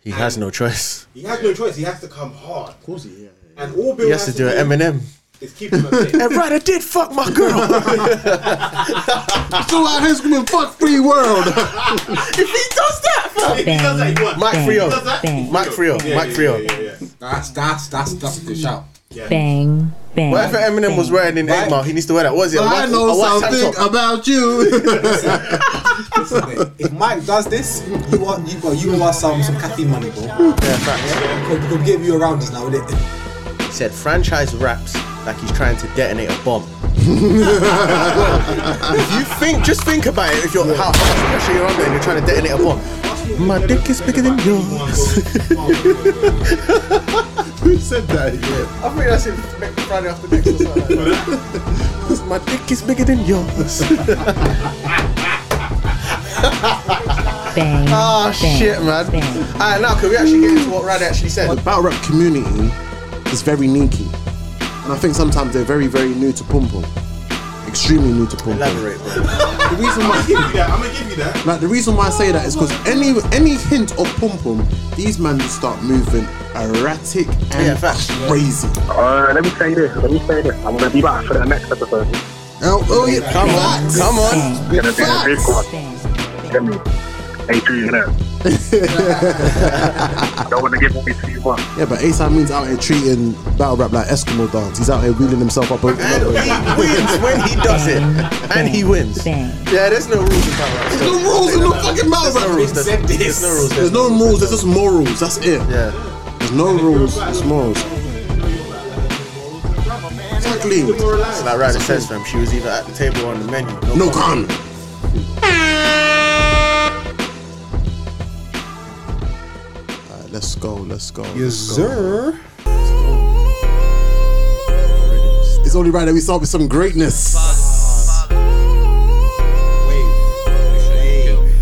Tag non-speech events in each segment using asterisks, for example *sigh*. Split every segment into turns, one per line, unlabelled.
He has no choice.
He has no choice. He has to come hard.
Of course, yeah. yeah.
And all Bill
He has to do an Eminem.
is keep him at
*laughs*
bay.
And right, I did fuck my girl.
Still out here screaming, fuck free *laughs* world.
He does that, he won.
*laughs* Mike
Bang,
Frio.
bang.
Mike Frio.
Yeah,
Mike
yeah,
Frio.
yeah, yeah, yeah.
that's, that's, that's, that's the shout.
Bang, bang.
Whatever Eminem was wearing in
Right.
Eight Mile, he needs to wear that. What is it? A
I
white-
know
a white tank
something
top?
about *laughs* you.
If Mike does this, you are you got you are some some caffeine money, bro.
Yeah, facts.
Could, could give you around this now, would it?
He said franchise raps like he's trying to detonate a bomb. if you think, just think about it. If you're how, how much pressure you're under and you're trying to detonate a bomb. My dick is bigger than yours.
Who said that again?
I think that's it. Friday after next or something. My dick is bigger than yours.
Bang.
Ah,
bang,
shit, man.
Bang.
Alright, now can we actually get into what Rad actually
The
said?
battle rap community is very neaky. And I think sometimes they're very, very new to Pum Pum. Extremely new to Pum Pum.
Elaborate, bro.
The reason why.
Give you that. I'm gonna give you that.
Like the reason why I say that is because any any hint of pum pum, these men just start moving erratic
Yeah,
and
facts.
crazy.
Uh, let me say this. Let me say this. I'm gonna be back for the next episode.
Oh, oh yeah,
Come on,
facts.
come on.
Bang,
It's gonna be a big one.
bang,
Get me. Hey, three, you know. Don't want to give me too much.
Yeah, but Asai means out here treating battle rap like Eskimo dance. He's out here wheeling himself up
And
over another.
he wins when he does it. And he wins.
bang.
Yeah, there's no rules in battle rap.
There's no rules in the fucking battle
There's no
rap.
rules. There's, there's no rules.
There's no rules. There's just morals. That's it.
Yeah.
There's no rules. It's morals. Exactly.
It's like Ryder says, fam, she was either at the table or on the menu.
No
comment.
comment. Alright, Let's go, let's go.
Yes,
let's go.
sir.
It's only right that we start with some greatness.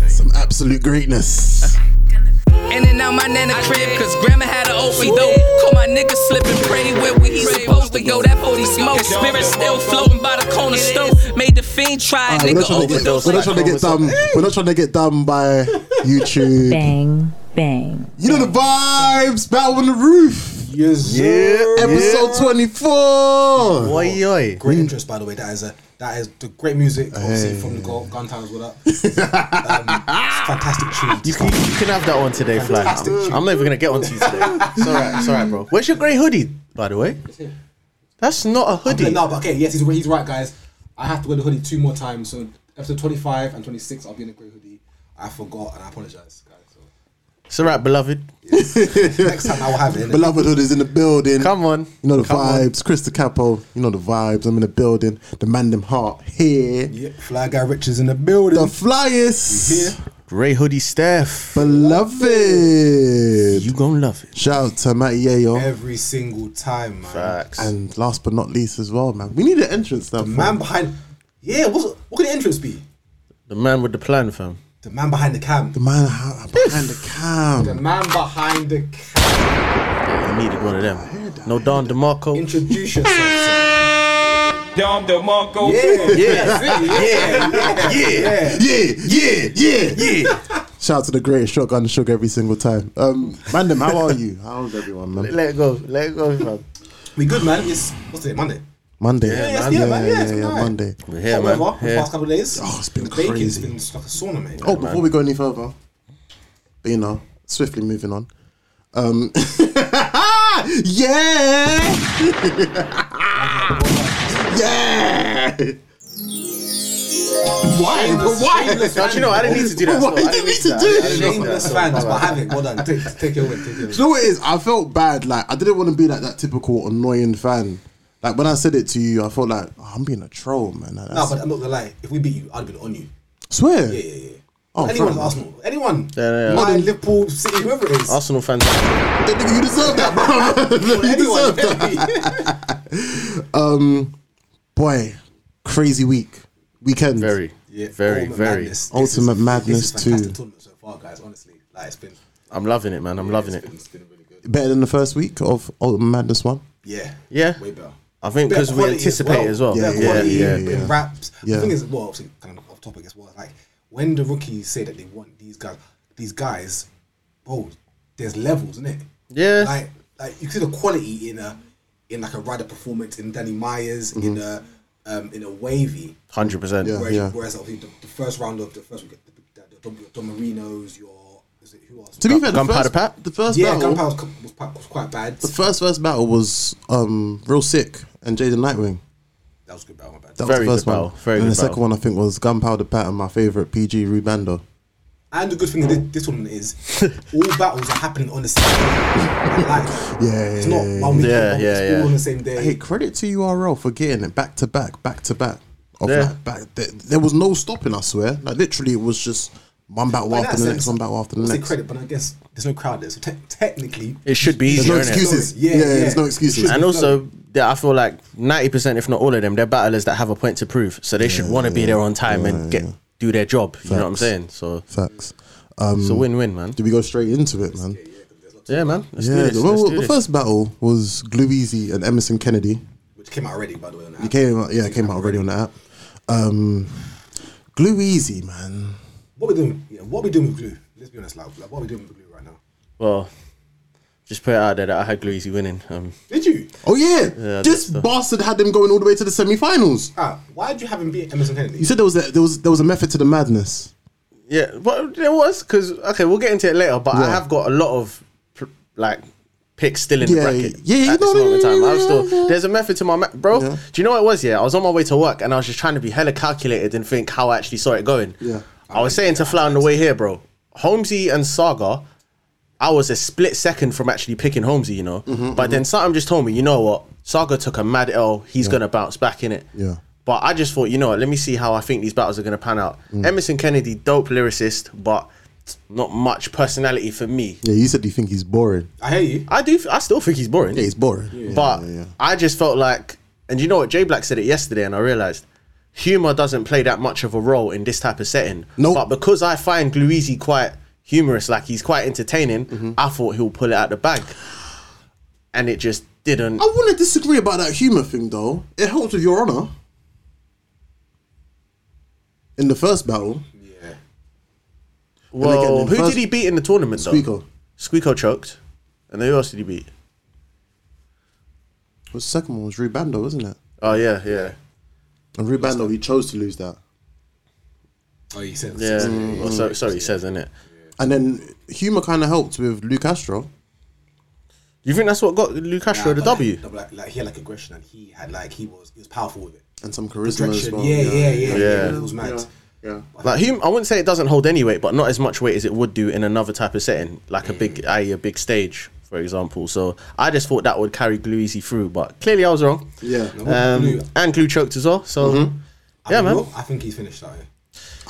Some absolute greatness.
In and out my nana crib, cause grandma had an open door. Call my nigga slip and pray where we he supposed to go. That 40 smoke. Spirit still floating by the corner stove. Made the fiend try, it,
We're not
nigga
trying to get
overdose.
we're not trying to get dumb. We're not trying to get dumb by
*laughs*
YouTube.
Bang, bang.
You know the vibes. Battle on the roof.
Yes, sir.
Yeah.
Episode twenty four.
Oi, oi.
Great interest, by the way. That is a that is the great music, obviously from the Go- Gun Towers. What up? um,
*laughs*
it's Um, fantastic tune.
You can, you can have that one today, Fly.
Fantastic.
I'm not even gonna get on to you today. It's alright, it's alright, bro. Where's your grey hoodie, by the way? That's not a
Yeah,
hoodie.
no, but okay, yes, he's, he's right, guys. I have to wear the hoodie two more times. So episode twenty-five and twenty-six, I'll be in a grey hoodie. I forgot, and I apologize, guys. So
It's alright, beloved.
*laughs*
next time I will have it. innit?
Beloved hood is in the building.
Come on.
You know the
Come on.
vibes. Chris DeCapo. You know the vibes. I'm in the building. The man them heart here.
Yeah, fly guy Rich is in the building.
The flyest.
Here.
Grey hoodie Steph.
Beloved.
You gonna love it.
Shout out to Matty Yayo.
every single time, man.
Facts.
And last but not least as well, man. We need an entrance now.
The man behind, yeah, what's, what could the entrance be?
the man with the plan, fam.
The man behind the cam.
The man ha- behind the
The
cam.
man behind the cam.
I needed one of them. No Don DeMarco.
Introduce yourself.
*laughs*
sir.
Dom DeMarco.
Yeah,
Yeah,
yeah, yeah, yeah.
Yeah, yeah, yeah, yeah. *laughs* Shout out to the greatest shotgun shook every single time. Um, Mandem, how are you? How's everyone, man?
let it go, let it go, fam.
We good, man. It's what's today, Monday.
Monday.
Yeah, yeah, man. Yeah, it's been alright.
Monday.
We're here,
Hot
man.
weather for the
Yeah.
past couple of days.
Oh, it's been
The baking,
crazy.
It's been just like a sauna, mate.
Oh, before we go any further, you know, swiftly moving on. Um, *laughs* yeah, *laughs* yeah. Why? Why?
Don't you know, I didn't need to do that.
Why
so I didn't
did you need
need
to
that.
do
I
that?
didn't need that,
Shameless
so
fans,
my
but
bad.
have it. Well done. Take, take it away. Take it away.
Do you know what it is? I felt bad. Like I didn't want to be like that typical annoying fan. Like when I said it to you, I felt like oh, I'm being a troll, man. Like,
No,
that's-
but I'm not gonna lie. If we beat you, I'd have been on you.
swear.
Yeah, yeah, yeah.
Oh, fair
Anyone at
enough.
Arsenal, anyone,
yeah, yeah.
Mine, Liverpool, City, whoever it is,
Arsenal fans.
That nigga, You deserve that, bro. *laughs* you deserve
anyone.
that.
*laughs*
Boy, crazy week, weekend.
Very, very,
Ultimate
very.
Madness. This
Ultimate
is-
Madness
this is fantastic
too.
tournament so far, guys. Honestly, like it's been,
I'm loving it, man. I'm loving it.
Been, it's been really good.
better than the first week of Ultimate Madness one.
Yeah,
Yeah.
way better.
I think
Better
because we
quality
anticipate as well.
Yeah,
Yeah,
Better
yeah,
quality
yeah.
in
yeah.
raps.
Yeah.
The thing is, well, obviously, kind of off topic as well. Like when the rookies say that they want these guys, these guys, bro, there's levels, isn't it?
Yeah.
Like like you see the quality in a in like a rider performance in Danny Myers
Mm-hmm.
in a um in a wavy.
Hundred percent.
Yeah.
Whereas, whereas obviously the, the first round of the first week, the, the, the Don, Don Marino's, your is it who else?
To be fair, the
Gunpowder
first,
Pat?
the first
yeah,
battle,
Gunpowder was, co- was, pa- was quite bad.
the first first battle was um real sick and Jaden Nightwing.
That was a good battle, my bad.
That
Very
was the first
good
one.
battle, very
and
good
the second
battle.
one I think was Gunpowder Pat and my favorite PG Rubando.
And the good thing in this, this tournament
*laughs*
is all battles are happening on the same day. Like,
Yeah,
it's
yeah,
not
yeah,
one weekend,
yeah,
yeah,
yeah,
it's
yeah.
all on the same day.
Hey, credit to URL for getting it back to back, back to back. Of
Yeah.
like back, there, there was no stopping. I swear, like literally, it was just one battle
But in
after
that
the next,
sense,
one battle after
I'll
the
say
next.
credit, but I guess there's no crowd there, so te- technically,
It should be
There's no
easier. innit?
excuses.
Yeah,
Yeah,
yeah.
there's no excuses.
And also, yeah, I feel like ninety percent, if not all of them, they're battlers that have a point to prove, so they should want to be there on time and get do their job. You know what I'm
Facts.
saying? So
facts.
it's a win-win, man.
Do we go straight into it, man?
Yeah, man. Let's do
Yeah.
this. Let's
well, well,
do
the
this.
first battle was Gluezy and Emerson Kennedy.
which came out already, by the way. On that.
It came, out- yeah, it came out already on the app. Um, Gluezy, man.
What we doing? Yeah, what we doing with glue? Let's be honest, like, like what we doing with glue right now?
Well, just put it out there that I had Gluezy winning. Um,
Did you?
Oh yeah, this
that's the-
bastard had them going all the way to the semi-finals.
Ah, why did you have him beat Emerson Kennedy?
You said there was a, there was there was a method to the madness.
yeah, but there was because okay, we'll get into it later. But I have got a lot of pr- like picks still in the
Yeah,
bracket.
yeah, you
at
know
this moment in
what I
time,
mean?
I'm
Yeah.
still there's a method to my ma- bro.
Yeah.
Do you know what it was? Yeah, I was on my way to work and I was just trying to be hella calculated and think how I actually saw it going.
Yeah.
I was saying to Fly on the way here, bro. Holmesy and Saga. I was a split second from actually picking Holmesy, you know.
Mm-hmm,
but then something just told me, you know what? Saga took a mad L. He's gonna bounce back in it.
Yeah.
But I just thought, you know what, let me see how I think these battles are going to pan out.
Mm.
Emerson Kennedy, dope lyricist, but not much personality for me.
Yeah, you said you think he's boring.
I hear you.
I do, I still think he's boring.
Yeah, he's boring. Yeah,
but
yeah, yeah.
I just felt like, and you know what, Jay Black said it yesterday, and I realized humor doesn't play that much of a role in this type of setting.
Nope.
But because I find Gluezy quite humorous, like he's quite entertaining,
Mm-hmm.
I thought he'll pull it out the bag, and it just didn't.
I want to disagree about that humor thing though. It helps with your honor. In the first battle,
Yeah.
again,
Well,
in
who
first-
did he beat in the tournament
Squeako.
though? Squeako choked, and then who else did he beat?
the second one was Rubando, wasn't it?
Oh yeah, yeah,
And Rubando, he chose to lose that.
Oh, he said.
yeah. Well, so, sorry, he says in it.
And then humor kind of helped with Lou Castro.
You think that's what got Lou Castro the W?
Like, like, like he had like aggression and he had like he was he was powerful with it.
and some charisma as
Direction.
well.
yeah, yeah, yeah, yeah,
Yeah.
It was mad.
yeah.
Like hum I wouldn't say it doesn't hold any weight, but not as much weight as it would do in another type of setting, like a big, i.e., a big stage, for example. So I just thought that would carry Gluezy through, but clearly I was wrong.
Yeah.
Um, and Glue choked as well. So
Mm-hmm. I
yeah,
mean,
man.
look, I think he's finished out here.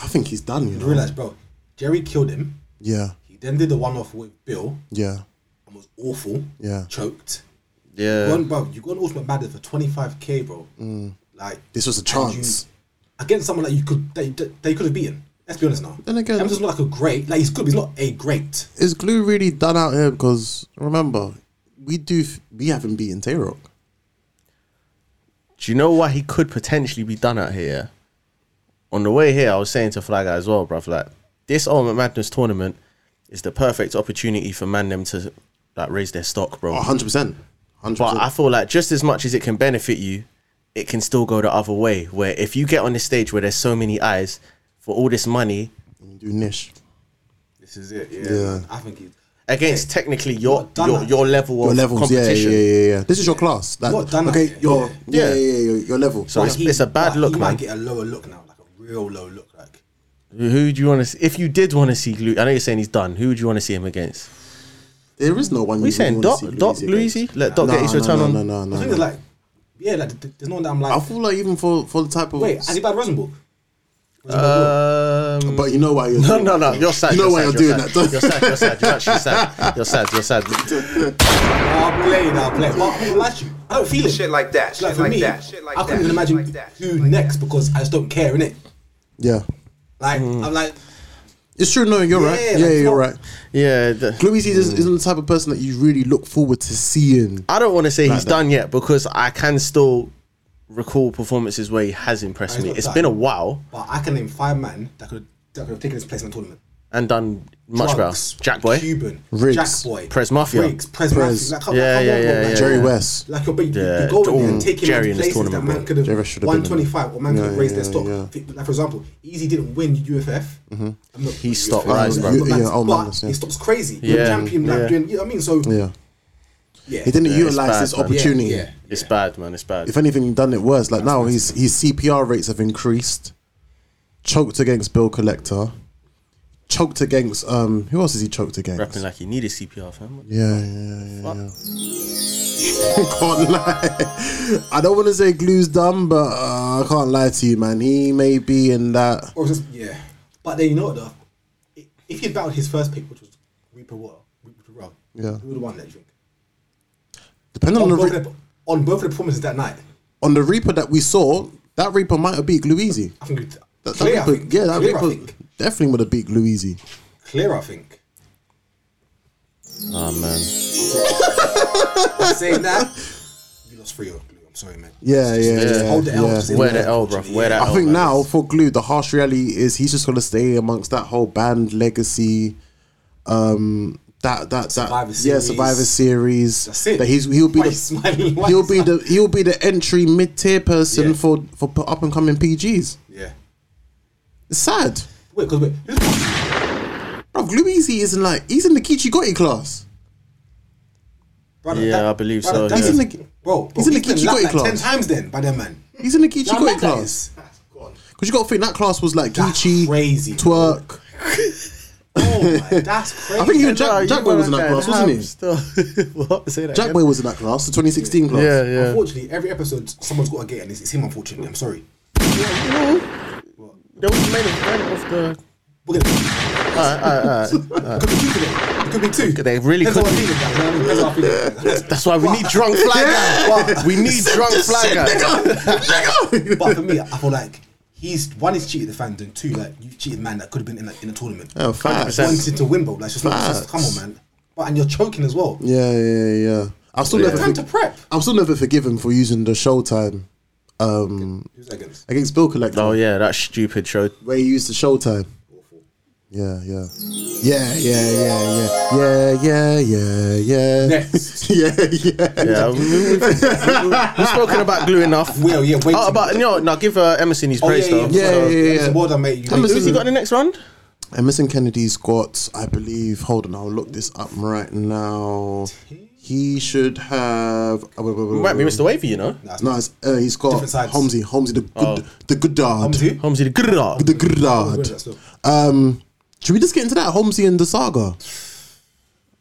I think he's done. You
I
know.
realized, bro, Jerry killed him.
Yeah,
He then did the one off with Bill
yeah,
and was awful.
Yeah.
Choked.
yeah, Mm.
Gone, bro, you got an ultimate madder for twenty five K bro. Like
This was a
and
chance.
you- against someone that you could they they could have beaten. Let's be honest now.
Then again-
Emerson's not like a great like he's good, but he's not a great.
is glue really done out here? Because remember, we do f- we haven't beaten Tay Rock.
Do you know why he could potentially be done out here? On the way here, I was saying to Fly Guy as well, bruv, like this Ultimate Madness tournament is the perfect opportunity for man them to like raise their stock, bro.
100 Oh, percent.
But I
Hundred
feel like just as much as it can benefit you, it can still go the other way. Where if you get on this stage where there's so many eyes for all this money
Do niche.
This is it, yeah.
Yeah.
I think he's
against technically your
done
your,
that.
your level
Your
of
levels, yeah, yeah,
competition.
yeah, yeah, yeah. This is your class. Like,
What, done
okay,
that?
your yeah,
Yeah.
yeah, yeah, your, your level.
So it's, it's a bad
but
look,
he
man.
Might get a lower look now, like a real low look. Like
Who do you want to? see? If you did want to see Glue, I know you're saying he's done. Who would you want to see him against?
there is no one.
We
you
saying
really wanna
Doc,
see
Doc,
Luizzi against.
Luizzi? Let Doc get his
no,
return
no,
on.
No, no,
the
no.
thing
no.
is, like, yeah, like th- there's no one that I'm like.
I feel like even for for the type of
wait, has he bad Rosenborg?
Uh, Um,
*laughs* but you know why you're
no, no, no. You're sad.
You know
you're
why
sad,
you're doing
sad.
that, don't-
You're sad. You're sad. You're actually sad. You're sad. You're
*laughs*
sad.
I'll play, I'll play. But I won't lie to you, I don't feel it.
Shit like that,
Like
shit
for
like
me,
that, shit like
I couldn't
that,
even
shit
imagine
like that, shit
who next because I just don't care, innit?
*laughs*
yeah.
Like
Hmm.
I'm like,
It's true. No, you're right.
Yeah,
Yeah,
like,
you're
fuck.
right.
Yeah. the-
Luizzi is isn't the type of person that you really look forward to seeing.
I don't want to say he's
that.
done yet because I can still recall performances where he has impressed
He's
me.
not
It's
done.
been a while.
but I can name five men that could that could have taken his place in the tournament.
and done much
Drugs,
better. Jack Boy.
Cuban,
Riggs,
Jack Boy,
Prez Mafia.
Riggs, Prez,
Prez.
Mafia. Like, come-
Yeah,
come
yeah,
on,
yeah,
bro,
yeah,
like,
Jerry
yeah.
West.
Like you're basically
Yeah,
you go in there
all
and take
Jerry
him
in
to
this
places that
tournament,
man
bro.
could have
Jerry should have been in.
125 or man could have
Yeah,
raised their
yeah,
stock.
yeah.
Fi- Like for example, Easy didn't win UFF. I'm not-
Mm-hmm. He stopped
UFF,
rising,
but-
bro.
but
Yeah, yeah, oh,
but
madness, yeah.
his stock's crazy.
Yeah,
Yeah, champion, like
yeah.
doing, you know what I mean? So
Yeah.
yeah,
He didn't
Yeah, it's
utilize
bad,
this
man.
opportunity.
Yeah, yeah.
It's bad, man. It's bad.
If anything, he done it worse. Like now, his his CPR rates have increased. Choked against Bill Collector. Choked against um. Who else is he choked against?
Rapping like he needed CPR, fam.
Yeah, yeah, yeah. yeah. *laughs* can't lie. *laughs* I don't want to say glue's dumb, but uh, I can't lie to you, man. He may be in that.
Or just yeah. But then you know what though, I- if he'd battled his first pick, which was Reaper World, Reaper World,
Yeah.
who would have won that drink?
Depending
On,
on the
both
re-
their- on both of the performances that night,
on the Reaper that we saw, that Reaper might have beat Glue easy.
I think. it-
That, that
clear, I
Reaper,
think.
yeah, that
clear, I
Reaper
think.
definitely would have beat Glue easy.
Clear, I
*laughs*
think.
Oh man.
Saying that, you lost three of Glue. I'm sorry, man.
Yeah, yeah,
Just
yeah,
hold the L,
yeah.
just say
Where
the
the L, bruv? Where that
I
L,
think
man?
now for Glue, the harsh reality is he's just gonna stay amongst that whole band legacy, um, that that that
Survivor
yeah
Series.
Survivor Series.
That's it.
That he's he'll be
Why
the
you smiling? Why
he'll
you
be the he'll be the entry mid tier person
Yeah.
for for up and coming PGs.
Yeah.
It's sad,
Wait, because wait, who's
bro. Glue Easy isn't like he's in the Kichi Gotti class.
Brother,
Yeah, I believe so,
that's
yeah.
in the, bro, bro,
He's in the
been
Kichi
lapped
Gotti
like Ten
class.
times then by that
*laughs*
man.
He's in the Kichi
You know how
Gotti
mad that
class
is?
That's gone.
because you got to think that class was like
That's
Gucci,
crazy, bro.
twerk.
Oh my, that's crazy.
I think even
Nah,
Jack,
you
Jack Boy was in
gotta
that class, wasn't he?
have still- *laughs* what? Say that.
Jack
again.
Boy was in that class, the 2016 class.
Yeah, yeah.
Unfortunately, every episode someone's got a gate, and it's, it's him. Unfortunately, I'm sorry.
There was made a friend of the.
We're gonna. It could be two today. It could be two.
They really
Depends on
could
our feeling, guys. You know what I mean? Depends on our feeling.
That's why we need drunk flag guys. We need drunk flag guys.
*laughs*
*laughs*
But for me, I feel like he's one is cheated the fandom. Two, like you cheated man that could have been in a, in a tournament.
Oh, facts.
Wanted to win, bro. Like just, not, just
Facts.
come on, man. But and you're choking as well.
Yeah, yeah, yeah. I'll still never.
Time
forg-
to prep.
I'll still never forgive him for using the showtime um,
Who's that against?
against Bill Collector,
Oh yeah, that stupid show.
where he used the showtime. Yeah, yeah, yeah, yeah, yeah, yeah, yeah, yeah, yeah, yeah.
Next.
*laughs* yeah, yeah.
Yeah, we- we- we've, we've spoken about glue enough.
Well, yeah, wait.
Oh, but you know, now give uh, Emerson
Oh,
his praise though.
yeah.
Well done.
yeah, yeah.
It's well done, mate. You-
Thomas
Who's he
is-
got in the next round?
Emerson Kennedy's got, I believe. Hold on, I'll look this up right now. He should have. Oh, wait, wait, wait,
Might be
wait.
Mr. Wavy, you know.
No, it's, uh, he's got
Different sides.
Homsey. Homsey, the good,
Oh.
the good dad.
Homsey?
Homsey the Grrrr.
the good
Where's
dad.
Oh, that stuff?
Um, should we just get into that Holmesy and the saga?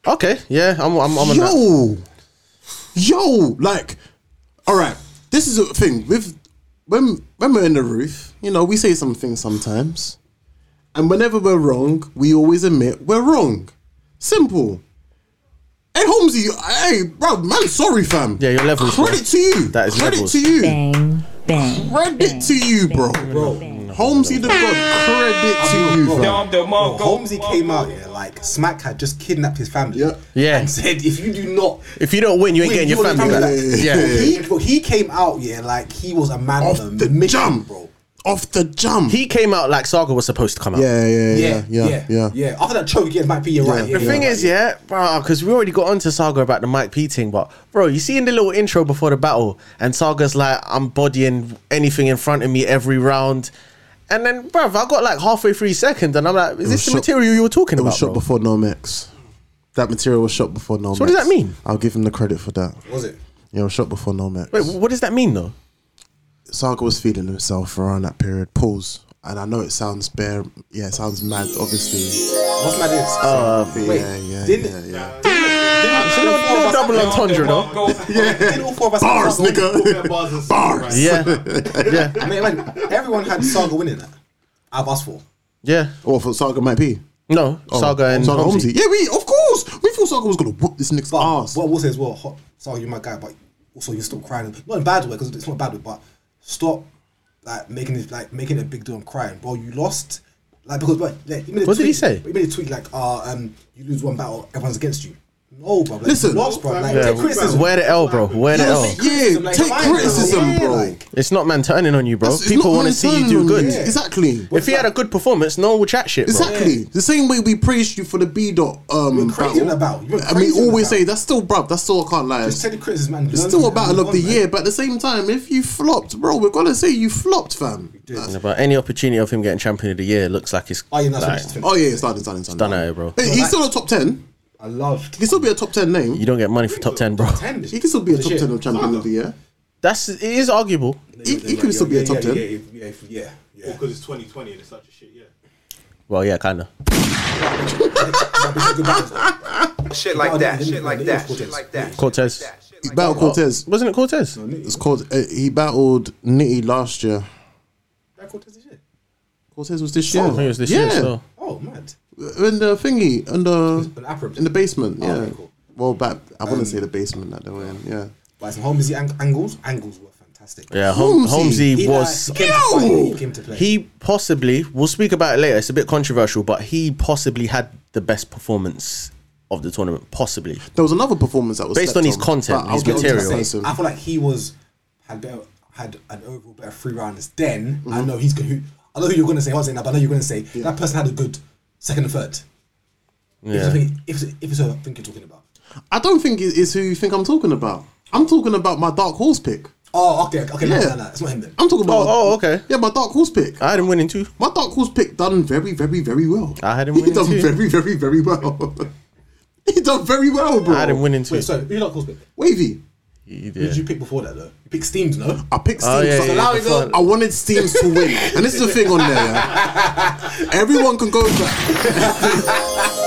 Okay, yeah, I'm, I'm, I'm on that.
yo, yo, like, all right. This is a thing with when when we're in the roof. You know, we say some things sometimes, and whenever we're wrong, we always admit we're wrong. Simple. Hey Holmesy, hey bro, man, sorry fam.
Yeah, your levels, bro.
Credit to you.
That is
credit
levels.
to you.
bang, bang,
Credit to you, bro.
Bro.
Holmesy the god. Credit to you, fam.
Dom the
Bro,
Monko.
Holmesy came out here like Smack had just kidnapped his family.
Yeah.
Yeah.
And said, if you do not
If you don't win, you ain't
Wait,
getting your
you're
family
the
back.
family
Yeah.
He, bro, he came out yeah, like he was a man
Off
on a
the
mission,
jump,
bro.
Off the jump.
He came out like Saga was supposed to come out.
Yeah, yeah, yeah, yeah, yeah.
After that choke against Mike P, you're right. yeah,
Yeah.
The thing
you're
is,
right.
yeah, bro, because we already got onto Saga about the Mike P thing, but bro, you see in the little intro before the battle, and Saga's like, I'm bodying anything in front of me every round. And then, bruv, I got like halfway three seconds, and I'm like, is
was
this the
shot-
material you were talking
It
about?
was shot
bro?
before Nomex. That material was shot before Nomex.
what does that mean?
I'll give him the credit for that.
Was it?
Yeah, it was shot before Nomex.
Wait, what does that mean
*laughs*
though?
Saga was feeling himself around that period. Pause. And I know it sounds bare. Yeah, it sounds mad, obviously.
What's my this?
Uh,
Wait,
yeah, yeah,
didn't,
yeah, yeah.
No, no double entendre though.
*laughs*
didn't all four of us
Bars,
have Saga winning? *laughs*
Bare
nigga.
bars and
Bars.
Yeah,
I
yeah,
mean, man, everyone had Saga winning that. I've asked for.
yeah.
Or for Saga might be. Oh,
No, Saga and
Saga
Holmesy.
Holmesy. Yeah, we of course. We thought Saga was gonna whoop this nigga's
But
ass.
what I will say as well, hot, sorry, you're my guy, but also you stop crying. Not in a bad way, because it's not a bad way, but stop like making it like making it a big deal and crying, bro. You lost, like because but, like, he made a
What did
tweet- "Ah,
he say?
He made a tweet like, uh, um, you lose one battle, everyone's against you. No, bro. Like,
Listen.
lost, bro. Like,
Yeah,
take criticism.
Where the L, bro? Where the
No,
L?
take criticism,
like,
take
fine, bro.
criticism,
Yeah,
bro.
like,
It's not man turning on you, bro.
That's- it's
People
not
want to
man
see you
turning
do
on
good.
Exactly.
If he had a good performance, no one would chat shit, bro.
Exactly. The same way we praised you for the B dot um
We're crazy
battle.
about- we're
and we
crazy
always
about-
say that's still bruv, that's still I can't lie.
Just take the criticism, man.
It's still a battle of the year, but at the same time, if you flopped, bro, we're gonna say you flopped, fam. Uh,
Yeah, But any opportunity of him getting champion of the year looks like it's
Oh, yeah, that's
like,
what it's finished.
Oh yeah, it's done, it's done, it's done.
done out here, bro.
Hey, he's still a top ten.
I loved.
He can still be a top ten name.
You don't get money for top ten, bro.
He can still be a top ten of champion of the year.
That's it is arguable.
He, he could still be a top ten.
Yeah, yeah, yeah. yeah.
Because it's 2020 and it's such a shit, yeah.
Well, yeah, kinda.
Shit like that. Shit like that. Shit like that.
Cortez
Battle Cortez.
wasn't it Cortez? Oh,
It's called. Uh, he battled Nitty last year. Cortez was this year.
Oh, I think it was this
yeah.
year. So.
Oh, mad.
In the thingy, in
An
the
apron.
in the basement. Yeah.
Oh, okay, cool. Um,
Well, back. I wouldn't say the basement that they were in. Yeah.
But some Holmesy ang- angles, angles were fantastic.
Yeah, Hol-
Holmesy.
Holmesy
He, like,
was.
he came to fight, he came to play.
He possibly. We'll speak about it later. It's a bit controversial, but he possibly had the best performance of the tournament. Possibly.
There was another performance that was
Based
slept
on his content,
but I
his
was gonna
material.
say,
I feel like he was had better had an overall better three rounders. Then I know he's gonna. I know who you're gonna say. I was saying that, but I know you're gonna say that person had a good second and third. If, it's, a
Yeah.
thing- if, it's, if it's a thing you're talking about.
I don't think it is who you think I'm talking about. I'm talking about my dark horse pick.
Oh, okay, okay, no,
Yeah.
no, no, it's not him then.
I'm talking about.
oh, okay.
Yeah, my dark horse pick.
I had him winning too.
My dark horse pick done very, very, very well.
I had him
He
winning
done
too.
very, very, very well. *laughs* he done very well, bro.
I had him winning too.
Wait, sorry, who you like Cosby?
Wavy.
He
Who
did.
did you pick before that though? You picked Steams, no?
I picked Steams.
Oh, yeah,
so
yeah,
allow
yeah,
it though.
before-
I wanted Steams to win, and this is the thing on there. yeah.
*laughs*
Everyone can go back.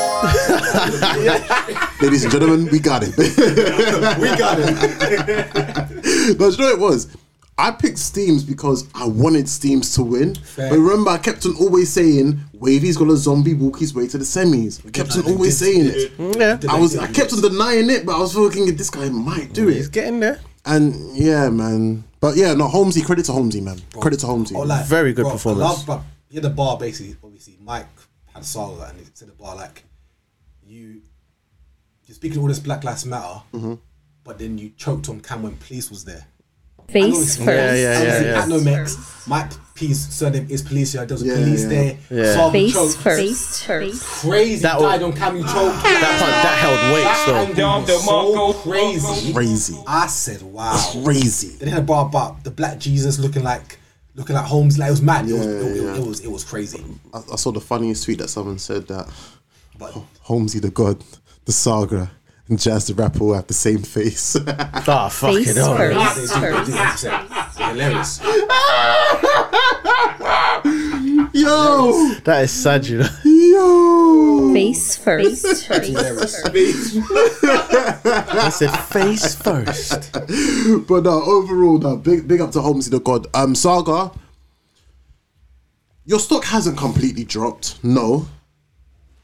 Ladies and gentlemen, we got it. *laughs*
we got him. *laughs*
No, do you know what it was? I picked Steams because I wanted Steams to win.
Fair.
But remember, I kept on always saying Wavy's gonna zombie walk his way to the semis. I kept on
They
always
did.
saying it.
Yeah.
I was, I kept on denying it, but I was thinking this guy might do
He's
it.
getting there.
And yeah, man. But yeah, no, Holmesy. Credit to Holmesy, man. Credit to Holmesy.
Oh, like,
Very good
bro,
performance.
I love, bro, he had a bar basically. Obviously, Mike had a song and he said the bar like, "You, you're speaking all this Black Lives Matter,
Mm-hmm.
but then you choked on Cam when police was there."
Face
Yeah,
*laughs*
first.
yeah, yeah.
Obviously, at Nomex, Mike P's surname is police. Yeah, there was a
Yeah,
police
yeah.
there.
Yeah.
Saul
Face
choked.
first. Face first.
Crazy
That was-
died on Cam. You choked.
That punch, that held weight
That
though.
angle was so
DeMarco.
crazy.
Crazy.
I said, "Wow."
Crazy.
Then they had a bar about the black Jesus looking like looking like Holmes. Like it was mad. it, was, it,
yeah.
was, it was it was crazy.
I, I saw the funniest tweet that someone said that
But
Holmesy the God, the Saga, and Jazz the Rapper all have the same face. *laughs*
Ah, fuck
Face
it on.
they do,
first.
they do,
first.
100%. They're hilarious.
yo,
That is sad, you know.
yo.
Face first.
Hilarious.
I said face first.
But no, overall, no, big big up to Holmesy the God. Um, Saga, your stock hasn't completely dropped. No,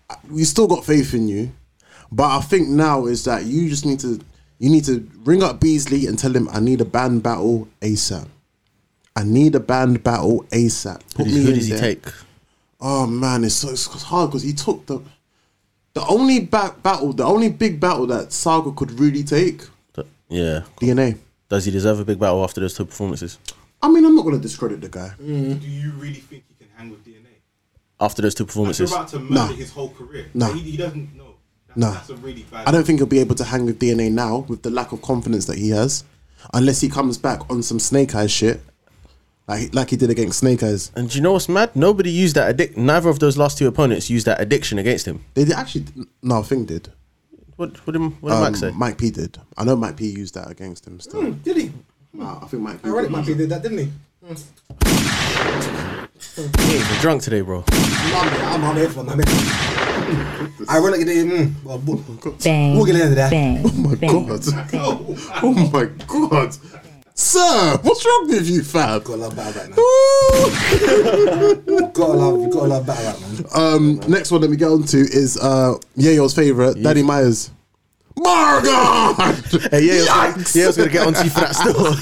Uh, we still got faith in you, but I think now is that you just need to you need to ring up Beasley and tell him I need a band battle asap. I need a band battle asap. Put me
Who
in
does he
there.
take?
Oh man, it's so it's hard because he took the the only ba- battle, the only big battle that Saga could really take
Yeah.
DNA.
Does he deserve a big battle after those two performances?
I mean, I'm not gonna discredit the guy.
Do you really think he can hang with DNA?
After those two
You're
performances,
about to murder
Nah.
his whole career.
Nah.
He, he doesn't know. That's,
Nah.
that's a really bad.
I don't think he'll be able to hang with DNA now with the lack of confidence that he has, unless he comes back on some Snake Eyes shit, like like he did against Snake Eyes.
and do you know what's mad? Nobody used that addict. Neither of those last two opponents used that addiction against him.
They did actually no, Thing did.
What? What did, what did
Um,
Max say?
Mike P did. I know Mike P used that against him still.
Did he?
Nah, I think Mike P.
Hmm. I read it.
did.
Might be did that, didn't he?
He ain't even drunk today, bro.
I'm, I'm, I'm here for my man. I read it. Mm, well, we'll,
Bang.
we'll get into that.
Bang.
Oh my *laughs*
bang.
god! *laughs* oh my god! Sir, what's wrong with you, fam?
*laughs* Gotta love battle right now.
Ooh.
Gotta love, gotta love battle right now.
Um, next one that we get on to is uh, Yayo's favorite, Daddy Myers. My God!
Hey, yeah, I was,
Yikes!
yeah, I was gonna get onto you for that still.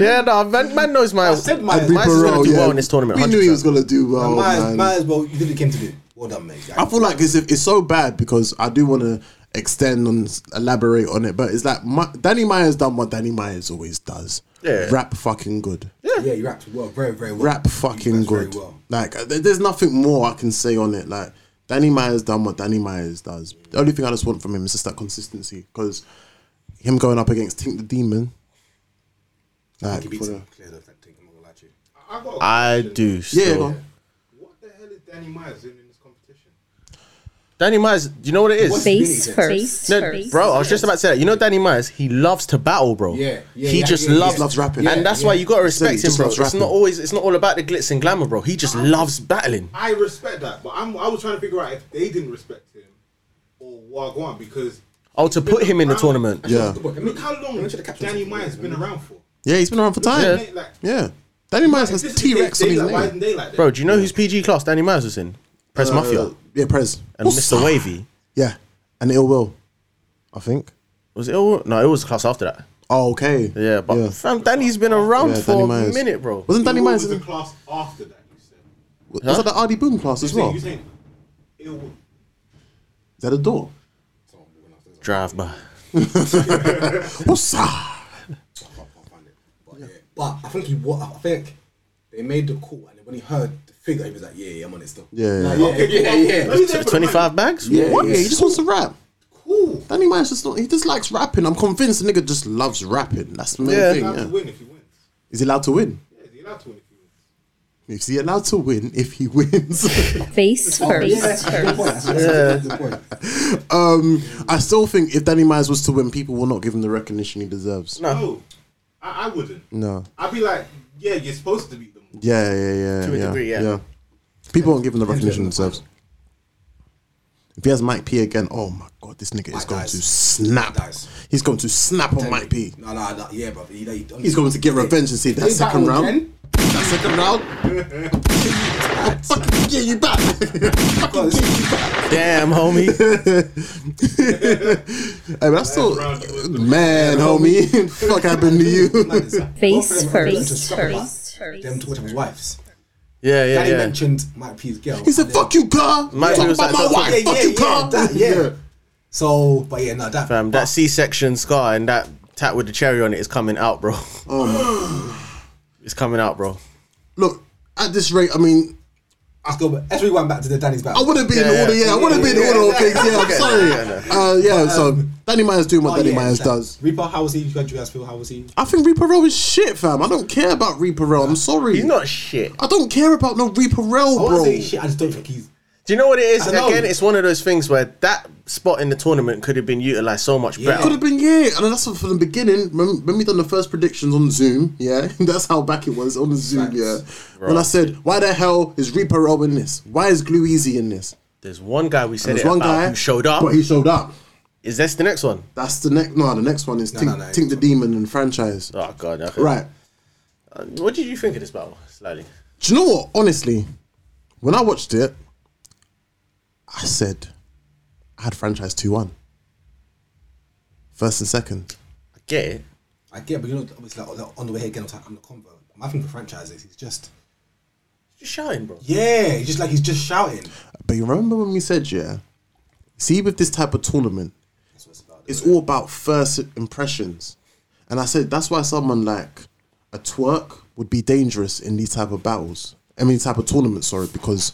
yeah, no, man, man knows my.
I said my-
Miles is gonna
Bro,
do
yeah,
well in this tournament.
We knew he was
100%.
gonna do well,
might, as-
man.
might as well. You did what you came to do. Well done, mate.
I feel like it's it's so bad because I do want to extend and s- elaborate on it, but it's like Ma- Danny Myers done what Danny Myers always does.
Yeah.
Rap fucking good.
Yeah, you rapped well, very, very well.
Rap
You
fucking
rapped very
good.
well.
Like uh, there- there's nothing more I can say on it. Like Danny Myers done what Danny Myers does. The only thing I just want from him is just that consistency because him going up against Tink the Demon. Like,
He beats
for the-
him. Clear the fact, thing, I'm not gonna lie to you.
I, I got a
I
question.
do.
yeah,
Still.
go on.
What the hell is Danny Myers doing in this competition?
Danny Myers, you know what it is?
Face
Really?
first.
No,
first.
bro, I was just about to say that. You know, Danny Myers, he loves to battle, bro.
Yeah, yeah,
He
yeah,
just
yeah,
loves,
yeah.
loves rapping,
Yeah,
and that's
yeah.
why you gotta respect
He
him,
just
bro.
loves
It's not
rapping.
always, it's not all about the glitz and glamour, bro. He just loves battling.
I respect that, but I'm, I was trying to figure out if they didn't respect him or Wagwan because
Oh, to put him in the tournament.
Yeah.
look how long
check the caption
Danny
something.
Myers been around for.
yeah, he's been around for time.
Like,
Yeah,
like,
Danny Myers
if this
has
is
T Rex
the
on
day,
his
like, why
name.
isn't they like that?
Bro, do you know who's PG class Danny Myers was in? Press
Uh,
Mafia
Yeah, Prez
and
What's
Mr.
up?
Wavy.
Yeah, and Ill Will, I think.
Was it? all- No, it was class after that.
Oh, okay.
Yeah, but
yeah.
fam, Danny's been around
Yeah, Danny
for a
Myers.
minute, bro.
wasn't Danny
Who
Myers?
was the
in-
class after that? You said.
Was that the RD Boom class as
You saying-
well?
You
Is
saying ill?
that a door?
Drive by.
What's up?
Can't find it. But yeah. But I think he what I think they made the call and when he heard the figure, he was like, Yeah, yeah, I'm on it still.
Yeah,
Like,
yeah.
yeah, yeah, yeah.
Let me there for the money.
Twenty-five bags.
What? Yeah, he just wants to rap.
Cool.
Danny Myers just not, he just likes rapping. I'm convinced the nigga just loves rapping. That's the main
Yeah.
thing.
Allowed to
Yeah.
win if he wins.
Is he allowed to win?
Yeah, he's allowed to win if he wins.
Is he allowed to win if he *laughs* wins?
Face first.
Good point. That's- that's a good point.
um, I still think if Danny Myers was to win, people will not give him the recognition he deserves.
No.
No, I, I wouldn't.
No.
I'd be like, yeah, you're supposed to beat them. all.
Yeah, yeah, yeah.
To a
yeah,
degree, yeah.
People won't give him the recognition he deserves. If he has Mike P again, oh my god, this nigga is
Mike
going
dies.
to snap.
Mike dies.
He's going to snap on Mike P.
No, no, no, yeah, bro. He, he,
He's going to get revenge and see that
They
second
battle
round.
again?
That second round. I'll fucking get you back. *laughs* fucking get you back.
Damn, homie.
Hey, but that's still
round you was the-
man, homie. *laughs* Fuck happened to you?
*laughs*
Face
Just
first.
scrap about
Face
Them talking
first.
to his wives.
Yeah, yeah,
Danny
yeah.
mentioned Mike P's girl.
He said, "Fuck you, car.
Mike
Talk
was like,
about my
"Fuck
wife.
yeah,
fuck
yeah,
you,
yeah,
car."
that- yeah. So, but yeah, no, that.
Fam, Um, that C-section scar and that tat with the cherry on it is coming out, bro.
Oh.
*sighs* it's coming out, bro.
Look, at this rate, I mean,
Let's go. back- Let's rewind back to the Danny's
I
battle.
wouldn't be in
Yeah,
the order.
yeah.
Yeah, I wouldn't be in the
Yeah,
order of
yeah.
things. Yeah,
*laughs*
I'm
Okay.
sorry.
Yeah,
Uh, yeah, so Danny Myers doing what
Oh,
Danny
yeah,
Myers
that-
does.
Reaper, how was he? You guys feel? How was he?
I think Reaper Rail is shit, fam. I don't care about Reaper Rail. I'm sorry.
He's not shit.
I don't care about no Reaper Rail,
I wouldn't
bro.
say shit. I just don't think he's.
Do you know what it is?
I know.
Again, it's one of those things where that spot in the tournament could have been utilized so much
Yeah.
Could
better.
have been yeah, and that's from the beginning. When, when we done the first predictions on Zoom, yeah, *laughs* that's how back it was on the Zoom,
Facts.
yeah. When I said, "Why the hell is Reaper Roll in this? Why is Glue Easy in this?"
There's one guy we said
There's
it
one
about
guy
who showed up.
but he showed up.
Is this the next one?
That's the next. No, the next one is Tink,
no, no,
Tink the Demon and franchise.
Oh god. Okay.
Right.
What did you think of this battle? Slightly.
Do you know what? Honestly, when I watched it, I said, "I had franchise two one. First and second.
I get it.
I get, but you know, obviously, like, like, on the way here again, I was like, I'm the convert. My thing for franchises, he's just.
Just shouting, bro.
Yeah, he's just like he's just shouting.
But you remember when we said, yeah, see with this type of tournament,
That's what it's about.
it's all about first impressions. And I said that's why someone like a twerk would be dangerous in these type of battles. I mean type of tournaments, sorry, because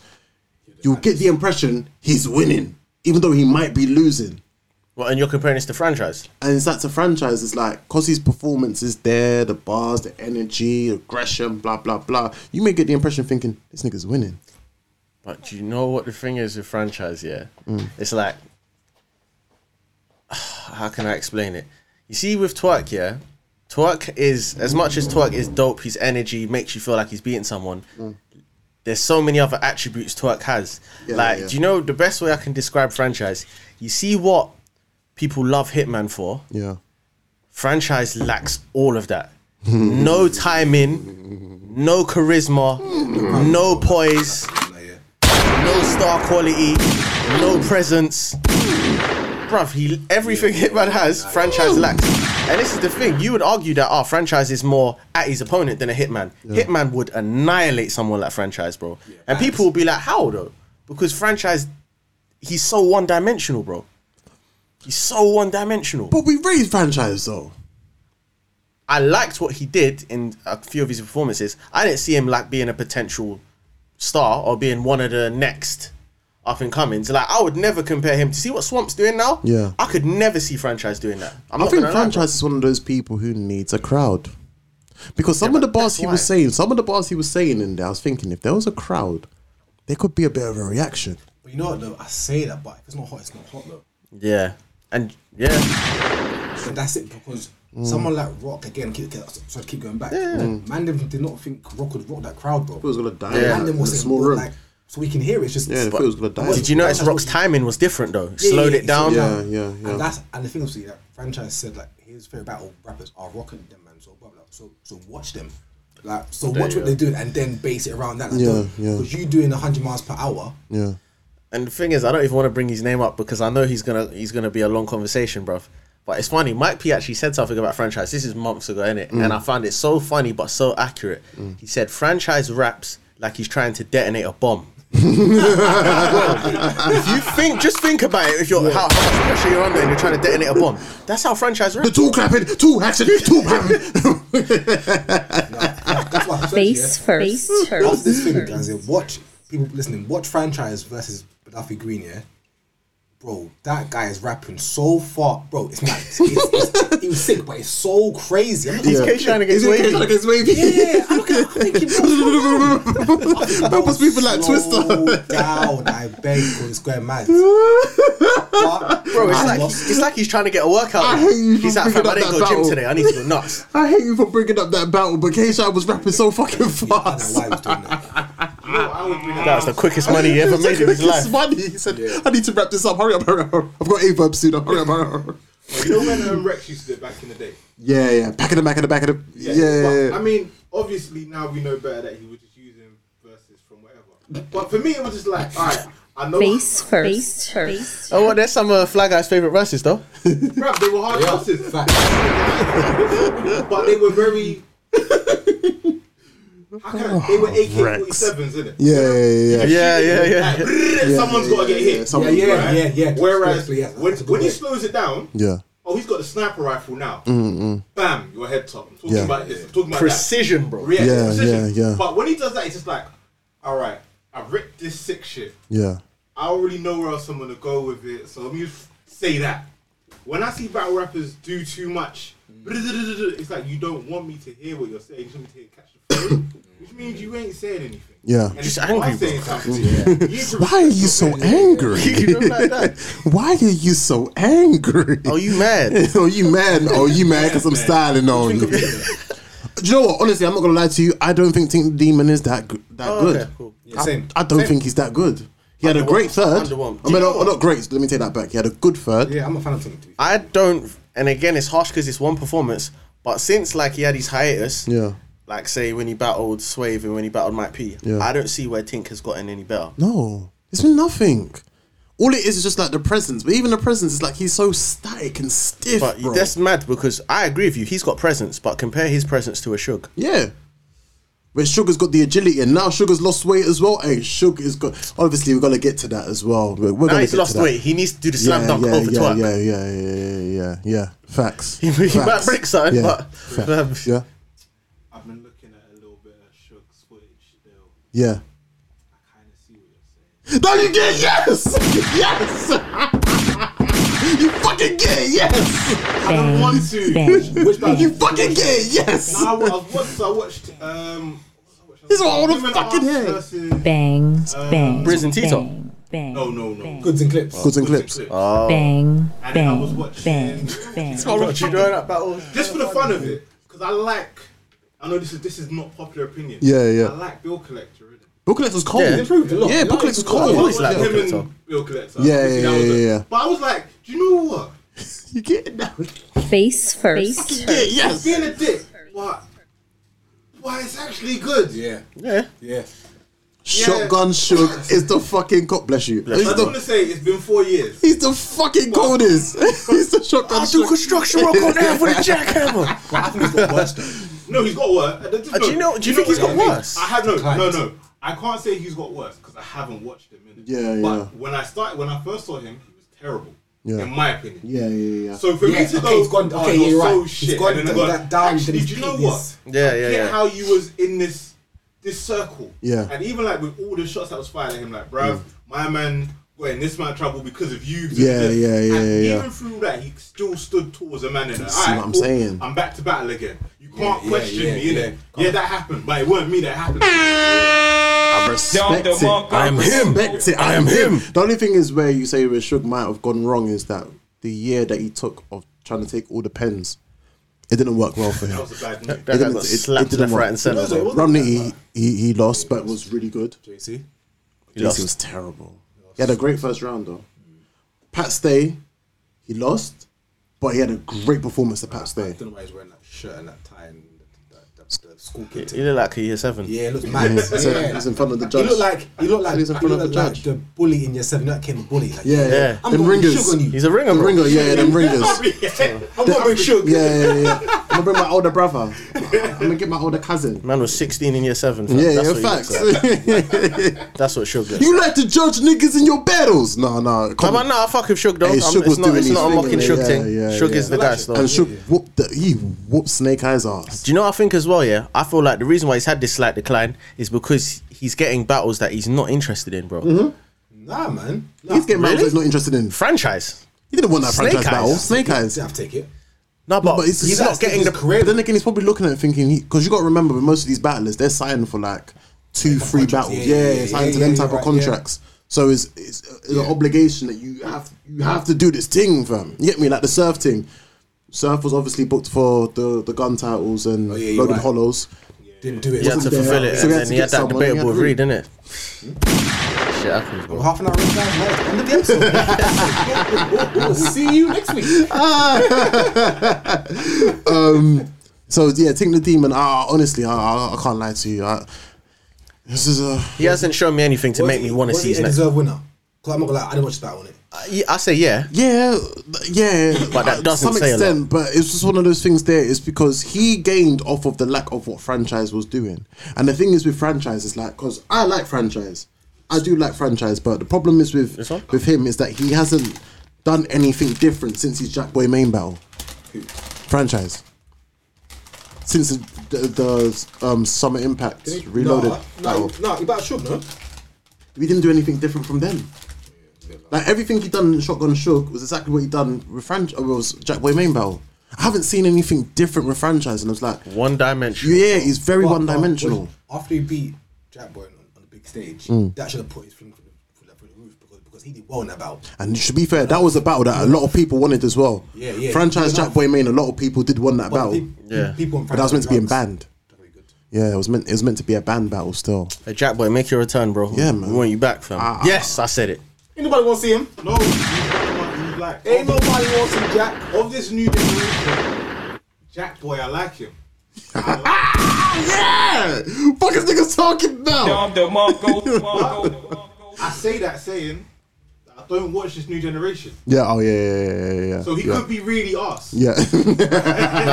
you'll get the impression he's winning, even though he might be losing.
Well, and you're comparing this to franchise.
And it's that's a franchise, it's like Cossy's performance is there, the bars, the energy, aggression, blah blah blah. You may get the impression thinking, this nigga's winning.
But do you know what the thing is with franchise? Yeah,
Mm.
it's like *sighs* how can I explain it? You see, with twerk, yeah, twerk is as much as twerk is dope. His energy makes you feel like he's beating someone. There's so many other attributes twerk has.
Mm. Yeah,
like,
yeah.
do you know the best way I can describe franchise? You see what people love Hitman for.
Yeah.
Franchise lacks all of that. no timing, no charisma, no poise
No, yeah.
no star quality, no presence. Bruv, he everything *laughs* Hitman has, franchise lacks. And this is the thing, you would argue that our franchise is more at his opponent than a hitman. Hitman would annihilate someone like franchise, bro. and people will be like, how though? Because franchise, he's so one dimensional, bro. He's so one dimensional.
But we raised franchise though.
I liked what he did in a few of his performances. I didn't see him like being a potential star or being one of the next up and comings. Like I would never compare him to see what Swamp's doing now.
Yeah.
I could never see franchise doing that. I'm
i
not
think
gonna lie, bro.
franchise is one of those people who needs a crowd. Because some of the
but
bars
that's
he
why.
was saying, some of the bars he was saying in there, I was thinking if there was a crowd, there could be a bit of a reaction.
But you know what though? I say that, but if it's not hot, it's not hot though.
Yeah. And yeah,
So that's it because someone like Rock again. Keep, keep, sorry, keep going back. Mandem did not think Rock would rock that crowd, bro.
was gonna die
Yeah.
in
Mandem
a
was in
small
more
room.
like so we can hear it. It's just
Yeah, they thought it was gonna die.
did you notice Rock's timing was different though? It Slowed it down.
Yeah. yeah.
And that's and the thing obviously that franchise said like his favorite battle rappers are rocking them man. So blah, blah, so so watch them. Like so watch
you
what they're doing and then base it around that. Like,
Yeah,
don't-
yeah.
Because you doing hundred miles per hour.
yeah.
And the thing is, I don't even want to bring his name up because I know he's gonna he's gonna be a long conversation, bruv. But it's funny. Mike P actually said something about franchise. This is months ago, innit? And I found it so funny but so accurate. He said franchise raps like he's trying to detonate a *laughs* bomb. Bro, if you think, just think about it. If you're how, how much pressure you're under and you're trying to detonate a bomb, that's how franchise
The
raps.
two clapping, two action, two clapping.
That's what I said to you,
Face
yeah.
first.
That's this thing, guys. Yeah, watch people listening. Watch franchise versus Gaddafi Green. Yeah, bro, that guy is rapping so far, bro. It's not. It's, it's, he was sick, but it's so crazy. I'm looking
He's
at-
trying to get
It's
wavy.
*laughs* like it's wavy.
yeah, I'm looking. at- I'm thinking, bro,
*laughs*
slow down.
That was people like
Slow
Twister.
down, I beg, because it's going
*laughs*
mad. But,
Bro, it's
I
like,
lost-
it's like he's trying to get a workout.
I hate you
He's
for
like, fam,
bringing
I
up
didn't go
that
gym
battle.
today. I need to go *laughs* nuts.
I hate you for bringing up that battle, but K-Shine was rapping so fucking
I don't
fast.
know why he was doing that.
I would be
That was the quickest money he ever
It's like,
made in his
it's
life.
funny. He said, "I need to wrap this up. Hurry up, hurry up! hurry up. I've got a verb soon. Hurry up, hurry up!"
You know when um, Rex used to do it back in the day?
Yeah, yeah. Back of the back of the back of the. Yeah,
but,
yeah, yeah.
I mean, obviously now we know better that he was just using verses from whatever. But for me, it was just like, all right, I know.
Face first. Face
Oh, well, there's some of Fly Guy's favorite verses though.
Bruh, they were hard verses,
Fact.
but they were very. How can I, they were AK 47s, innit?
yeah, yeah, yeah.
Yeah, yeah, yeah.
Like, someone's got to get hit.
yeah, someone-
Yeah, yeah,
Right?
yeah, yeah.
Whereas
Seriously, yeah,
when,
that's a good
when he
way.
slows it down,
Yeah. Mm,
oh, he's got the sniper rifle now. Bam, your head top. I'm talking
Yeah.
about this. I'm talking about
Precision, bro.
That. React-
Yeah,
precision.
yeah, yeah.
But when he does that, it's just like, all right, I've ripped this sick shit.
Yeah.
I already know where else I'm gonna go with it. So let me just say that. When I see battle rappers do too much, *laughs* it's like you don't want me to hear what you're saying. You just want me to hear catch the flow, which means you ain't saying anything.
Yeah.
and
Just
if you are
angry, bro.
saying something, you need to
Why are you
*laughs*
so
respect yourself.
angry? *laughs*
You know, like that.
Why are you so angry?
Oh, you mad?
*laughs* oh, you mad? Oh, you mad because I'm
Yeah, man.
styling on you. Do you know what? Honestly, I'm not gonna lie to you. I don't think Tink Demon is that go- that
Oh,
good.
okay, cool.
Yeah, same.
I don't think he's that good. He had a great third.
Underwhelmed.
I mean, not, not great. Let me take that back. He had a good third.
Yeah, I'm a fan of him.
I don't. And again, it's harsh because it's one performance. But since like he had his hiatus,
Yeah.
Like say when he battled Swave and when he battled Mike P,
Yeah.
I don't see where Tink has gotten any better.
No, it's been nothing. All it is is just like the presence, but even the presence is like he's so static and stiff,
But
bro.
that's mad because I agree with you. He's got presence, but compare his presence to a Shug.
yeah. But Sugar's got the agility, and now Sugar's lost weight as well. Hey, Sugar is got. Obviously, we're gonna get to that as well. We're, we're
Now
gonna
he's
get
lost
to that.
weight. He needs to do the slam dunk
yeah,
over
yeah,
twerk.
yeah, yeah, yeah, yeah, yeah, yeah. Facts.
*laughs* He, he might
Facts.
break something,
yeah.
but um,
Facts. yeah,
I've been looking at a little bit of Shug's footage still.
yeah.
I kind of see what you're saying.
No, you get it, yes, *laughs* yes. you fucking get it, yes.
I don't want to.
bang.
Which battle?
You fucking get it, yes.
Nah, I, wa- I was watched. I watched. Um,
This is what I wanna
Women
fucking
Arts
hear.
versus-
Bang. Bang.
Briz and Tito.
Bang. Bang.
No, no, no.
Goods and clips.
Goods and clips.
Bang.
And then I was
Bang.
watching-
Bang. Bang.
But you know that battle.
Just for the fun of it, because I like. I know this is this is not popular opinion.
Yeah, yeah.
I like Bill Collector. Innit?
Booklet was cold.
Yeah.
Yeah,
It's
improved a lot.
yeah
Yeah,
Booklet was
it's
I
cold.
cold.
always
watched
like
him
Bill
and
Collector.
Bill Collector.
Yeah,
Obviously,
yeah,
that was
yeah,
a-
yeah, yeah.
But I was like, do you know what?
You get it now.
Face first.
Yeah, yes.
Being a dick, what? Why it's actually good.
Yeah,
Yeah.
yeah.
Shotgun Shook is the fucking cop. Bless you.
I
He's
just want to
the,
say it's been four years.
he's the fucking coldest. *laughs* he's the Shotgun
I do
Shook.
construction work on there with a jackhammer.
But I think it's the worst. though.
No, he's got worse. I just
Uh, do you know- do you think he's
what
got
I think?
worse?
I have no,
Client.
no, no. I can't say he's got worse because I haven't watched him. In it.
Yeah,
but
yeah.
When I started, when I first saw him, he was terrible.
Yeah.
in my opinion.
*laughs* Yeah, yeah, yeah.
So for
Yeah,
me to
okay,
go,
he's gone-
oh,
okay,
you're
you're
so
right.
shit.
He's gone
and then I
d-
go,
d- down,
Actually,
then
do you know
peak
what?
this.
I
Yeah, yeah,
get
yeah.
how you was in this this circle.
Yeah. Mm.
And even like with all the shots that was fired at him, like, bruv, my man got in this amount of trouble because of you.
Yeah, yeah, yeah,
And
yeah.
even through that, he still stood tall as a man. And
See what I'm saying?
"Oh, I'm back to battle again. You can't
yeah,
question
yeah,
me,
yeah.
innit? Yeah, yeah, that happened, but it wasn't me that
*laughs*
happened.
I
Dom
respect
the
it.
Monk, I
I
am
him. Respect it. I am him. The only thing is where you say where Suge might have gone wrong is that the year that he took of trying to take all the pens, it didn't work well for him.
That was a bad night.
It
That guy
didn't-
got
it-
slapped
it
to left,
didn't
right,
work.
and centre.
it
though.
wasn't
Romney, he, he, he lost, but was really good.
JC.
He
JC
lost.
was terrible. He had a great first round though. Pat Stay, he lost, but he had a great performance at Pat
I
Stay.
don't know why he's wearing that shirt and that tie and the, the, the, the school kid.
He looked like a year seven.
Yeah, it looks mad.
He's in-
yeah.
he's in front of the
You
judge.
look like you look like,
He's
you
in front
look
of the
like,
judge.
the bully in your seven. That came bully. Like,
Yeah, yeah.
Yeah.
I'm
them
gonna bring
ringers.
sugar on you.
He's a ringer,
The
bro.
ringer, yeah, yeah, *laughs* them ringers.
*laughs* I'm not big sugar.
Yeah, yeah, yeah. I'm gonna bring my older brother. I'm gonna get my older cousin.
Man was 16 in year seven. fam.
Yeah,
that's
yeah,
what he
facts.
looks like.
*laughs*
That's what Suge looks
you
like.
like to judge niggas in your battles? No, no.
Come
Come
on, nah, fuck with Suge, though.
Hey,
I'm-
Suge
it's
was
not,
doing
it's
his
not a
thing,
mocking
innit?
Suge
Yeah,
thing.
yeah,
Suge
yeah.
is the guy, though.
And Shook whooped the, he whooped Snake Eyes ass.
Do you know what I think as well? Yeah, I feel like the reason why he's had this slight decline is because he's getting battles that he's not interested in, bro.
Mm-hmm.
Nah, man. Nah,
He's getting mad
Really?
because he's not interested in.
Franchise.
He didn't want that
Snake
franchise
Eyes.
battle. Snake Eyes.
I'll take it.
No, but,
but it's-
he's
he's
not
actually
getting the
just
But then again, he's probably looking at it thinking because you got to remember with most of these battlers, they're signing for like two, three
contracts,
battles.
yeah,
Yeah,
yeah, yeah,
signing to
yeah,
them
yeah,
type
right,
of contracts. So it's it's, it's an obligation that you have you have to do this thing, fam. You get me? Like the surf thing. Surf was obviously booked for the the gun titles and
Oh, yeah, you're
loaded
right.
hollows.
Didn't do it.
he had *laughs* to
wasn't there.
fulfill it,
So
and
he had
then
to
he
get
had that
someone, he
debatable with
had to
Reed, innit? Shit happens, bro.
Half an hour inside, man. End of the
*laughs*
episode. we'll see you next week.
So yeah, Tink the Demon. Ah, honestly, I, I, I can't lie to you. I, this is a
He hasn't shown me anything to make me want to see his
a
next.
deserved winner. 'Cause I'm not gonna lie, I didn't watch that on it.
Yeah,
uh,
I say yeah.
Yeah, yeah.
But that
uh,
doesn't
to some
say a lot.
extent, but it's just one of those things. There is because he gained off of the lack of what franchise was doing, and the thing is with franchise is like because I like franchise, I do like franchise, but the problem is with
This one?
with him is that he hasn't done anything different since his Jack Boy main battle franchise. Since the, the, the um, Summer Impact Reloaded
No,
battle,
no, no, you better should, no?
we didn't do anything different from them. Like everything he done in Shotgun Shook was exactly what he done with franchise. Was Jack Boy Main Battle. I haven't seen anything different with franchise, and I was like,
One dimension.
yeah, he's very
But-
one dimensional.
but After he beat Jack Boy on, on the big stage,
Hmm.
that should have put his thing through the, through the- through the roof because, because he did well in that battle.
And to be fair, that was a battle that a lot of people wanted as well.
Yeah, yeah.
Franchise
Fair
Jack Boy Main, a lot of people did want that
But
battle,
the-
Yeah.
People in
but that was meant to be in
France-
band.
Very good.
Yeah, it was meant it was meant to be a band battle still.
Hey, Jack boy, make your return, bro.
Yeah, man.
We want you back, fam.
Ah.
yes, I said it.
Anybody want to see him?
No, you like
Ain't nobody want to see Jack.
of this new generation, Jack Boy, I like him.
Yeah, fuck is niggas talking now?
Dom the *laughs* Monko, Monko.
I say that saying that I don't watch this new generation.
Yeah, oh yeah, yeah, yeah, yeah. yeah.
So he
yeah.
could be really us.
Yeah, *laughs*
No,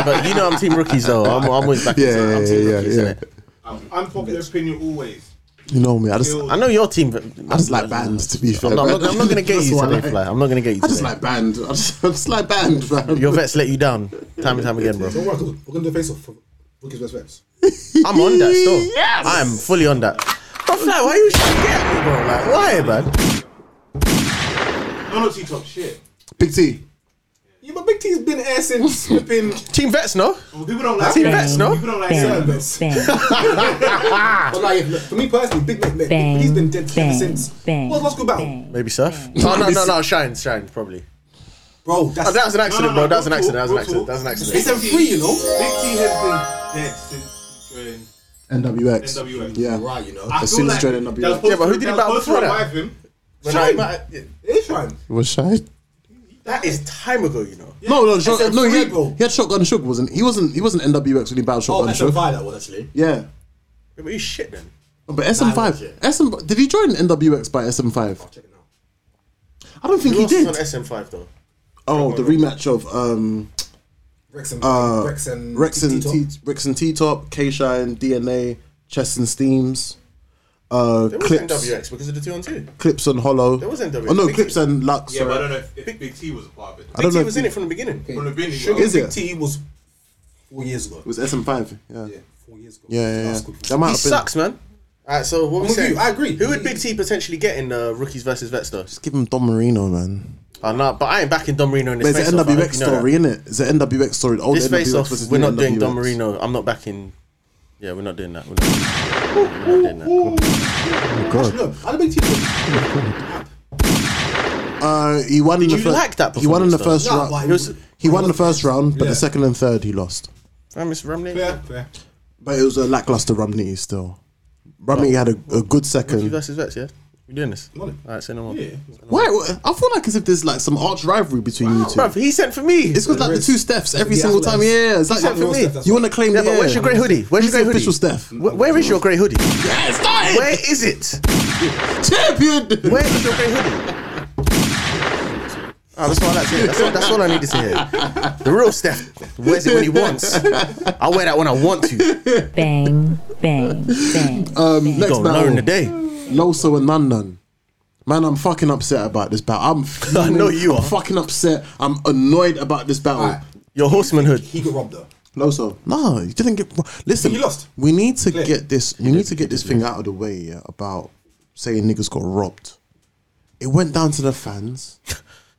but you know I'm team rookies though. I'm, I'm always back.
Yeah,
in time. I'm
yeah,
team
yeah,
rookies,
yeah.
innit?
Um, unpopular opinion always.
you know me. I just
Still-
I know your team.
I just like bands to be fair.
I'm not, I'm not- I'm not gonna get
*laughs* That's
you
what I
today,
like.
Fly. I'm not gonna get you
I just
today.
like band. *laughs* I just, I just like band, fam.
Your vets let you down time and time again, bro.
Don't worry, 'cause we're going to do a face off for Rookies vs. Reps.
I'm on that still. I am fully on that. But Fly, why you shouting at me, bro? Like, why, man?
No, no, T top shit.
Big T.
Yeah, but Big T's been air since flipping.
Team vets, no?
Well, people don't like
Team
him.
Vets, no? *laughs*
People don't like
Bang.
him.
Bang.
But like, look, for me personally, Big Mac, Mac
Bang,
he's been dead ever
bang,
since.
bang,
What was last good battle?
bang.
Maybe
*laughs*
Surf. Oh no, no, no, Shines, Shines, probably.
Bro, that's
Oh, that was an accident,
No, no,
bro.
no,
That was an
don't
accident. That was an
talk,
accident. That
don't
was an accident.
it's them free, you know.
Big T has been dead since he joined
NWX.
NWX.
Yeah.
Right, you know.
I
As
feel
soon as
like
Dread
that
NWX.
was supposed
Yeah, but who
to-
did
that
he battle
was supposed to
before that?
revive him.
When I-
It is right.
It was shy.
That is time ago, you know.
No, no, shot,
SM3,
no. He had,
bro.
he had shotgun shook, wasn't he? Wasn't he? Wasn't NWX when he battled
Oh,
shotgun
that's a
shook?
fire that was actually.
Yeah.
Yeah, but you shit then.
But
Nah, it was,
SM5,
yeah.
SM, did he join NWX by SM5?
Check it now.
I don't think he
Who else is on
did.
SM5 though?
Oh, the rematch of um,
Rex and
uh,
Rex and
Rex and
T-Top.
T, Rex and T Top, K Shine, DNA, Chess and Steams, uh,
There was
clips,
NWX because of the two on two.
clips and Hollow.
There was NWX.
Oh no,
Big
clips
T.
and Lux.
Yeah, but I
sorry.
don't know if, if Big T was a part of it.
I don't
Big T
know
was
if-
in it from the beginning.
From the beginning,
Sugar
Is
Big
it?
T was four years ago.
It was SM five. Yeah.
yeah, four years ago.
Yeah, yeah, yeah.
That's good.
That might
He
have been.
sucks, man. Alright, so what we
with
saying?
you, I agree.
Who would Big T potentially get in uh, rookies versus vets though?
Give him Don Marino, man.
Oh, no, but I ain't backing Don Marino in this
But it's
face
an
off. I hope
NWX
you know that.
story, is it? It's an NWX story. Oh,
This
the
face
NWX
off,
versus
we're
new
not doing Don
NWX.
Marino. I'm not backing. Yeah, we're not doing that. We're not, we're not doing that.
Oh, God.
Look, I don't think T was.
Uh, he won in the
you
fir-
like that
He won in the
performance,
first
though? No,
round.
but it was-
he won the first round, but
Yeah.
the second and third he lost.
Right, Mr. Romney.
Fair, fair.
But it was a lackluster Romney still. Romney had a, a good
Rookies
second.
versus vets, yeah? We're doing this. All
Money.
right, say no more.
Why? why- I feel like as if there's like some arch rivalry between you two.
Bruv, he sent for me.
It's because like the two Stephs every
Yeah,
single
that's
time.
what it is.
Yeah, it's like
Except for me.
You want to claim?
yeah, but
yeah.
where's your grey hoodie? Where's
He's
your grey
the
hoodie?
official Steph.
Wh- where is your grey
*laughs*
hoodie?
Yeah, start it.
Where is it?
Champion.
Where is your grey hoodie? Oh, that's what I like to hear. That's all, that's all I needed to hear. The real Steph wears it when he wants. I wear that when I want to.
bang, bang, bang.
Um, next
Go learn
battle.
today.
Loso and Nun Nun. Man, I'm fucking upset about this battle. I'm fuming.
know you
I'm
are.
fucking upset. I'm annoyed about this battle.
Alright.
Your horsemanhood.
He got robbed though.
Loso, no, you didn't get. Listen,
You lost.
We need to
Clear.
get this. We need to get this thing out of the way yeah, about saying niggas got robbed. It went down to the fans,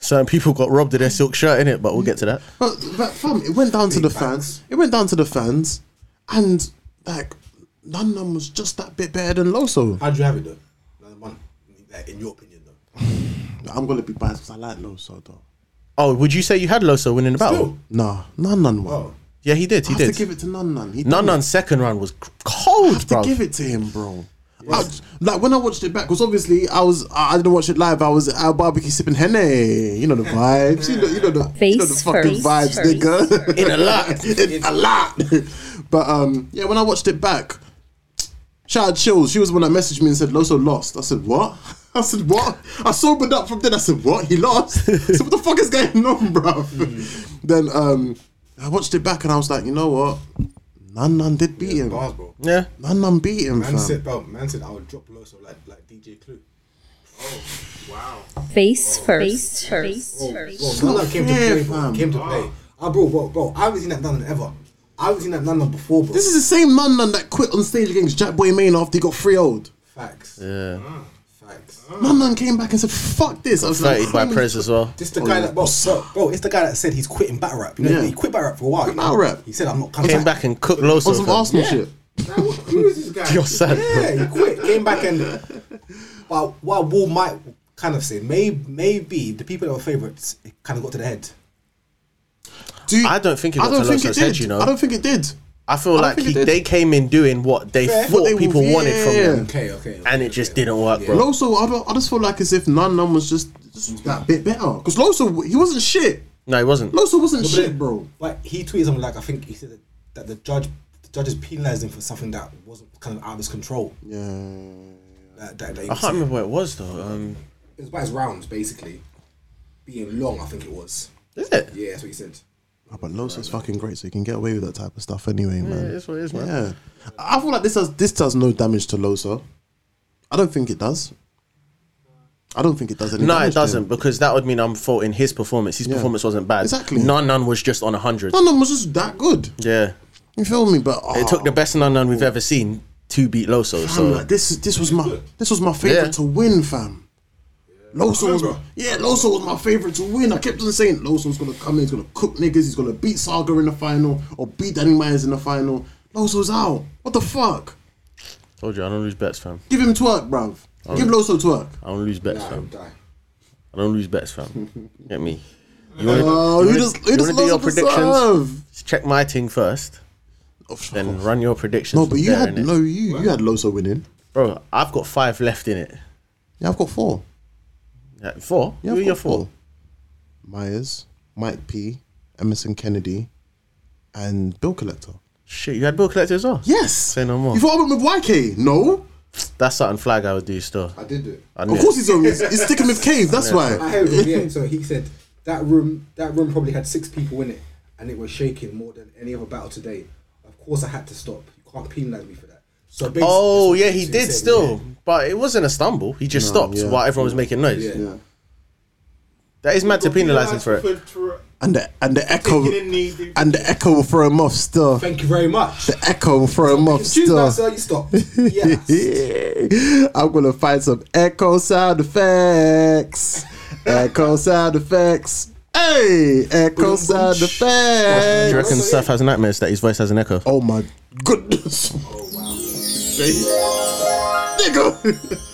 Certain people got robbed of their silk shirt, innit? But we'll get to that.
but, but fam, it went down to the fans. It went down to the fans, and like Nun Nun was just that bit better than Loso.
How'd you have it though? Like, one, like, in your opinion though.
I'm gonna be biased because I like Loso though.
Oh, would you say you had Loso winning the battle?
Still.
Nah, Nun Nun won.
Oh.
Yeah, he did. He
I have
did.
to give it to Nun Nun. He
Nun
done it.
Nun's second round was c- cold,
to
bro.
give it to him, bro. I- like when I watched it back, because obviously I was I I didn't watch it live. I was at our barbecue sipping henna. You know the vibes. You know, you know the you know the
Face
fucking
first,
vibes,
first,
nigga. *laughs* In a lot, in a lot. *laughs* but um, yeah, when I watched it back, shout out chills. She was the one that messaged me and said Loso lost. I said what? *laughs* I said what? I sobered up from then. I said what? He lost. *laughs* I said what the fuck is going on, bro? Then um, I watched it back and I was like, you know what? None, none did beat him.
Bars, bro.
Yeah.
Man, man beat him,
Man
fam.
said, bro, man said I would drop low, so like like DJ Clue.
Wow.
Face first. Face first.
Bro,
Oh,
none of that came to
fair,
play,
fam.
bro. Came to play. Ah, bro, bro, bro. I haven't seen that none ever. I haven't seen that none before, bro.
This is the same man man that quit on stage against Jack Boy Main after he got 3 0'd.
facts.
Yeah.
Facts.
Man man came back and said, fuck this. I was like,
Thirty by
"Holy
Prez as well.
This the guy that, bro, bro, bro, it's the guy that said he's quitting battle rap. You know,
Yeah.
he quit battle rap for a while. you
Quit
know?
battle rap.
He said, I'm not coming
Came back and cooked
On some
Loso.
Arsenal shit.
Now, what- who is this guy?
You're sad. bro.
Yeah, he quit. Came back and. Well, what Wall might kind of say, may, maybe the people that were favourites, it kind of got to the head.
Do you-
I don't think it got to Loso's
did.
head, you know.
I don't think it did.
I feel
I
like
think
he,
it did.
they came in doing what they
Fair.
thought
What they
people
were-
wanted from
yeah.
them,
Okay, okay.
and it just didn't work, bro.
Loso, I, don't, I just feel like as if Nan Nan was just, just that bit better. Because Loso, he wasn't shit.
No, he wasn't.
Loso wasn't
But
shit,
then,
bro.
Like he tweeted something like I think he said that, that the judge the judges penalised him for something that wasn't kind of out of his control.
Yeah.
That, that, that he
I can't
was saying.
remember what it was though. Um,
It was about his rounds basically being long. I think it was.
is it?
Yeah, that's what he said.
Oh, but Loso's fucking great, so he can get away with that type of stuff anyway,
Yeah,
man.
it's what it is, man.
Yeah. I feel like this does this does no damage to Loso. I don't think it does. I don't think it does any
No,
damage
it
to
doesn't
him.
because that would mean I'm faulting his performance. His
Yeah.
performance wasn't bad.
Exactly.
None, none was just on hundred.
None of them was just that good.
Yeah,
You feel me? But oh,
it took the best none none we've ever seen to beat Loso.
fam,
So
like, this is this was my this was my favorite
Yeah.
to win, fam. Loso was
Remember?
yeah, Loso was my favorite to win. I kept on saying Loso's gonna come in, he's gonna cook niggas, he's gonna beat Saga in the final or beat Danny Myers in the final. Loso's out. What the fuck?
told you I don't lose bets, fam.
Give him twerk, bruv.
Oh.
Give Loso twerk.
I don't lose bets,
Nah,
fam.
die.
I don't lose bets, fam. Get me. You
Oh, who
wanna-
does
you
who does
wanna do your
Loso
predictions?
deserve?
Check my thing first,
Oh, fuck
then
off.
run your predictions.
No, but
from
you
there,
had
innit?
no you you had Loso winning.
bro. I've got five left in it.
Yeah, I've got four.
Yeah, four.
Yeah,
Who
I've
are
got
your four?
Myers, Mike P, Emerson Kennedy, and Bill Collector.
Shit, you had Bill Collector as well.
Yes.
Say no more.
You thought I went with YK? No.
That's something flag I would do still.
I did it.
I
Of
knew
course
it.
he's on. He's, he's sticking with
*laughs*
Cave. That's
I
why.
heard him. Yeah. So he said that room that room probably had six people in it, and it was shaking more than any other battle today. Of course, I had to stop. You can't penalise me for that. So basically,
Oh
that's what
yeah, he
she
did
said,
still, but it wasn't a stumble. He just stopped
yeah.
while everyone was making noise.
Yeah.
Yeah.
That is mad to penalise him for it.
And the and the echo
Taking a knee, dude.
and the echo will throw him off still.
Thank you very much.
The echo will throw him off
Choose now,
still.
sir.
*laughs*
You stop. Yes.
*laughs* I'm gonna find some echo sound effects. Echo sound effects. Hey, echo sound
Do you
effects.
reckon Seth has nightmares that his voice has an echo?
Oh my goodness. Nigga.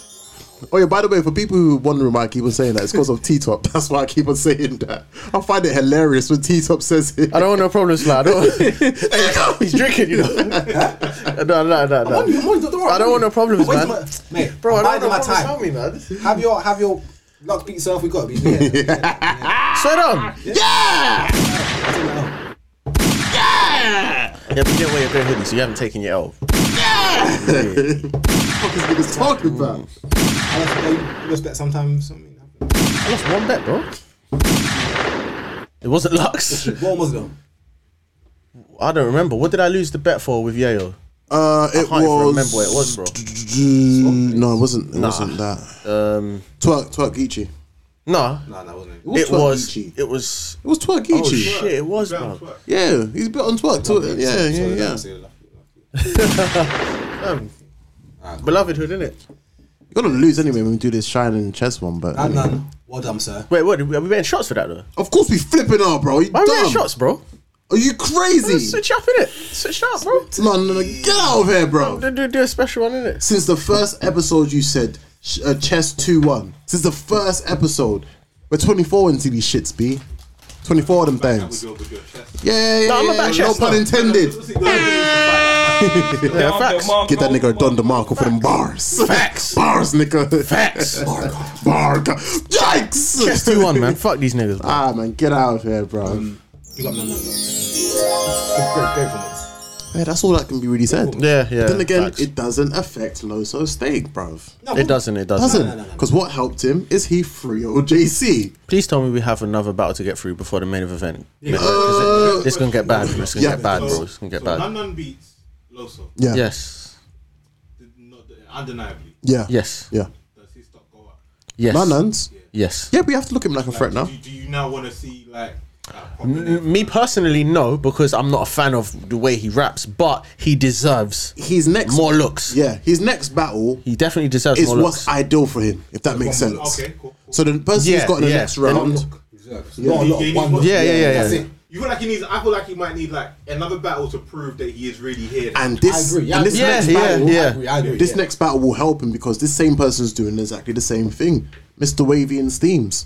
Oh yeah, by the way, for people who are wondering why I keep on saying that, it's because of T Top. *laughs* That's why I keep on saying that. I find it hilarious when T Top says it.
I don't want *laughs* no problems, lad.
*laughs*
He's drinking, you know. no, no, no,
I'm on you, I'm
no.
on you, worry,
I don't
I'm
want no
on you.
problems,
Wait,
man.
Mate,
Bro, I
bide
don't
my
want no
time.
problems me, man.
Have your have your luck beat yourself. We got to be
*laughs*
there.
Straight on.
Yeah!
Yeah, but you get where you're going with this. You haven't taken your L.
What the fuck is niggas talking about?
You respect sometimes. I mean,
I lost one bet, bro. It wasn't Lux.
what was them?
I don't remember. What did I lose the bet for with Yayo?
Uh, it
I can't even
was. Mm,
remember what it was, bro.
No, it wasn't. It wasn't that.
Um,
Twerk, twerk, Geechee.
nah,
Nah, that wasn't it.
was
it
Twerk
was.
Geechee.
It was.
It was twerk,
Oh
Geechee.
shit! It was,
Bet on
bro.
twerk.
yeah, he's built on twerk. twerk. Yeah, yeah, yeah.
Belovedhood, isn't it?
You're gonna lose anyway when we do this shine and chess one, but I
Nah,
mean-
nah. Well done, sir.
Wait, what? Are we betting shots for that though?
of course we flipping are, bro. Are you
Why are we
dumb?
betting shots, bro?
Are you crazy?
Switch up, innit? Switch up, bro.
No, no, no, get out of here, bro.
Do, do, do a special one, innit?
Since the first episode, you said sh- uh, chess two one. Since the first episode, we're twenty four into these shits, b. Twenty four of them
That
things.
was your- with your chest.
Yeah, yeah, yeah.
No, I'm
yeah,
about
no
chess,
pun
no.
intended.
Let's see, go ahead.
Yeah, facts.
Get that nigga a Don DeMarco for them bars.
Facts.
Bars, nigga.
Facts.
Barca. Barca. Yikes.
Chess 2 1, man. Fuck these niggas, bro.
Ah, man, get out of here, bro.
Um,
You got none of them. Great, great performance.
Yeah, that's all that can be really said.
Yeah, yeah.
Then again,
facts.
it doesn't affect Loso's stake, bruv.
No,
it doesn't. It doesn't.
Doesn't. Because what helped him is he free JC.
Please tell me we have another battle to get through before the main event. Main event, 'cause it- this gonna get bad. It's gonna
Uh, yeah.
get bad,
So-
bro. It's gonna get
so
bad.
Nandan beats Loso.
Yeah.
Yes.
Did not- Undeniably.
Yeah.
Yes.
Yeah.
Does his stock go up?
Yes.
My nuns.
Yes.
Yeah, we have to look at him like a threat now.
Do you, do you now want to see like? that proper
M- Me personally, no, because I'm not a fan of the way he raps, but he deserves
His next.
more looks.
Yeah, his next battle
He definitely deserves
is
more
what's
looks.
ideal for him, if that makes
name?
sense.
Okay, cool. cool.
So the person
Yeah,
who's got in the
yeah.
next round.
Reserves. Not a lot.
Yeah,
One.
yeah, yeah, yeah,
That's
yeah.
it.
You feel like he needs. I feel like he might need like another battle to prove that he is really here.
And
I
this,
agree. Yeah,
and this
I
next
agree.
yeah,
battle,
yeah.
I agree. I agree.
this
yeah.
next battle will help him because this same person's doing exactly the same thing. Mr. Wavy and Steams.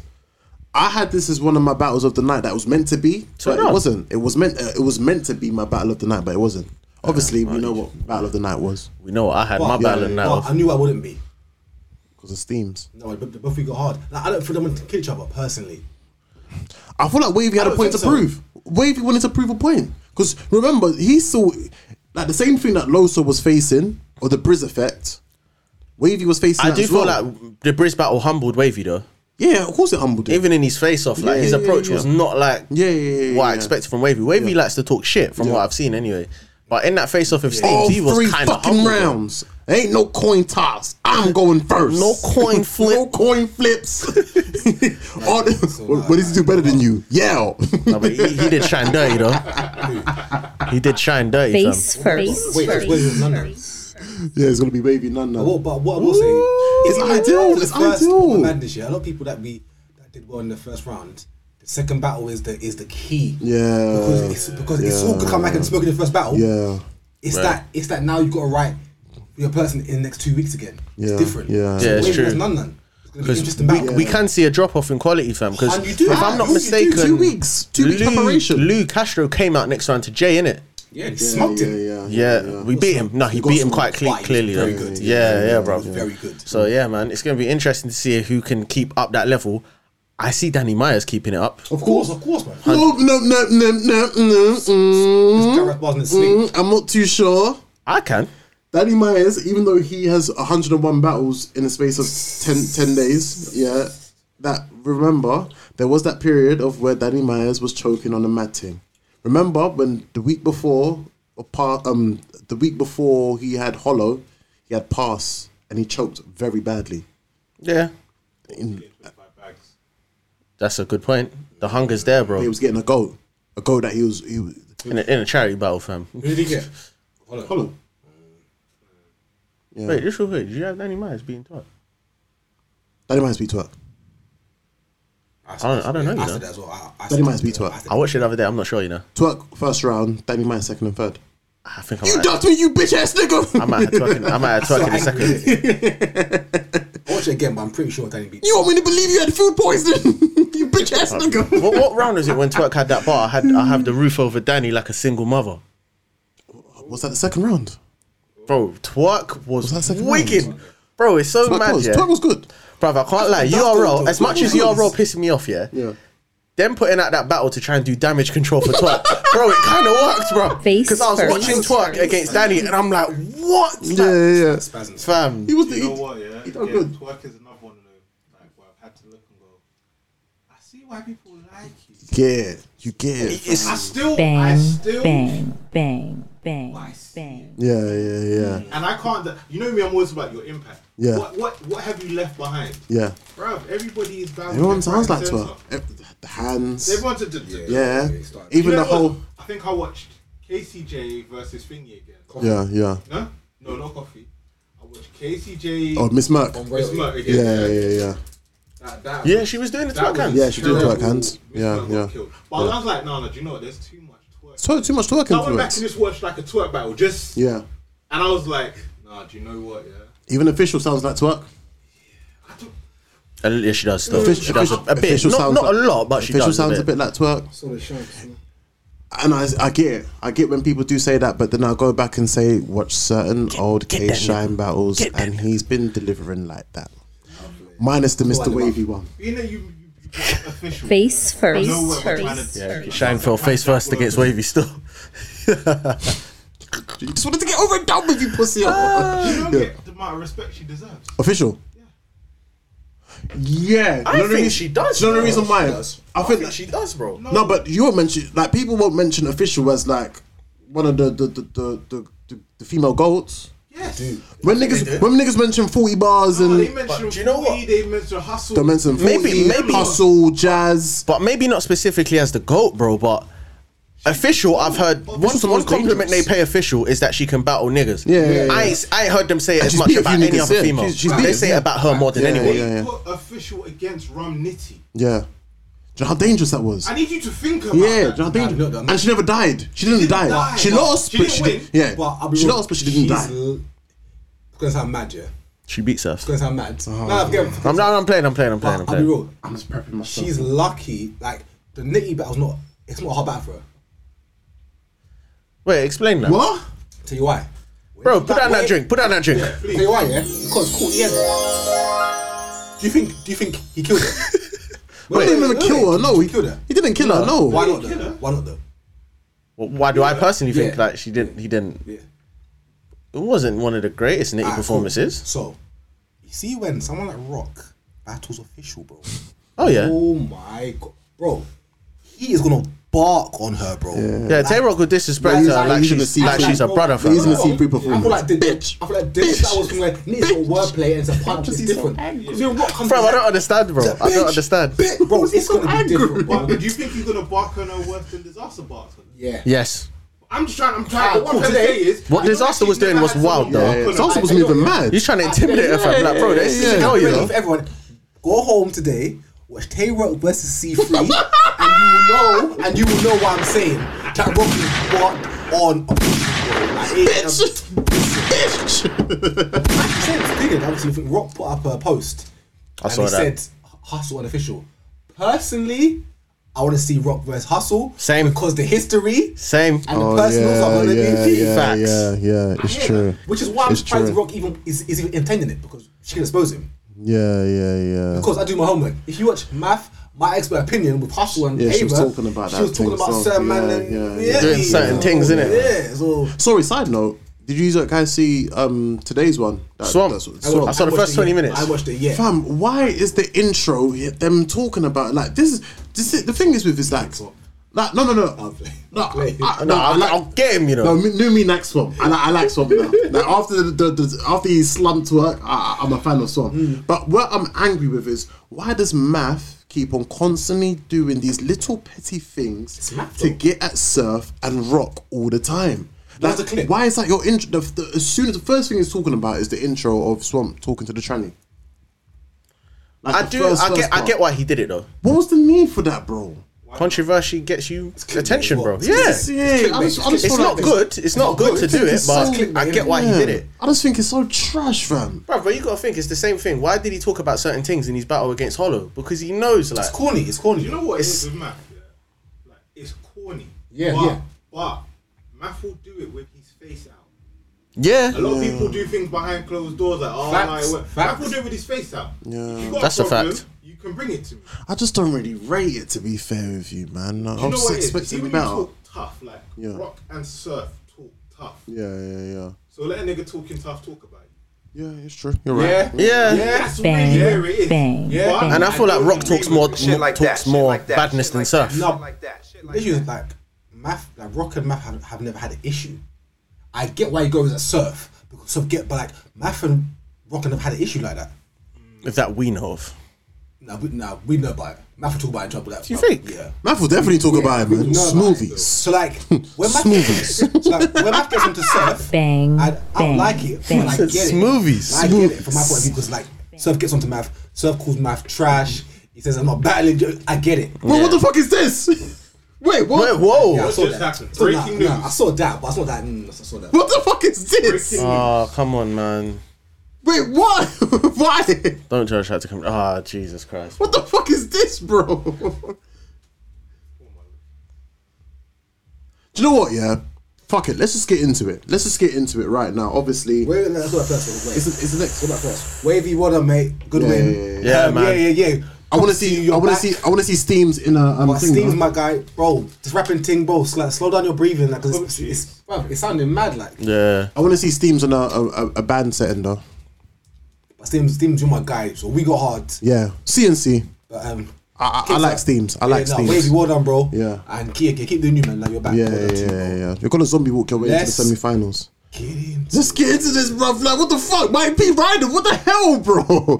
I had this as one of my battles of the night that was meant to be,
So
but it
no.
wasn't. It was meant. Uh, it was meant to be my battle of the night, but it wasn't. Obviously, we know what battle of the night was
We know what I had
But-
my battle in that.
but I knew I wouldn't be.
because of Steams.
No, but but both we got hard. Like, I don't feel them to kill each other personally.
I feel like Wavy
I
had a
don't
point to
think so.
prove. Wavy wanted to prove a point because remember he saw like the same thing that Losa was facing or the Briz effect. Wavy was facing.
I
that
do
as
feel
well.
like the Briz battle humbled Wavy though.
yeah, of course it humbled him.
Even in his face off, like
Yeah,
his
yeah,
approach
yeah.
was not like
Yeah, yeah, yeah, yeah,
what I
yeah.
expected from Wavy. Wavy likes to talk shit from what I've seen anyway. But in that face off with Steams,
all
he was
three
kind of
fucking rounds. Ain't no coin toss. I'm going first.
No
*laughs*
coin flip.
no coin flips. *laughs* all the,
so,
what, what does he do better than you? *laughs* Yeah.
No, but he, he did shine dirty though. he did shine dirty. Fam.
Face first.
Wait, wait, wait, none of them.
yeah, it's gonna be wavy none now.
But, but what I will say,
Ooh,
if
it's
you went
ideal,
down to the
it's
first
ideal.
Proper madness, yeah, a lot of people that we that did well in the first round, the second battle is the is the key.
Yeah.
because it's because it's all come back and smoke in the first battle.
Yeah.
it's that it's that now you got to write for your person in the next two weeks again.
Yeah,
It's different.
yeah.
So
Yeah, it's
maybe
true.
there's None, none. It's gonna be an
Because
interesting
we,
battle.
we can see a drop off in quality, fam. Because
And you do.
if I'm
Ah,
not
you do.
mistaken,
Two weeks. Two weeks
Lou,
preparation.
Lou Castro came out next round to Jay, innit?
yeah, smoked him.
Yeah, we beat him. No, he
got
beat him
smoked
quite clean,
twice.
clearly.
Very
though.
good.
Yeah, yeah, bro.
He was Very good.
So yeah, man, it's gonna be interesting to see who can keep up that level. I see Danny Myers keeping it up.
Of course, of course, man.
No, no, no, no, no, no. mm,
Gareth Barnes in the sleep.
mm, I'm not too sure.
I can.
Danny Myers, even though he has 101 battles in the space of 10, 10 days, yeah, that remember there was that period of where Danny Myers was choking on a mad thing. Remember when the week before or pa- um the week before he had Hollow, he had Pass and he choked very badly.
Yeah,
In,
bags.
that's a good point. The hunger's there, bro.
he was getting a goal, a goal that he was he was,
In a, in a charity battle, fam.
Who did he get? Hold on.
Hollow. Yeah,
Wait, just real quick. Do you have Danny Myers being taught?
Danny Myers beat twerk.
I don't- I don't know, you
I
know.
said that as well. I, I
That
said
reminds
that
me
as
to
well.
her.
I said
I watched it the other day. I'm not sure, you know.
Twerk first round, Danny Myers second and third.
I think I
You
might.
ducked me, you bitch ass nigga.
I might have twerking. I might have twerking in a second.
I watched it again, but I'm pretty sure Danny beat.
You want me to believe you had food poisoning? *laughs* you bitch ass nigga.
what, what round was it when Twerk had that bar? I had I have the roof over Danny like a single mother.
Was that the second round?
Bro, Twerk was,
Was that second
wicked.
round?
Bro, it's so
Twerk
mad,
was,
yeah.
twerk was good.
Bruv, I can't lie.
that's the-
URL,
the-
as much as
the-
URL pissed me off, yeah.
Yeah.
Them putting out that battle to try and do damage control for Twerk, bro, it kind of worked, bro.
Face
Because I was
first.
watching Twerk against Danny, and I'm like, what?
Yeah, yeah, yeah.
Spasms.
fam.
He was the.
You know
he-
what? Yeah,
he
yeah
done good.
twerk is another one of the like where I've had to look and go. I see why people like you.
Yeah, you get it. fam.
I still, I
Bang,
still,
bang, bang, bang,
I see
bang.
Yeah, yeah, yeah,
and I can't. You know me. I'm always about your impact.
Yeah.
What, what, what have you left behind,
yeah.
bro? Everybody is down.
Everyone
left,
sounds
right,
like
and
twerk.
centre.
Ev- The hands.
Everyone did. Yeah.
Yeah.
Yeah, start-
Even the whole.
I think I watched KCJ versus Thingy again.
Yeah, yeah.
No, no, not coffee. I watched KCJ.
Oh, Miss Merck.
Miss Merck again.
Yeah, yeah, yeah.
That, that
Yeah, she was doing the Twerk hands.
Yeah, she did
terrible.
twerk hands.
Miss
Yeah,
Merck got
yeah.
killed. But I was like, no, no. Do you know what? There's too much twerk.
Twerk, too much twerk
I went back
influence.
and just watched like a twerk battle, just
Yeah.
and I was like, nah. Do you know what? Yeah.
Even official sounds like twerk.
I don't-
Uh, yeah, she does stuff.
Official-
she does a, a bit.
official
Not,
sounds
not a
like-
lot, but she
Official
does
sounds a bit like twerk.
Saw the shanks. you know.
And I, I get it. I get when people do say that, but then I go back and say, watch certain old K Shine battles, and he's been delivering like that. Minus the Mr.
the
Wavy one.
You know you. you you brought official.
Face first,
No way,
face
man.
Yeah, Seinfeld face first against Wavy still.
You just wanted to get over and done with, Ah, you *laughs* pussy.
You don't
Yeah.
get the amount of respect she deserves.
Official. Yeah.
I
You know the
think
reason-
she does,
do You know the
bro.
reason why?
She does.
I think that-
she does, bro.
No, but you won't mention like people won't mention official as like one of the the the the, the, the, the female goats.
Yes.
When niggas when niggas mention forty bars
Oh, they
and
mentioned
do you know what?
Fooey, They mentioned hustle.
they mention 40,
Maybe- maybe-
hustle jazz.
But maybe not specifically as the GOAT, bro, but official, I've heard one,
Official's the
one
most
compliment
dangerous.
they pay official is that she can battle niggas.
Yeah, yeah, yeah.
I, ain't- I ain't heard them say it as
she's
much
beat a
about
few
any
niggas,
other
yeah.
female.
She's- she's
they
beat
say
them,
it about her more than
Yeah,
anyone.
yeah, yeah.
Put official against Rum Nitty.
Yeah, do you know how dangerous that was?
I need you to think about
Yeah, do you
that.
know how dangerous?
no, no, no.
and she never died. She didn't,
didn't
die.
die.
She lost,
She
but
didn't
she
win.
did. Yeah,
But I'll be
she
real,
lost, but she didn't
she's
die.
l- It's gonna sound mad, yeah. It's
She beats us.
gonna sound mad. Nah, I'm getting-
I'm, I'm playing, I'm playing, I'm playing, I'm
I'll be
playing.
real.
Oh, I'm just prepping myself.
She's lucky. Like the nitty battle's not. It's not a hard battle for her.
Wait, explain that.
what?
Tell you why.
Bro, put down
Wait.
that drink, put down that drink.
Tell you why, yeah. Because cool, yeah. Do you think? Do you think he killed
*laughs*
her?
He didn't even kill her. No,
he
he,
killed her.
he didn't kill her. No.
Why not
kill
though?
her.
Why not though?
Well, Why do I personally think
Yeah.
that she didn't, he didn't,
Yeah.
it wasn't one of the greatest nitty
Alright,
performances.
cool. So, you see when someone like Rock battles official, bro.
Oh, yeah.
Oh my god, bro. He is gonna bark on her, bro.
Yeah, Tay Rock would disrespect her like
he's gonna
she's,
see
like
through-
she's a brother,
But he's
fam.
gonna see free performance.
I feel like this,
Bitch.
I feel like this that was from like it's a
Bitch.
wordplay and it's a punch. It's
He's so
different.
angry.
So Rock comes
Bro, I
back,
don't understand, bro. I
"Bitch,
don't understand.
bitch." bro, it's gonna be different,
But
bro.
do you think he's gonna bark on her worse than disaster barks on her?
Yeah.
Yes.
I'm just trying. I'm trying.
Ah, cool,
what I'm trying to say
today-
is
What
I know
Disaster
she's
was doing
never
was
had
wild, though.
someone bark on her.
Salsa
I-
was
I
moving
know-
mad.
He's trying to intimidate her, fam. Like, bro, that's
Yeah, yeah,
yeah, you
Ready
know.
for everyone. Go home today, watch Tay Rock versus C3, and you will know, and you will know what I'm saying. That Rock is barked on official, bro. Like, it- Actually, saying it's bigger, obviously, I think Rock put up a post. and
saw
he
that.
said, Hustle unofficial. Personally, I want to see Rock versus Hustle.
Same.
Because the history
Same.
and
Oh,
the personals are going to be beef.
yeah, Facts. yeah,
It's
Yeah, Which is why I'm
It's
surprised
true.
Rock even is, is even intending it because she can expose him.
Yeah, yeah, yeah.
Because I do my homework. If you watch math, my expert opinion with Hustle and
Yeah, she was
Ava,
talking about
she
that
was talking
thing,
about
so,
certain
yeah,
man and-
yeah, yeah.
Doing
yeah,
certain
yeah.
things, innit?
Yeah, so
Sorry, side note. Did you guys see um today's one? That,
Swamp.
that's-
I watched- I saw the
watched
first
it,
20
yeah.
minutes.
I watched it, yeah.
Fam, why is the intro yet them talking about like this is this is, the thing is with is like Like, no, no, no.
I'll play.
No, I,
No,
I, no, I
I'll,
like,
I'll get him. You know,
no, me- new me like Swamp. I like, I like Swamp
*laughs*
now. Like after the, the, the after he slumped work, I, I'm a fan of Swamp.
Mm.
But what I'm angry with is why does Math keep on constantly doing these little petty things
Math,
to
though.
get at Surf and Rock all the time?
That was
Like,
the clip.
Why is that your intro? The, the, as soon as the first thing he's talking about is the intro of Swamp talking to the tranny. Like
I
the
do.
first-
I
first
get. I
part.
get why he did it though.
What was the need for that, bro?
Controversy gets you
clickbait,
attention,
what?
bro.
It's
Yeah,
clickbait.
Yeah, I'm just, I'm just
it's
feel
not
like-
good. It's not Oh, good to do it,
It's
but
so-
I get why he
Yeah.
did it.
I just think it's so trash, fam.
Bro, but you gotta think it's the same thing. Why did he talk about certain things in his battle against Hollow? Because he knows, like,
It's corny. It's corny.
You know what it's,
It's-
with Math? Yeah? Like, it's corny.
Yeah,
but,
yeah.
But Math will do it with his face out. A
yeah,
lot of people do things behind closed doors like, oh,
Facts,
no, it worked.
facts.
Math will do it with his face out.
Yeah.
If you got
That's
a
a
problem,
fact.
You can bring it to me.
I just don't really rate it, to be fair with you, man. I
Do you know
was
what it is? See,
expecting
when you
better.
talk tough, like
Yeah.
rock and surf talk tough.
Yeah, yeah, yeah.
So let a nigga talking tough talk about you.
Yeah, it's true. You're right.
Yeah.
yeah.
That's
Bang,
really where it is.
bang,
But
bang.
And I feel like
don't
Rock
agree
talks
with
more,
you.
more
Shit like that.
talness
shit
more
like that,
badness
shit
than
like
Surf.
that,
No.
shit like that, shit like
The issue
that.
is like math, like rock and math have, have never had an issue. I get why he goes at surf because of get, but like math and rock and have had an issue like that.
If that we know of.
No, we, no, we know about it. Math will talk about it in trouble. That
Do you think?
Yeah.
Math will definitely talk about it,
we
man.
know about it, though.
Smoothies.
So like when math
Smoothies.
gets, so, like, when math gets into surf,
*laughs* Bang,
I, I don't
bang,
like it.
bang.
But I
Said
get it.
smoothies.
I get it from my point of view because like surf gets onto math. Surf calls math trash. He says I'm not battling. you." I get it.
Well, what the fuck is this? Wait, what?
Wait, whoa!
Yeah, I saw
just
that.
happened?
I saw that.
Breaking
Nah,
news.
I saw that, but I saw that. mm, I saw that.
What the fuck is this?
Oh, come on, man.
Wait, what? *laughs* Why?
Don't judge how to come. Ah, Jesus Christ.
What the fuck is this, bro? *laughs* Do you know what? Yeah, fuck it. Let's just get into it. Let's just get into it right now. Obviously,
Wait, wait, no, let's go back first. Wait,
it's, it's the next.
go back first. Wavy water, mate. Good
Yeah,
win. Um,
yeah,
yeah. Yeah, man.
Yeah, yeah, yeah.
I want to
Top
see.
your
I want to
back.
see. I want to see Steams in a um,
But
thing.
Steve's
man.
my guy, bro. This rapping thing, bro. Sl- Like, slow down your breathing, like, 'cause it's,
Oh, jeez.
it's, bro, it's sounding mad, like.
Yeah.
I want to see Steams in a, a, a, a band setting though.
But Steam's, Steam's, you're my guy, so we got hard.
Yeah, CNC.
But, um,
I, I, I like Steams. I like
yeah, nah,
Steams.
Wavy, well done, bro.
Yeah.
And Kia, Kia, keep doing you, man. Like, you're back.
yeah,
well done
yeah,
to you, bro.
yeah, yeah. You're gonna zombie walk your way
Let's-
into the semi-finals.
Get in.
Let's get into this, bruv. Like, what the fuck? Mike P. Ryder, what the hell, bro?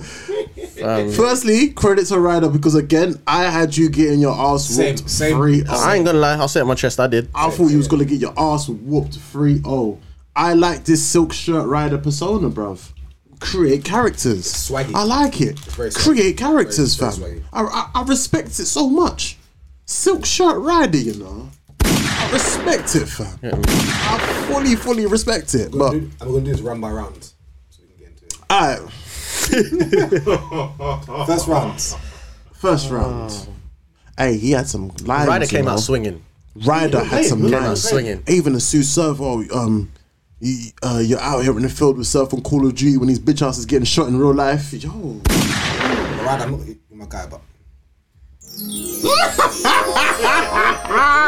Firstly, credit to Ryder because, again, I had you getting your ass
Same,
whooped
same.
3
I ain't gonna lie. I'll say it in my chest. I did.
I thought you was going to get your ass whooped 3 0. I like this silk shirt Ryder persona, bruv. Create characters.
Swaggy.
I like it.
very swaggy.
Create characters,
Very-
fam.
very swaggy.
I, I, I respect it so much. Silk shirt Ryder, you know. I respect it, fam. I fully, fully respect it.
I'm
But,
gonna do- I'm going to do this round by round. So we can get into it.
alright.
First round.
First round.
Oh.
Hey, he had some lines.
Ryder
you
came
know.
out swinging.
Ryder had some
Came out
lines.
swinging.
Even a Sue Surf, oh, um, you, uh, you're out here in the field with Surf on Call of Duty when his bitch ass is getting shot in real life. Yo. *laughs*
Alright, I'm not you're my guy, but.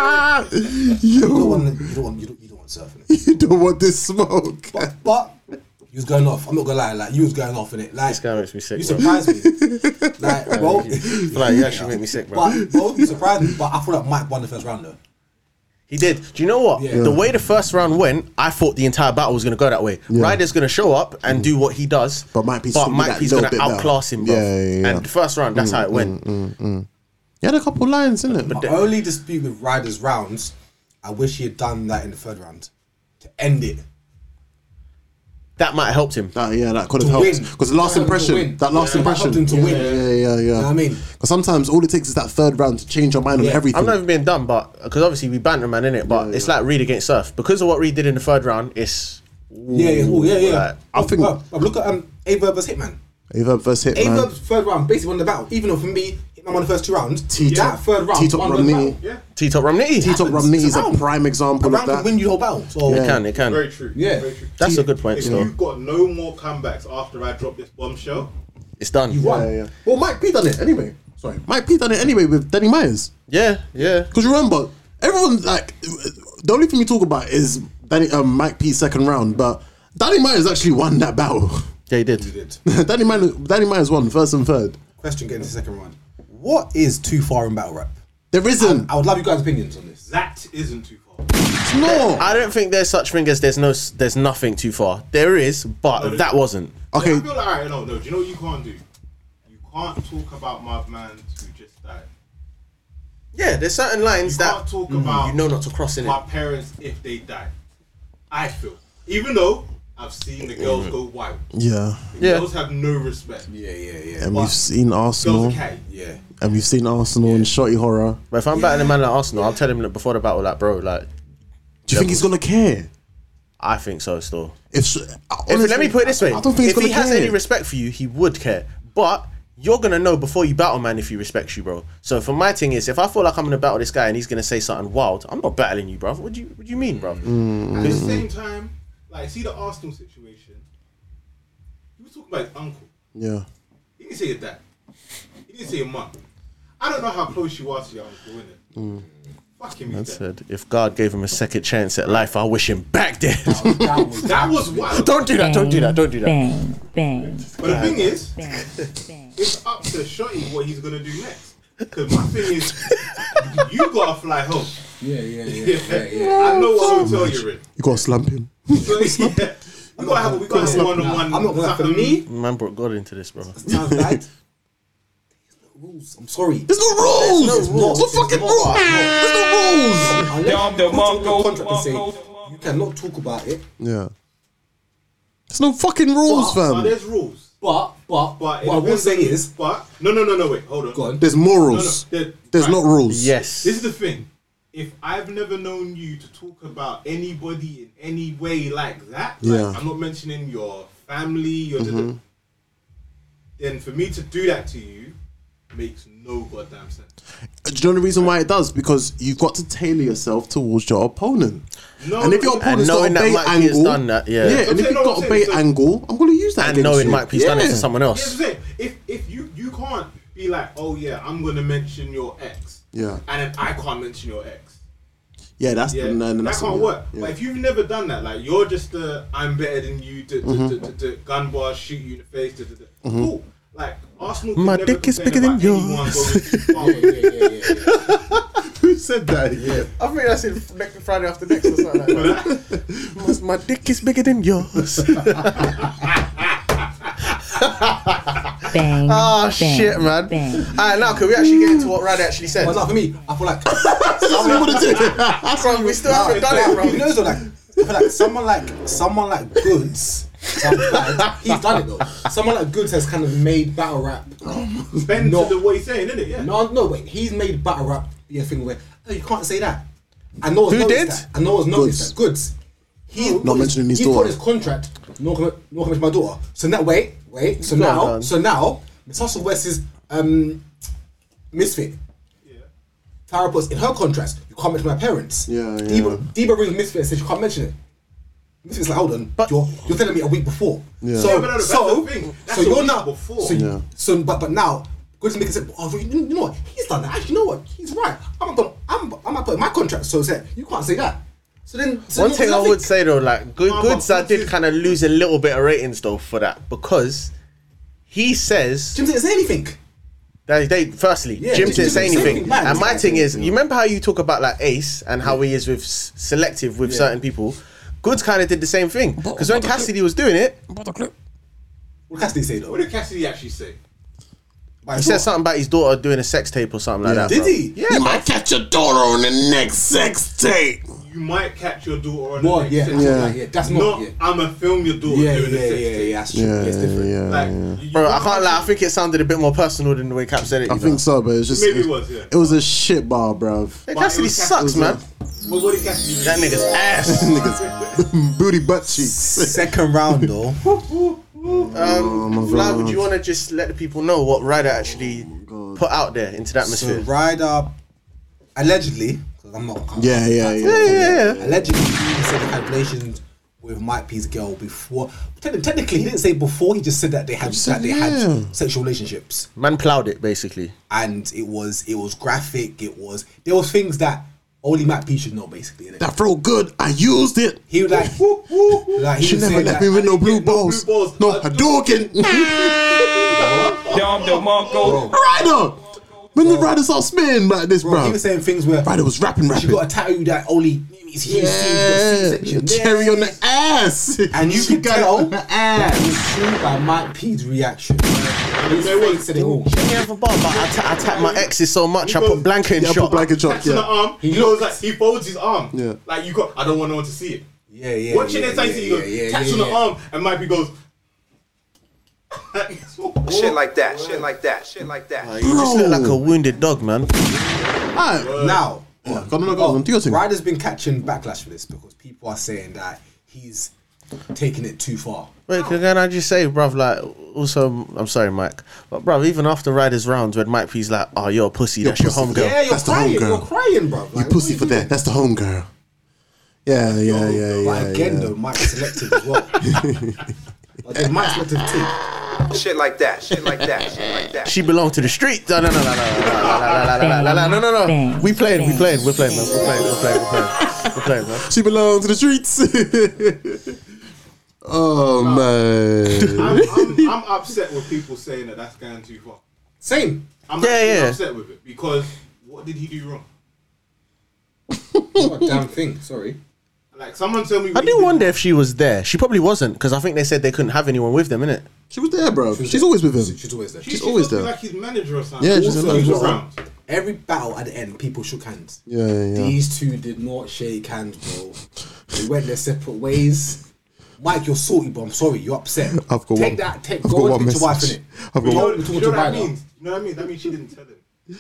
You don't
Yo.
want, you don't want, you don't, you don't want
*laughs*
surfing.
You don't want this smoke.
But you was going off. I'm not gonna lie, like you was going off in it. Like
This guy makes me sick.
you
bro.
surprised
*laughs*
me. like, bro, *laughs*
Like, you actually make me sick, bro.
but bro, you surprised me. But I thought like Mike won the first round though.
He did. Do you know what?
Yeah.
The way the first round went, I thought the entire battle was going to go that way. Ryder's going to show up and do what he does,
But Mike P's
but
gonna be
Mike
that
P's
little
going to
bit better.
outclass him, bro.
Yeah, yeah, Mm, yeah.
And the first round, that's how it went.
He had a couple lines, innit?
My only dispute with Ryder's rounds, I wish he had done that in the third round to end it.
That might have helped him.
That, yeah, that could have
To
helped.
win.
Because the last
To
impression,
win.
that last
Yeah.
impression.
Helped him to
yeah,
win.
Yeah, yeah, yeah.
know what I mean?
Because sometimes all it takes is that third round to change your mind on
Yeah.
everything.
I'm not even being dumb, but because obviously we banter man in it, but it's like Reed against Surf because of what Reed did in the third round. It's
Yeah, yeah, oh, yeah, yeah.
Like,
I think-
Bro, bro, look at um, Averb versus Hitman.
Averb versus Hitman.
Averb's first round basically won the battle. Even though for me, Hitman won the first two rounds.
T-Top-
that third round,
T-Top
won the
Romney.
battle.
Yeah,
T Top Romney.
Tito
happens.
Romney is
It's a
a
round.
prime
A
example of
round can
that.
win you the whole battle. So
It can, it can.
very true.
Yeah.
very true.
That's a good point,
If
still.
you've got no more comebacks after I drop this bombshell,
It's done.
you won.
Yeah, yeah. Well, Mike P done it anyway. Sorry, Mike P done it anyway with Danny Myers.
Yeah, yeah.
Because remember, everyone like the only thing we talk about is Danny um, Mike P's second round, but Danny Myers actually won that battle. *laughs*
Yeah, he did.
You did.
Danny Myers, Danny Myers won first and third.
Question getting to the second round. What is too far in battle rap?
There isn't.
I would love you guys' opinions on this.
That isn't too far.
No.
I don't think there's such thing as there's no s- there's nothing too far. There is, but
there's-
that wasn't.
Okay.
I feel like, alright, no, no. Do you know what you can't do? You can't talk about my man who just died.
Yeah, there's certain lines
You
that Mm,
can't talk about
you know not to cross in
my parents if they die. I feel. Even though I've seen the girls go wild.
Yeah.
The
Mm. Yeah.
girls have no respect.
Yeah, yeah, yeah.
And we've seen Arsenal.
Mm.
Girls are cat.
Yeah.
And we've seen Arsenal and Shotty Horror.
But if I'm battling a man like Arsenal, I'll tell him that before the battle, like, bro, like,
Do you think he's gonna care?
I think so still.
If, sh-
If,
honestly,
let me put it this way:
I don't think he's
if
gonna
he has
care.
any respect for you, he would care. But you're gonna know before you battle, man, if he respects you, bro. So for my thing is, if I feel like I'm gonna battle this guy and he's gonna say something wild, I'm not battling you, bro. What do you What do you mean, bro?
At
Mm.
the same time, like see the Arsenal situation. He was talking about his uncle.
yeah.
He didn't say your dad. He didn't say your mum. I don't know how close you are to your uncle, innit?
Mm.
Fuck him,
I
he's dead.
said, if God gave him a second chance at life, I wish him back dead.
That was
That was wild.
don't do that. Don't do that. Don't do that.
Bang, bang,
*laughs*
But the thing is,
bang, bang.
it's up to Shotty what he's gonna do next. Because my thing is, you gotta fly home.
Yeah, yeah,
*laughs*
yeah, yeah, yeah.
I know what hotel you're in.
You gotta slump him.
So, yeah, *laughs* we gotta have a we gotta have a one on one.
I'm not gonna for me.
Man brought God into this, bro.
Sounds
*laughs*
bad. Rules. I'm sorry.
There's no rules. There's
no rules.
no
There's
fucking
no-
rules. There's no rules.
Unless you put
Dom, the
it in
Mongo,
the contract and say
Mongo.
you cannot talk about it,
Yeah. There's no fucking rules,
But
fam.
there's rules.
but but
But
Um, what I will say is,
but no, no, no, no. Wait, hold on.
go on.
There's
No, no,
morals.
there-
There's
right.
not rules.
Yes.
This is the thing. If I've never known you to talk about anybody in any way like that, like,
Yeah.
I'm not mentioning your family, your
Mm-hmm.
then for me to do that to you makes no goddamn sense.
Do you know the reason why it does? Because you've got to tailor yourself towards your opponent.
No,
and if your
no,
opponent's got a
knowing that
bait
Mike P has
angle,
done that, yeah.
and if
Okay,
you've
no,
got a
I'm
bait
saying, so-
angle, I'm gonna use that.
And
against
knowing
you.
Mike P's done it to someone
Here's
else.
the thing. If if you you can't be like, oh yeah, I'm gonna mention your ex.
Yeah.
And then I can't mention your ex.
Yeah, that's
Yeah.
the, no, no,
that
that's
can't
what-
work.
yeah.
But if you've never done that, like you're just the I'm better than you. D- d-
Mm-hmm.
d- d- d- gun bars shoot you in the face. D- d- d- Cool. Like Arsenal. could
My
never
dick is
complain
bigger than
about anyone
yours.
going too far.
Who said that? *laughs* Yeah.
I think that's in Friday after next or something like that. *laughs* Ah, My dick is bigger than *laughs* yours.
Bang.
Ah,
bang,
shit, man.
Bang.
Alright, now can we actually get into what Rad actually said?
But not *laughs* for me. I feel like
Bro, we still haven't done it,
He
bro.
knows though, like, I feel like someone like someone like Goods. someone like- He's done it though. Someone like Goods has kind of made battle rap.
Bend
No.
to the what he's saying, isn't it? Yeah.
No, no, wait. He's made battle rap be a thing where oh, you can't say that. I know.
Who did?
That. I know. It's
Goods.
noticed Goods. that. Goods. He
Not mentioning his
he
daughter.
put his contract. No, com- no comment to my daughter. So now, wait, wait. So
Go on,
now,
go on.
so now, Miss Hustle versus um, Misfit. Tara puts in her contract, you can't mention my parents.
Yeah, yeah.
Deba, Deba rings Misfit and says you can't mention it. Misfit's like, hold on,
But-
you're you're telling me a week before.
Yeah.
So
Yeah, but no, that's
so
the thing. That's
so
a
you're
week
not
before.
So,
Yeah.
so but but now good to make it say, oh, you you know what? He's done that. Actually, you know what? He's right. I'm gonna I'm I'm gonna put in my contract. So said you can't say that. So then so
One
then
thing I
nothing.
would say though, like good
No, but
goods, I did
Goods-
kind of lose a little bit of ratings though for that because he says
Jim didn't say anything.
They, they firstly,
Yeah,
Jim
Jim
didn't say
didn't say
anything.
anything bad.
And my
Yeah.
thing is, you remember how you talk about like Ace and how he is with s- selective with certain people. Goods kind of did the same thing because when Cassidy was doing it,
What did Cassidy say though?
What did Cassidy actually say?
By
he
his
said
daughter.
something about his daughter doing a sex tape or something like that.
Did
bro.
he?
Yeah,
You might catch your daughter on the next sex tape.
You might catch your daughter on
Well,
the next
yeah,
session.
yeah. yeah, that's not,
Not
yeah.
I'ma film your daughter
Yeah, yeah,
doing the
yeah,
sex
yeah,
tape.
yeah, that's true.
Yeah,
Yeah, it's
yeah,
different.
yeah.
Like,
yeah.
you-
bro, I can't lie. I think it sounded a bit more personal than the way Cap said it.
I think so, but it's just
Maybe it was, yeah.
it was a shit bar, *laughs* bruv.
Hey,
But it
Cassidy
was
sucks,
Cassidy.
man.
What, what did Cassidy say?
That *laughs* nigga's ass.
Niggas, *laughs* booty butt cheeks.
Second round
*laughs*
though.
Oh
Um, Fly, would you want to just let the people know what Ryder actually
Oh
put out there into the
So
atmosphere?
Ryder, allegedly, because I'm not. I'm
Yeah, yeah, yeah.
yeah, yeah, yeah.
Allegedly, he said he had relations with Mike P's girl before. Techn- Technically, he didn't say before. He just said that they had that they
yeah.
had sexual relationships,
Man plowed it basically.
and it was it was graphic. It was there was things that only Mike P should know, basically. innit?
That felt good. I used it.
He was
*laughs*
like, like he
She
was
never
saying that,
left me with no
I
blue
didn't get no
balls.
blue balls.
No
*laughs*
I-
Hadouken.
Dom, the Mongo.
Ryder. When the rider starts spitting like this,
Bro,
bro.
he was saying things where
Rider was rapping,
she
rapping.
got a tattoo that only it's huge,
Yeah,
huge, huge,
cherry on the ass.
*laughs* and you
She
can
got it
tell
*laughs* on the ass.
that was true by Mike P's reaction. His
know what?
face said it all.
Any other bar, but I ta- I tap my exes so much, I put blanket in
Yeah, I put
shot.
blanket chop.
Catching the
Yeah.
arm, he goes like he folds his arm.
Yeah.
Like you got, I don't want no one to see it.
Yeah, yeah.
Watching
yeah,
it, yeah,
yeah,
he goes,
yeah, yeah,
catch on
yeah,
the
yeah.
arm, and Mike B goes.
*laughs* Shit like that. Shit like that. Shit like that.
You just look
Bro.
like a wounded dog, man.
Alright.
Now,
go on, go on, go on, do your thing.
Ryder's been catching backlash for this because people are saying that he's taking it too far.
Wait, can I just say, bruv, like, also, I'm sorry, Mike, but bruv, even after Riders rounds, when Mike P's like, oh, you're a pussy, that's your
pussy.
homegirl.
Yeah, you're
That's the
crying.
homegirl.
You're crying, bro.
You pussy for that. That's the home girl. Yeah, yeah, yeah, yeah.
But again,
yeah.
though, Mike's selective as
*laughs*
well. like, there's Mike's selective too.
Shit like that. Shit like that. Shit like that.
She belonged to the street. No, no, no, no, no, no, no, no, no, no, no, no, no, no, no, no. We playing, we playing, we're playing, man. We're playing, we're playing, we're playing. We're playing, man.
She belongs to the streets. *laughs*
*laughs*
oh man.
I'm, I'm, I'm upset with people saying that that's going too far.
*laughs*
Same.
I'm
Yeah,
actually
yeah.
upset with it because what did he do wrong?
Not a damn thing. Sorry.
Like someone tell
*laughs*
me.
I
what he
do
did
wonder
wrong.
if she was there. She probably wasn't, because I think they said they couldn't have anyone with them, innit?
She was there, bro. She's always with him.
She's always there.
She-
she's
she
always
must be
there.
Like his manager or something.
Yeah, she's
also,
always
he was
there.
around.
Every battle at the end, people shook hands.
Yeah, yeah.
These two did not shake hands, bro. They went their separate ways. Mike, you're salty, but I'm sorry, you're upset.
I've got
take
one-
that. Take
I've
go
got
and
one
speak to wife
message.
innit?
I've got
Go
one-
and
You
talk
know
to
what that
Ryder.
means? You know what I mean? That means she didn't tell him.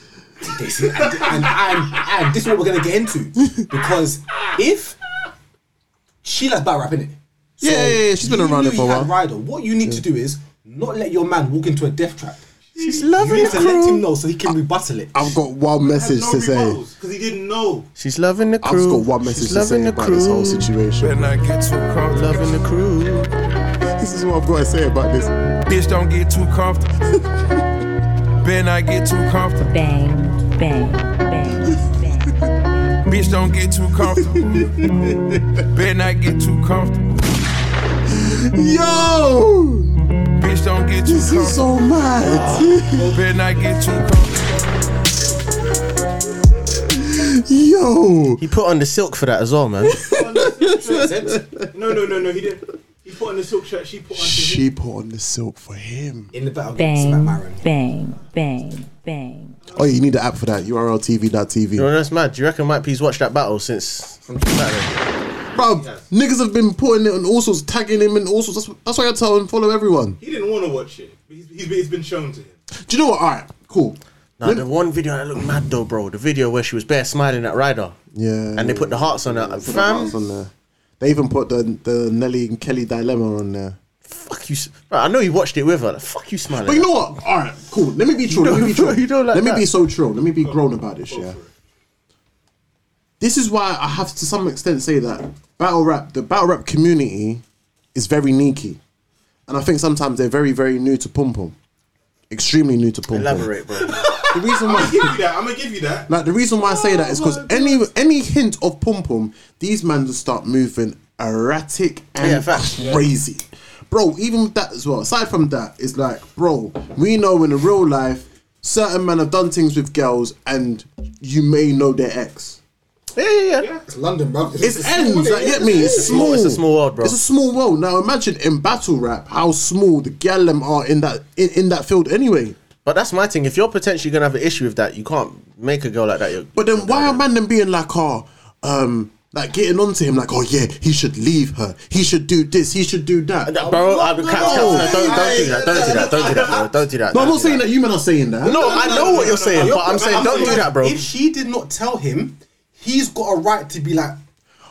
They see- and, and, and, and this is what we're gonna get
*laughs*
into because if Sheila's battle rap in it,
Yeah, yeah, yeah, she's been around it for a while.
Ryder, what you need to do is not let your man walk into a death trap.
She's
You
loving
need
the
to let him
crew.
know so he can rebuttal it.
I've got one message to say.
because he didn't know.
She's loving the
I've just
crew.
got one message
She's
to
loving
say
the
about this whole
crew.
situation.
I get too comfortable.
Loving the crew.
This is what I've got to say about this.
Bitch, don't get too comfortable.
*laughs*
Better not get too comfortable.
bang, bang, bang, bang.
Bitch, don't get too comfortable.
*laughs*
Better not get too comfortable.
Yo,
Bitch, don't get too
this is so
comfortable.
mad.
Better not get too comfortable.
Yo,
He put on the silk for that as well,
*laughs*
man.
Put on the silk shirt. no, no, no, no. He didn't. He put on the silk shirt. She put on.
she put on the silk for him.
in the battle against Matt
Bang,
Maron.
bang, bang, bang.
Oh, you need the app for that. URLTV.tv.
You know, that's mad. Do you reckon Mike P's watched that battle since Saturday?
Bro, niggas have been putting it on all sorts, tagging him and all sorts. That's, that's why I tell him follow everyone.
He didn't want to watch it. But he's, he's, it's been shown to him.
Do you know what? All right, cool.
Nah, the one video that looked mad though, bro. The video where she was bare smiling at Ryder.
Yeah.
And they put the hearts on her.
Put the
Fam,
hearts on there. They even put the the Nelly and Kelly dilemma on there.
fuck you. s- Bro, I know you watched it with her. Like, fuck you smiling.
But you know what? All right, cool. Let me be true. Let me be
don't-
true.
*laughs* you don't like
Let me
that.
be so true. Let me be grown about this. Yeah. This is why I have to some extent say that battle rap, the battle rap community, is very neaky, and I think sometimes they're very very new to pum pum, extremely new to pum pum.
Elaborate, bro.
The reason *laughs*
I'm gonna
why.
give you that. I'm gonna give you that.
Like the reason why I say that is because any any hint of pum pum, these men just start moving erratic
Yeah,
and
facts.
crazy, bro. Even with that as well. Aside from that, it's like, bro, we know in the real life, certain men have done things with girls, and you may know their ex.
*laughs* Yeah, yeah, yeah.
It's London, bro.
It's ends. Like, get me? It's small.
small- it's a small world, bro.
It's a small world. Now imagine in battle rap how small the gallem are in that in, in that field anyway.
But that's my thing. If you're potentially gonna have an issue with that, you can't make a girl like that. You're,
But then why are man then being like, oh, um, like getting onto him like, oh yeah, he should leave her. He should do this. He should do that.
That- bro, I, cats, cats, no, don't, don't do that. Don't do that. Don't do that, bro. Don't do that.
No,
don't
I'm not
do
saying that. You men are saying that.
No, I know what you're saying,
no,
but I'm
no,
saying
I'm
don't do
saying
that, bro.
If she did not tell him, he's got a right to be like.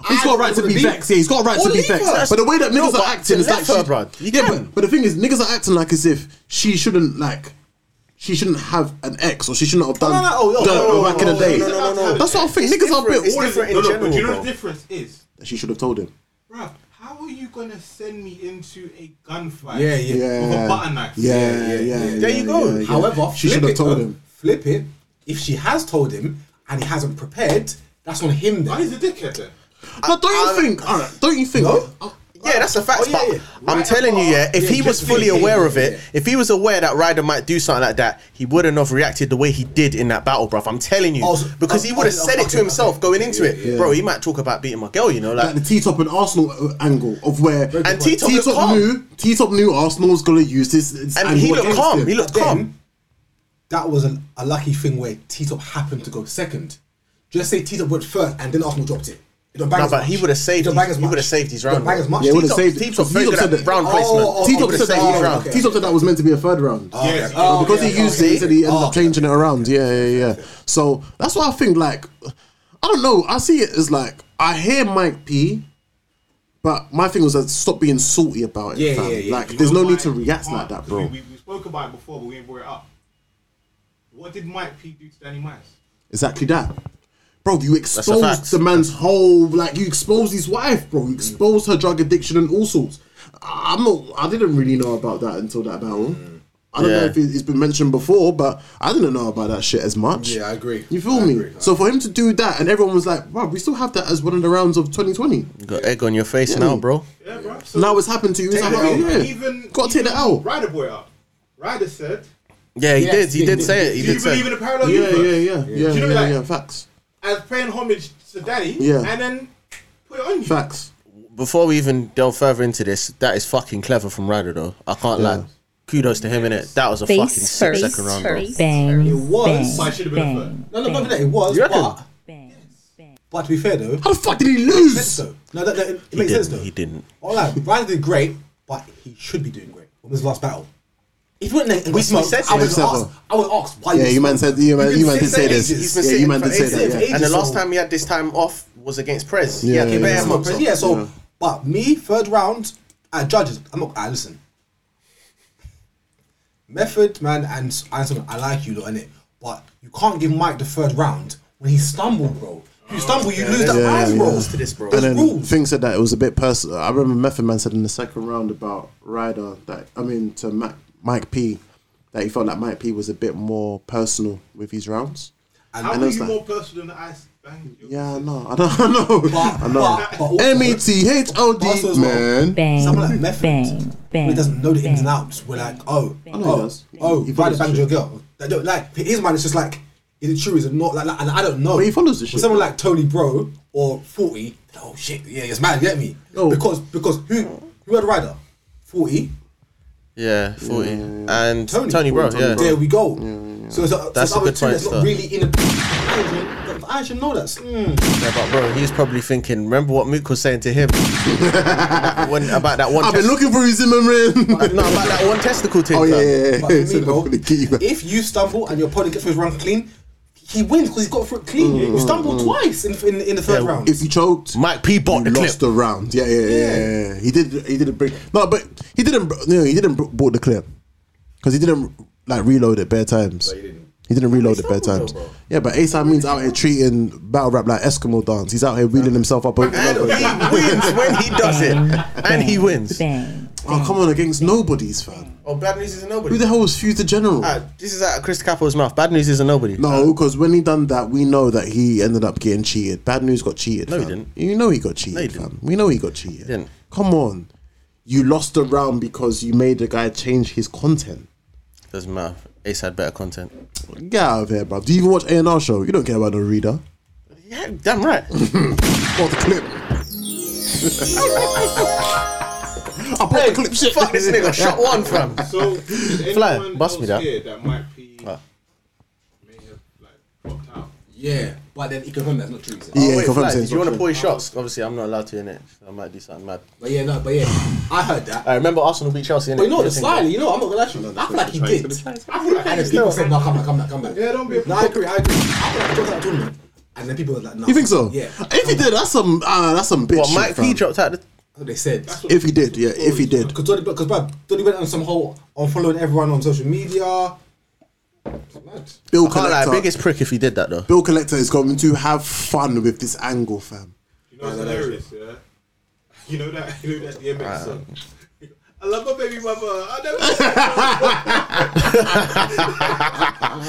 He's
I
got a right to
wanna
be
leave.
vexed. Yeah, he's got a right
Or
to be
leave
vexed.
her.
But the way that
No,
niggas
but
are acting
to
is like,
left her,
she-
bro. You
yeah,
can.
but, but the thing is, niggas are acting like as if she shouldn't like. She shouldn't have an ex, or she shouldn't have done
no, no, oh, oh,
dirt
no, no,
back
no,
in the day.
no, no,
no, no, no.
That's what I think. Niggas are a
different,
bit.
it's
all
different
in-
in
no, no, but you know
general,
the
bro.
difference is,
She should have told him.
bruv, how are you gonna send me into a gunfight?
Yeah, yeah.
With
Yeah,
a butter knife.
Yeah, yeah,
yeah,
yeah.
yeah.
There you go.
yeah, yeah.
However,
she
flip
should have
it,
told
though.
him.
Flip it. If she has told him and he hasn't prepared, that's on him
Why
then.
is a dickhead then?
No, don't you think? All right, don't you think?
No?
Oh,
Yeah, that's a fact.
Oh, yeah,
but
yeah.
I'm
Right
telling you,
above.
yeah, if
Yeah,
he was
just
fully
yeah, yeah,
aware of
yeah,
it,
yeah.
if he was aware that Ryder might do something like that, he wouldn't have reacted the way he did in that battle, bruv. I'm telling you.
Oh, so-
because he would have
oh,
said
oh,
it to
okay,
himself
okay.
going into
Yeah,
it.
yeah.
Bro, he might talk about beating my girl, you know? Like,
Like the T Top and Arsenal uh, angle of where
And T-Top looked calm.
knew T Top knew Arsenal was gonna use this. this
and
angle
he looked
against
calm.
him.
He looked
But then-
calm.
That was an, a lucky thing where T Top happened to go second. Just say T Top went first and then Arsenal dropped it. It don't bang
No,
as
but
much.
he would have saved.
It
He
don't bang as much.
would have saved his
It don't
round.
bang as much.
Yeah, he would have
T-Top-
saved it.
T top
Because
very
T-Top
good at
said
the
that-
brown
Oh,
placement.
oh, oh,
He
T
would
Top
have
okay,
said
saved
oh,
his round.
okay.
T Top said that was meant to be a third round.
Yes.
Oh,
But because
okay,
he used
okay.
it, he said he ended
Oh,
up changing it around. Yeah, yeah, yeah. So that's why I think like I don't know. I see it as like I hear Mike P, but my thing was that stop being salty about it.
Yeah,
fam.
yeah, yeah.
Like
You
there's
know
no
why
need to
it's
react
hard?
like that,
'Cause
bro.
We, we, we spoke about it before, but we didn't bring it up. What did Mike P do to Danny Myers?
Exactly that. Bro, you
fact.
exposed the man's whole like you exposed his wife, bro. You exposed her drug addiction and all sorts. I- I'm not. I didn't really know about that until that battle. I don't know
Yeah.
if it- it's been mentioned before, but I didn't know about that shit as much.
Yeah, I agree.
You feel
I
me?
agree.
So for him to do that, and everyone was like, "Wow, we still have that as one of the rounds of 2020."
You Got egg on your face now, bro.
Yeah, bro. So
Now it's happened to you. It's
even,
like, oh, yeah,
even
gotta take
even
that out.
Ryder boy up. Ryder said,
Yeah, he
Yeah,
did. He
he
did
did.
say it. He
"Do
did
you
say.
believe in a
it.
parallel
Yeah,
universe?"
yeah, yeah, yeah,
Do you know,
yeah,
like,
yeah. Facts,
As paying homage to Danny,
Yeah.
and then put it on you.
facts.
Before we even delve further into this, that is fucking clever from Ryder, though. I can't lie. Kudos to him in it. That was a fucking
Face
sick
first.
second round, bro.
Bang.
It was.
But it should have been a third.
Bang.
No, no, not that it was.
You reckon?
But,
Bang. Bang.
but to be fair though,
How the fuck did he
sense
lose?
though. No, that, that, it
He
makes sense
didn't.
though.
He didn't.
All right, Ryan did great, but he should be doing great. From his last battle. If he went there and got
We- we
smoked,
said
I would
so.
ask. I would ask why.
Yeah,
got
you man
smoked.
said you man,
You've
you
been
man did say
sitting
this.
there
He's
ages.
been
Yeah, you
sitting
man
for
did say
ages.
that. Yeah.
ages.
And the last
so-
time he had this time off was against Prez.
Yeah,
Yeah,
yeah,
he
yeah.
bare
Yeah,
smoked
so,
him.
yeah, so but me third round at judges. I'm not. I listen. Method man and Anderson, I like you lot in it, but you can't give Mike the third round when he stumbled, bro. If you stumble, you lose that
yeah,
round,
yeah.
bro.
Rules
to this, bro.
There's
And then
rules.
Thing said that it was a bit personal. I remember Method Man said in the second round about Ryder that I mean to Mac, Mike P that he felt like Mike P was a bit more personal with his rounds.
How
and
are
it's
you
like-
more personal than I? Bang, you?
Yeah, I know, I know, *laughs* I know, I
but- but
know.
also-
M E T H O
But also as well-
D man.
Bang.
Someone like Method,
Bang. Bang.
who doesn't know the ins and
bang.
outs, we're like, oh,
Mm. know he
oh,
does.
oh,
He
Ryder
follows
banged
the
your
shit.
girl. They don't, like his mind is just like, is it true? Is it not? Like, like and I don't know.
But he follows the
With
shit.
Someone like Tony Bro or Forty. Oh shit, yeah, it's mad. Get me?
No.
Because because who who had Ryder? Forty.
Yeah, 40. And
Tony.
Tony, bro, yeah.
There we go. So it's a,
That's
so
a good
it's other two
point,
that's
though.
not really in the. I should know that. Mm.
Yeah, but bro, he's probably thinking, remember what Mook was saying to *laughs* him when about that one
I've been
test-
looking for his Zimmer
no,
ring.
about that one testicle thing.
*laughs* Oh yeah,
fam.
yeah, *laughs*
But
yeah.
for
So
me, bro,
I'm gonna get you back.
if you stumble and your opponent gets through his run clean, he wins because he's got through it clean.
Mm,
you stumbled twice in, in, in the third
Yeah,
round.
If you choked,
Mike P bought the
you
clip.
lost the round. Yeah, yeah, yeah, yeah. yeah. He did. He didn't bring. No, but he didn't. br- No, he didn't br- bought the clip because he didn't like reload it bare times. he didn't. reload it bare times. yeah, but ASAP means out here treating battle rap like Eskimo dance. He's out here wheeling himself up over.
And
over.
he wins when he does
*laughs*
it. And he wins.
Bang.
Oh come on, against nobodies, fam.
Oh, bad news is a
Who
nobody.
the hell was Fuse the General?
Ah, this is out of Chris Capo's mouth. Bad news is a nobody.
No, because when he done that, we know that he ended up getting cheated. Bad news got cheated.
No, he
fam.
didn't.
You know he got cheated.
he didn't.
Fam. We know he got cheated.
didn't.
Come on, you lost the round because you made the guy change his content.
Doesn't matter. Ace had better content.
Get out of here, bruv. Do you even watch A and R show? You don't care about the reader
Yeah, damn right.
or the clip. I bought the clip. Shit.
Fuck this nigga. Shot one, fam.
*laughs*
So, is
Fly,
anyone
bust
else
me that.
here that might be
Ah.
may have like dropped out?
Yeah, but then he confirmed that's not true. he said.
*laughs* Yeah,
Oh, Wait,
confirm
Fly,
saying
did you want to
something.
pull his shots? Obviously, I'm not allowed to in it. I might do something mad.
But yeah, no, but yeah, I heard that.
I remember Arsenal beat Chelsea.
but you know, the slightly, you know, I'm not gonna lie to you. I feel like he did. I feel like and then people said, "No, come back, come back, come back."
Yeah, don't be a
No, I agree, I agree. I feel like he dropped out of the tournament, and then people were like, "No."
You think so?
Yeah.
If he did, that's some. Uh, that's some bitch
What,
shit,
Mike
fam.
P dropped out the.
That's what they said.
If he did, yeah. If he did.
Because Donny, because bruv, Donny went on some whole on following everyone on social media. It's mad.
Bill
I can't lie,
Collector.
biggest prick if he did that though.
Bill Collector is going to have fun with this angle, fam.
*laughs* You know, it's hilarious, yeah. You know that, you know that DMX song. I love my baby mama.
*laughs*
I never.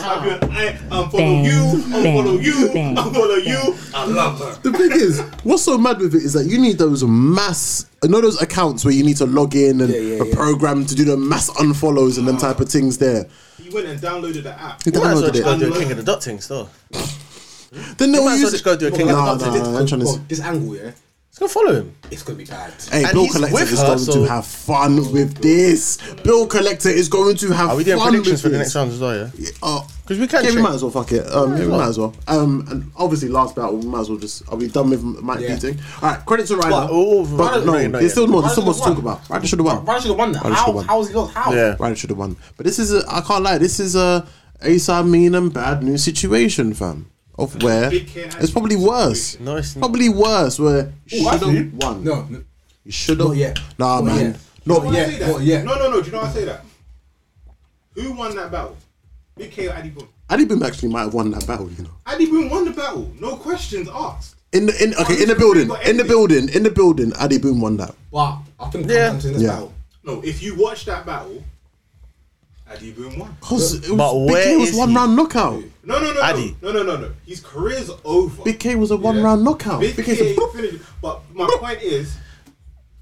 I'll be like, I unfollow
Bang,
you.
bang,
Unfollow you.
bang,
Unfollow you. I love her.
The thing is, what's so mad with it is that you need those mass, you know those accounts where you need to log in and
Yeah, yeah,
a
yeah.
program to do the mass unfollows and them
Ah.
type of things there.
You went and downloaded the app.
He
Might as well
downloaded
just go
it.
do a King of the Dot thing still.
Then they'll
might as well
use
just
it.
go do a King of the
Nah,
Dot
nah,
thing.
nah, I'm trying to.
Bro,
s-
this angle, yeah,
Let's go follow him.
it's gonna be bad.
Hey,
and
Bill
he's
Collector
with
is
her,
going
so-
to have fun with this. Bill Collector is going to have
Are we doing
fun
predictions
with
for the
this.
next round as well? Yeah.
Oh,
Because we can.
yeah, we
check.
might as well fuck it. Um, yeah, we
well.
might as well. Um, and obviously, last battle, we might as well just. Are we done with Mike
Yeah.
beating? All right, credit to Ryder.
But- oh, oh,
but
Ryder-
no,
no, no,
there's still
yeah.
more. There's still more to
Ryder
talk about. Ryder should have won.
Ryder should have won that.
Ryder should have
How?
won.
How's he lost? How?
Yeah.
Ryder should have won. But this is, I I can't lie, this is a ASAP mean and bad news situation, fam. Of where
Big K and
it's probably worse.
No, it's not.
Probably worse. Where you should
actually,
have won.
No, no.
you should have.
Not yet.
Nah,
Not
man.
yet.
No,
Why I say
yeah,
that?
well, yeah.
No, no, no. Do you know why I say that? Who won that battle? Big K or Addy Boom?
Addy Bim actually might have won that battle. You know,
Addy Boom won the battle. No questions asked.
in the in okay
he's
in the
probably
building,
got
in the
envy.
building, in the building, Addy Boom won that.
But I think
Yeah.
yeah. this
Yeah.
battle.
No, if you watch that battle, Addy Boom won.
Cause it was,
But
Big K
where
was
is
one
he?
round knockout.
No, no, no,
Addy.
no, no, no, no, no. His career's over.
Big K was a one round knockout.
Big
Big K
K
said, "Boop."
finished. But my point is,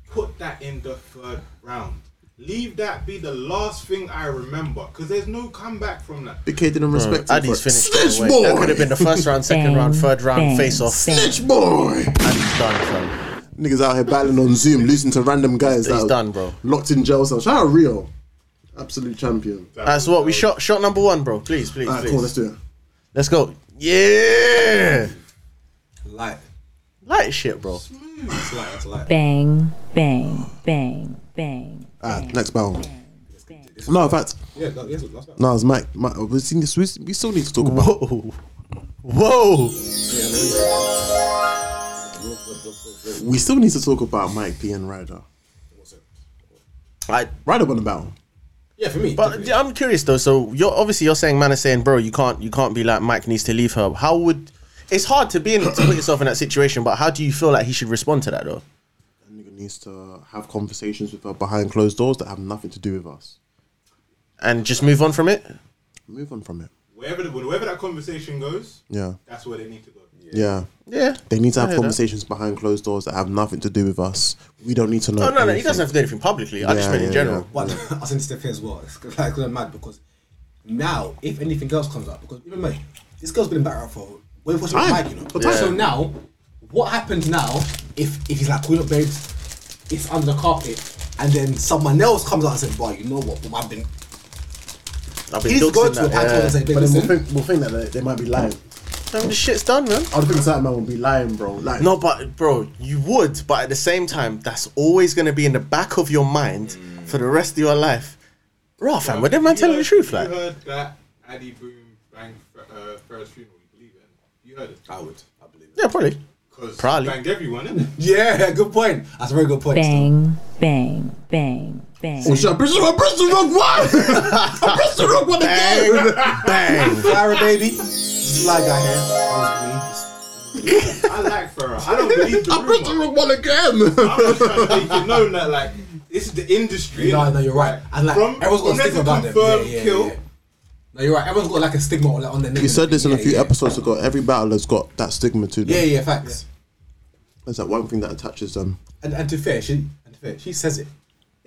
put that in the third round. Leave that be the last thing I remember, because there's no comeback from
*laughs*
that.
Big K didn't respect. him
Addy's
for it.
finished.
Snitch
anyway. That could have been
boy.
the first round, second
Bang,
round, third round
bang,
face off.
bang.
Addy's
Snitch boy.
done, fam.
Niggas out here battling on Zoom, losing to random guys.
He's
that are
done, bro.
Locked in jail cells. Shout out Rio, absolute champion.
That's what we shot. Shot number one, bro. Please, please,
Alright,
please.
cool. Let's
let's,
do it.
go. Yeah.
Light.
Light shit, bro.
It's light. It's light.
bang, bang, bang, bang.
Alright, next battle. No, in fact,
Yeah, that, yes, last battle.
no, it's Mike. Mike oh, we seen this. We, we still need to talk about.
Whoa. Whoa.
We still need to talk about Mike P and Ryder.
I,
Ryder won the battle.
Yeah, for me.
but
definitely.
I'm curious though. So you're obviously you're saying man is saying, bro, you can't you can't be like Mike needs to leave her. How would it's hard to be in to put yourself in that situation, but how do you feel like he should respond to that though?
That nigga needs to have conversations with her behind closed doors that have nothing to do with us.
And just move on from it?
Move on from it.
Wherever, the, wherever that conversation goes,
Yeah,
that's where they need to go.
yeah.
Yeah.
They need to have
hear that.
conversations behind closed doors that have nothing to do with us. We don't need to know.
Oh no, no, he
anything.
doesn't have to do anything publicly. I just
Yeah,
mean in
yeah,
general.
yeah.
But *laughs* I think it's the thing as well. It's like it's kinda mad because now, if anything else comes up, because remember, this girl's been in battle rap for way before she was
Time.
Mike, you know.
For time.
So now, what happens now if if he's like calling up babes, it's under the carpet, and then someone else comes out and says, "Boy, you know what? But I've been."
I've
He
been
needs to go
doxing
to a
that.
panel and
Yeah.
say, "Babe,
But then we'll
listen."
think, we'll think that they, they might be lying.
Fam, the shit's done, man.
I would think that man will be lying, bro. Like,
No, but bro, you would, but at the same time, that's always gonna be in the back of your mind for the rest of your life. Raw fam, were them man
You
telling the
heard-
truth,
You
like?
heard that Addy Boom bang uh, first funeral, you believe it? You heard it.
I would. I believe it.
Yeah, probably. *laughs*
Because
Probably.
banged everyone, innit?
*laughs*
Yeah, *laughs* good point. That's a very good point.
Bang, bang, bang, bang.
oh shit, I pressed the- I pressed the wrong one! *laughs* I pressed the wrong one again!
Bang!
Fire baby. Fly guy here. That was me.
I like Farrah. I don't
*laughs*
believe the
I pressed the
rumor.
wrong one again!
I'm just trying to make it known that like this is the industry.
No,
innit?
no, you're right. And like
From-
everyone's got a
from
stigma
there
about
to
them. Yeah,
confirm
yeah,
kill.
yeah. No, you're right. Everyone's got like a stigma on, like, on their name.
You said this in a
Yeah,
few
yeah.
episodes ago. Every battle has got that stigma to them.
Yeah, yeah, facts.
There's that one thing that attaches them.
And, and to fair, she and to fair, she says it.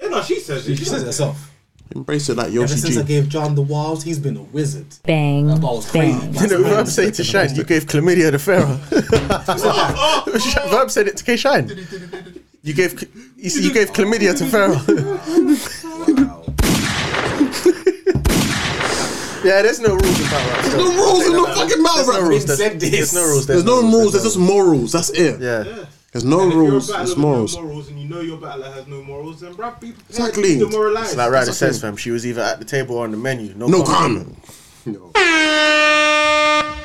Yeah, no, she says
She,
it.
she says it herself.
Embrace it like
Ever
Yoshi
since I
G.
gave John the Wild, he's been a wizard.
Bang,
That ball was crazy.
bang.
You know, Verb said to Shine, you gave chlamydia to Pharaoh. *laughs* Verb said it to K Shine. You gave, ch- you, see, you gave chlamydia to Pharaoh. *laughs*
Wow.
yeah, there's no rules about that.
There's no rules in the fucking battle
no
rap.
rules. There's,
said this.
there's no rules.
There's no rules, there's
no
just morals. That's it.
Yeah.
There's no
And if
rules,
you're a
it's
battler with
morals.
no morals, and you know your battler has no morals, then bruh, be prepared
Exactly.
to be demoralized.
It's like Ryder
It's okay.
says, fam, she was either at the table or on the menu. No,
No
comment.
comment. No.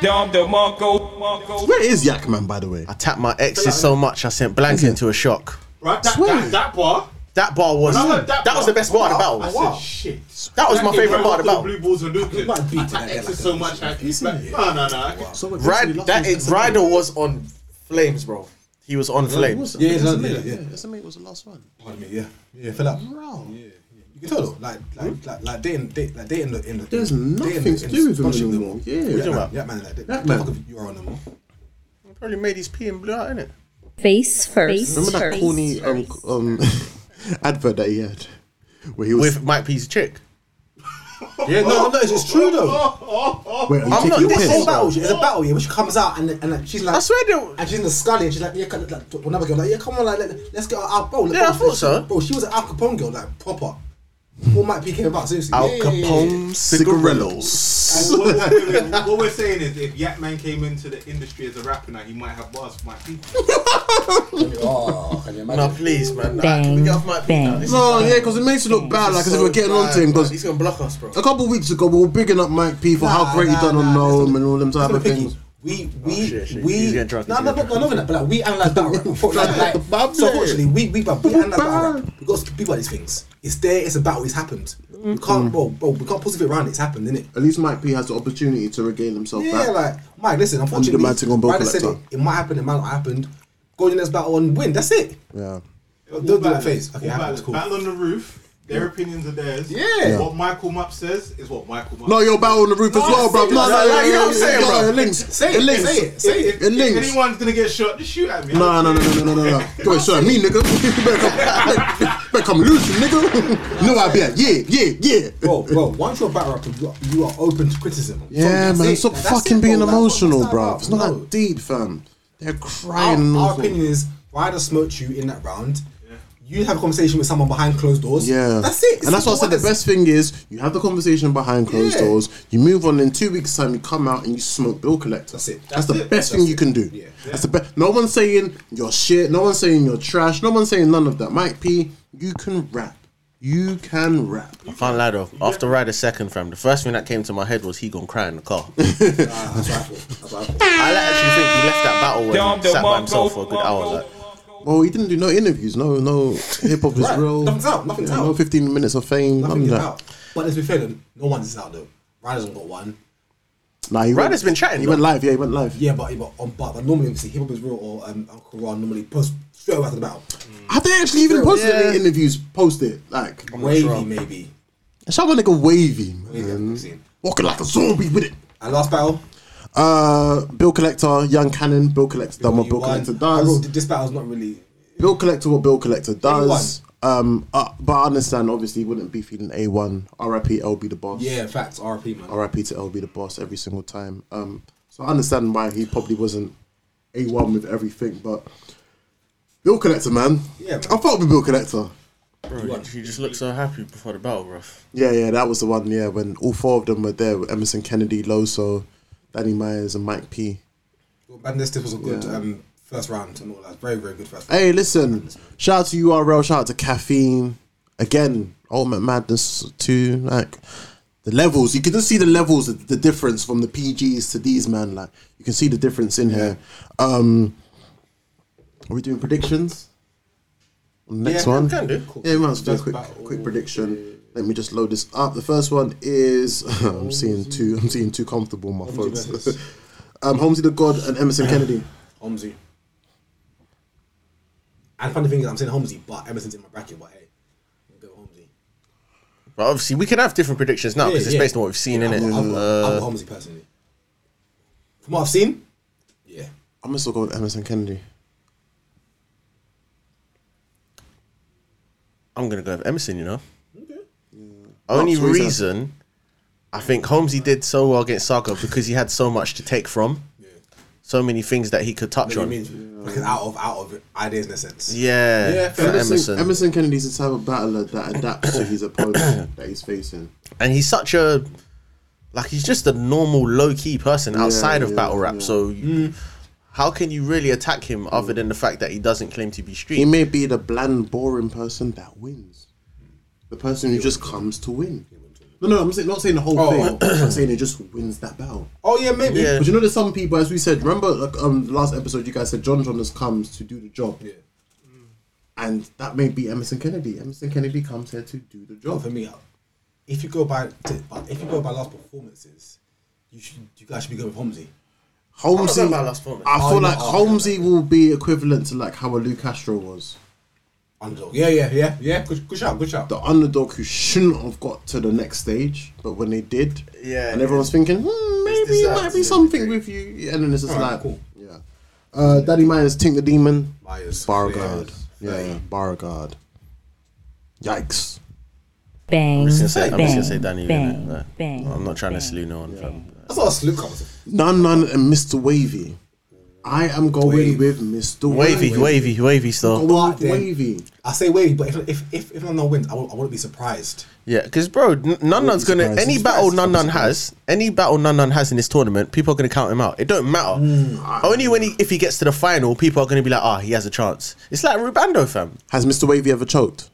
Dom DeMarco, Marco.
Where is Yak Man, by the way?
I tapped my exes so much I sent Blank into a shock.
Right, that,
Swear.
that, that bar.
That bar was
I heard
that,
that bar.
was the best bar of the battle.
I
Wow.
said shit.
That was my
Like,
favorite
if I
part of the
got the
battle.
Blue balls and Nukem.
might beat
I
that guy
attacked
like
Exes
that.
so much. I
Isn't
like,
it?
no, no, no. I-
So
Ride, that is, Ryder was on flames, bro. He was on flame.
Wilson.
Yeah, yeah,
Esame,
yeah, yeah.
Esame was the last one.
Pardon me, yeah, yeah, fill up.
Bro.
You can tell though, like, like, like, like dating, date, like dating the, in the.
Hmm? There's
dating
nothing
in-
to
in
do with him
sponsorship
anymore. Yeah. What you
yeah,
talking
man,
about?
yeah, man, like, that,
That
that
man.
man. Fuck if you are on them all.
Probably made his pee and blew out in it.
Face first.
Remember that
Face
corny um,
first.
um, advert that he had? Where he was.
With Mike P's chick.
Yeah, no, no, it's, it's true though.
where he
I'm
took
not-
your
this
It's
is
piss.
a battle, yeah, it's a battle, yeah, which comes out and and like, she's like,
I swear they.
and she's in the scully and she's like, yeah, come- like, to another girl, like, yeah, come on, like, let, let's get her out, bro. Like,
Yeah, I
bro,
thought
she-
so.
Bro, she was an Al Capone girl, like proper. All Mike P came about seriously.
Al
Yeah, yeah, yeah, yeah.
Capone
Cigarillos. *laughs*
What we're, what we're saying is, if Yap Man came into the industry as a rapper now, he might have bars for my people.
Oh, can you
No,
imagine?
please, man. Nah,
Bang,
can we get off Mike P now?
bang.
This is
No,
bad.
Oh, yeah, because it makes it look bad, like as if we're getting
So
on to him.
bad, man.
Because
he's gonna block us, bro.
a couple of weeks ago, we were bigging up Mike P for how great he done on Gnome and all them type of things.
We we
Oh, shit, shit. He's
we
getting drunk,
no
he's
no no
getting
no, no no, but like we analyze battle rap. like, like,
*laughs* But I'm
so
saying-
unfortunately we we but we analyze battle rap. We got to speak about these things. It's there. It's a battle. It's happened. We can't bro bro. We can't positive it around. it. It's happened, isn't it?
At least Mike P has the opportunity to regain himself
Yeah,
back.
like Mike. Listen, unfortunately,
the man thing on Bill
Ryder said it.
Collector.
It might happen. It might not happen. Go to the next battle and win. That's it.
yeah.
Don't do that face.
All
Okay, happens.
battle,
Cool.
battle on the roof. Their opinions are theirs.
Yeah.
What Michael Mupp says is what Michael Mupp.
No, you're battle on the roof as
No,
well,
I'm
bro.
saying-
No,
no,
no,
like,
yeah,
you know
yeah,
what I'm
yeah,
saying,
yeah,
bro?
It links.
Say it,
links.
say it, say
it. links.
anyone's gonna get shot, just shoot at me.
No, no, no, no, no, no, no.
*laughs*
no. Don't show me, nigga. *laughs* You better come, better come loose, nigga. *laughs* no, I be at yeah, yeah, yeah.
Bro, bro, once you're a battle rapper, you are, you are open to criticism. So
Yeah,
that's
man.
it.
Stop
Like, that's
fucking
it,
being
Like, what's
emotional,
that
bro.
about?
It's not
No.
that deep, fam. They're
Our,
crying. and
our
all
opinion is Ryder smoked you in that round. You have a conversation with someone behind closed doors.
Yeah.
That's it. It's
and that's what I said. The
simple as-
best thing is you have the conversation behind closed
Yeah.
doors. You move on in two weeks' time. You come out and you smoke bill collector.
That's it.
That's,
That's
the
it.
best thing
That's
you
it.
can do.
Yeah.
That's the best. No one's saying you're shit. No one's saying you're trash. No one's saying none of that. Mike P, you can rap. You can rap.
I can't lie though. After Ryder second, fam, the first thing that came to my head was he gonna cry in the car.
Nah, That's what I thought. That's what I thought.
I actually think he left that battle when he sat by himself for a good hour. Like,
Well, he didn't do no interviews. No, no hip hop is
Right.
real.
Nothing's out, nothing's
Yeah,
out.
No fifteen minutes of fame.
Nothing is
none of that.
out. But let's be fair, though, no one's is out though. Ryder's not got one.
Nah, he
Ryder's been chatting,
He
though.
went live. Yeah, he went live.
Yeah, but but, on, but, but normally, obviously, hip hop is real or um, Uncle Ron normally post straight away after the battle.
Have they actually even posted
Yeah.
any interviews? Post it like.
Wavy maybe. Mm-hmm.
Shout out nigga wavy
Wavy,
man.
I've seen.
Walking like a zombie with it.
And last battle,
Uh, Bill Collector, Young Cannon, Bill Collector done what
you
Bill
won.
Collector
I wrote,
does.
this battle's not really.
Bill Collector what Bill Collector does. Um, uh, but I understand obviously he wouldn't be feeling A one. R.I.P. LB the boss.
Yeah, facts. RP man.
R.I.P. to LB the boss every single time. Um, so I understand why he probably wasn't A one with everything, but Bill Collector man.
Yeah, man.
I fought with Bill Collector.
bro, he just looked so happy before the battle, bro.
Yeah, yeah, that was the one. Yeah, when all four of them were there: Emerson Kennedy, Loso, Danny Myers, and Mike P.
Well, Madness Stiff was a good um, first round and all that. Very, very good first round.
Hey, listen. Shout out to URL. Shout out to Caffeine. Again, Ultimate Madness too. Like the levels, you can just see the levels, the, the difference from the PGs to these man. Like you can see the difference in here. Um, are we doing predictions? Next
Yeah,
one.
Can do.
Yeah, we might as well do a
Just
quick,
battle.
quick prediction. Let me just load this up. The first one is *laughs* I'm seeing too I'm seeing too comfortable on my phone.
versus-
*laughs* um, Holmesy the God and Emerson Kennedy.
Homsey. And funny thing is, I'm saying Homsey, but Emerson's in my bracket, but hey, I'm going Homsey.
But obviously, we can have different predictions now because
Yeah,
it's
yeah.
based on what we've seen,
I'm,
innit?
I'm, I'm,
Uh,
I'm Homsey personally. From what I've seen, yeah.
I'm gonna still go with Emerson Kennedy.
I'm gonna go with Emerson. You know,
Okay.
only
That's what he said.
reason I think Holmesy did so well against Saga because he had so much to take from,
Yeah.
so many things that he could touch
Sure.
on.
What do you mean? Because out of out of ideas in a sense.
Yeah,
Yeah,
for
Emerson,
Emerson.
Emerson Kennedy's the type of battler that adapts to
*coughs*
his opponent that he's facing.
and he's such a like he's just a normal low key person outside of
yeah,
battle rap.
yeah.
So you- how can you really attack him other than the fact that he doesn't claim to be street?
He may be the bland, boring person that wins. The person who just comes to win. No, no, I'm saying, not saying the whole
Oh.
thing. I'm saying he just wins that battle.
Oh yeah, maybe.
Yeah.
But you know, there's some people, as we said, remember like, um, the last episode, you guys said John Jonas comes to do the job.
Yeah.
And that may be Emerson Kennedy. Emerson Kennedy comes here to do the
Well,
job.
for me, if you go by if you go by last performances, you should you guys should be going with Homsey.
Holmesy.
I don't know about last form.
I
Oh,
feel
no,
like
oh,
Holmesy will be equivalent to like how a Lou Castro was.
Underdog. Yeah, yeah, yeah, yeah. Good, good shout, good shout.
The underdog who shouldn't have got to the next stage, but when they did,
Yeah,
and everyone's thinking, hmm, maybe it
deserved
might
to
be
be
something with you, and then it's just
Alright,
like,
cool.
yeah. Uh, Daddy Myers, Tink the Demon,
Myers,
Beauregard, yeah,
yeah.
yeah, Beauregard. Yikes.
bang,
I'm just gonna say, I'm just gonna say
bang,
Danny.
bang,
innit? Like,
bang,
I'm not trying to slew no one. fam.
That's not a salute cover.
Nan Nan and Mr. Wavy. I am going
Wavy.
with Mr.
Wavy, wavy, wavy still.
Going with
But then-
Wavy.
I say wavy, but if if if, if London wins, I won't, I won't be surprised.
Yeah, because bro, N- Nun Nun's gonna
surprised.
any
Surprised,
battle Nun Nun
surprised.
has any battle Nun Nun has in this tournament, people are gonna count him out. It don't matter.
Mm.
Only when he if he gets to the final, people are gonna be like, ah, he has a chance. It's like Rubando, fam.
Has Mr. Wavy ever choked?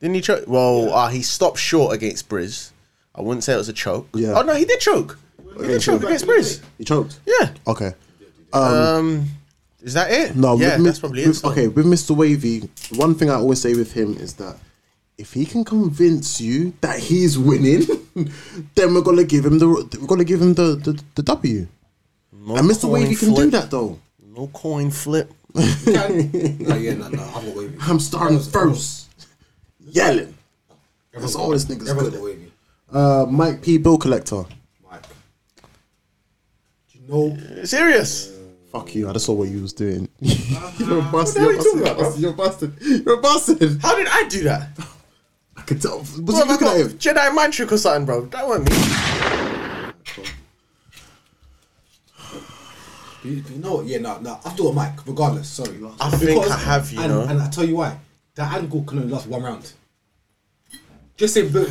Didn't he choke? Well, ah, he stopped short against Briz. I wouldn't say it was a choke.
Yeah.
Oh no, he did choke. He did choke against Briz.
He choked.
Yeah.
Okay.
Um, is that it?
No,
Yeah,
with,
that's
Mi-
probably
with-
it. still.
Okay, with Mr. Wavy, one thing I always say with him is that if he can convince you that he's winning, *laughs* then we're gonna give him the we're gonna give him the the, the W.
No
And Mr.
coin
Wavy can do
flip.
that though. *laughs*
No coin flip.
no, Oh, yeah, no, no, I've got wavy.
I'm starting first, yelling.
Everyone's
all
got-
this nigga's
everyone's
good
got
at.
wavy.
Uh, Mike P. Bill Collector.
Mike, do you know?
Serious.
Fuck you! I just saw what you was doing. *laughs* you're a bastard.
What the hell
You're a bastard,
are you talking about, bro?
you're a bastard. You're a bastard.
How did I do that?
*laughs* I could tell. Was
Bro,
he looking
I got
at him?
Jedi mind trick or something, bro. That wasn't me.
Do you, do you know? what? Yeah, no, no. I've got Mike, regardless. Sorry,
I think I have, you
and,
know.
and I tell you why. That angle can only last one round. Just say, Bill,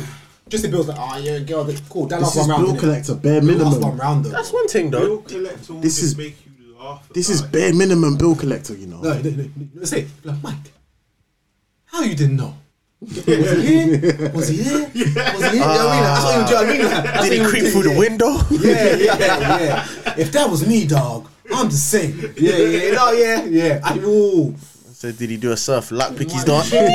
just say, Bill's like, ah, yeah, girl, that's cool. That
This
last
is
one round.
Bill
innit?
Collector, bare
Bill last
minimum.
one round though.
That's one thing
Bill
though.
Collector will
This
just
is-
make you laugh.
This is
about
bare minimum Bill Collector, you know.
No, no, no, no, no, say, it. like, Mike, how you
*laughs*
didn't know? Was he here? Was he here? Was he here? You know what I mean? That's what you do. I mean, like, that's
Did
what
he
you
creep
do,
through the
yeah.
window? *laughs*
Yeah, yeah, yeah. If that was me, dog, I'm just saying. Yeah, yeah, *laughs* yeah. no, yeah, yeah. I know.
So did he do a surf lap pickies dance? That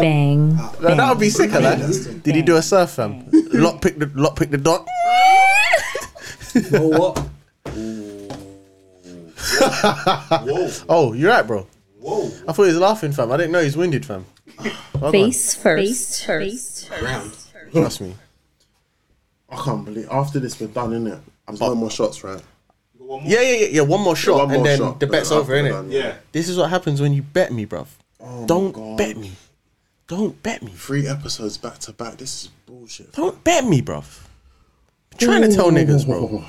bang,
*laughs* that would be sick, like. Did he do a surf, fam? Lock pick the lock pick the dot.
You know what?
Oh, you're right, bro.
Whoa,
I thought he was laughing, fam. I didn't know he's winded, fam. Well done.
face first, face
round.
Trust me.
I can't believe after this we're done, innit? There's no more shots, right?
Yeah, yeah, yeah, yeah. One more shot,
One more
and then
shot,
the
but
bet's
after
over, innit?
that,
Yeah.
This is what happens when you bet me, bruv. Don't
God.
bet me. Don't bet me.
Three episodes back to back. This is bullshit.
Don't bet me, bruv. I'm trying to tell niggas, bro.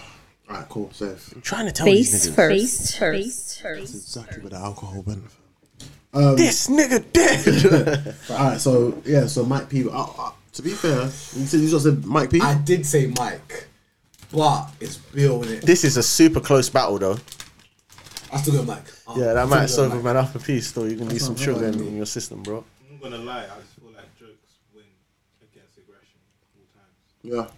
Alright, cool, safe.
I'm trying to tell
face
these niggas.
first, face first,
Exactly what the alcohol went.
This nigga *laughs* dead.
Alright, so yeah, so Mike P. I, I, to be fair, you said you just said Mike P.
I did say Mike, but it's Bill in it.
this is a super close battle, though.
I still go Mike. Uh,
Yeah,
I
that might
still go
sober
Mike.
man up a piece, though. You can need some
not
sugar
bad,
in,
mate.
in your system, bro.
I'm not gonna lie, I just feel like jokes win against aggression all times.
yeah.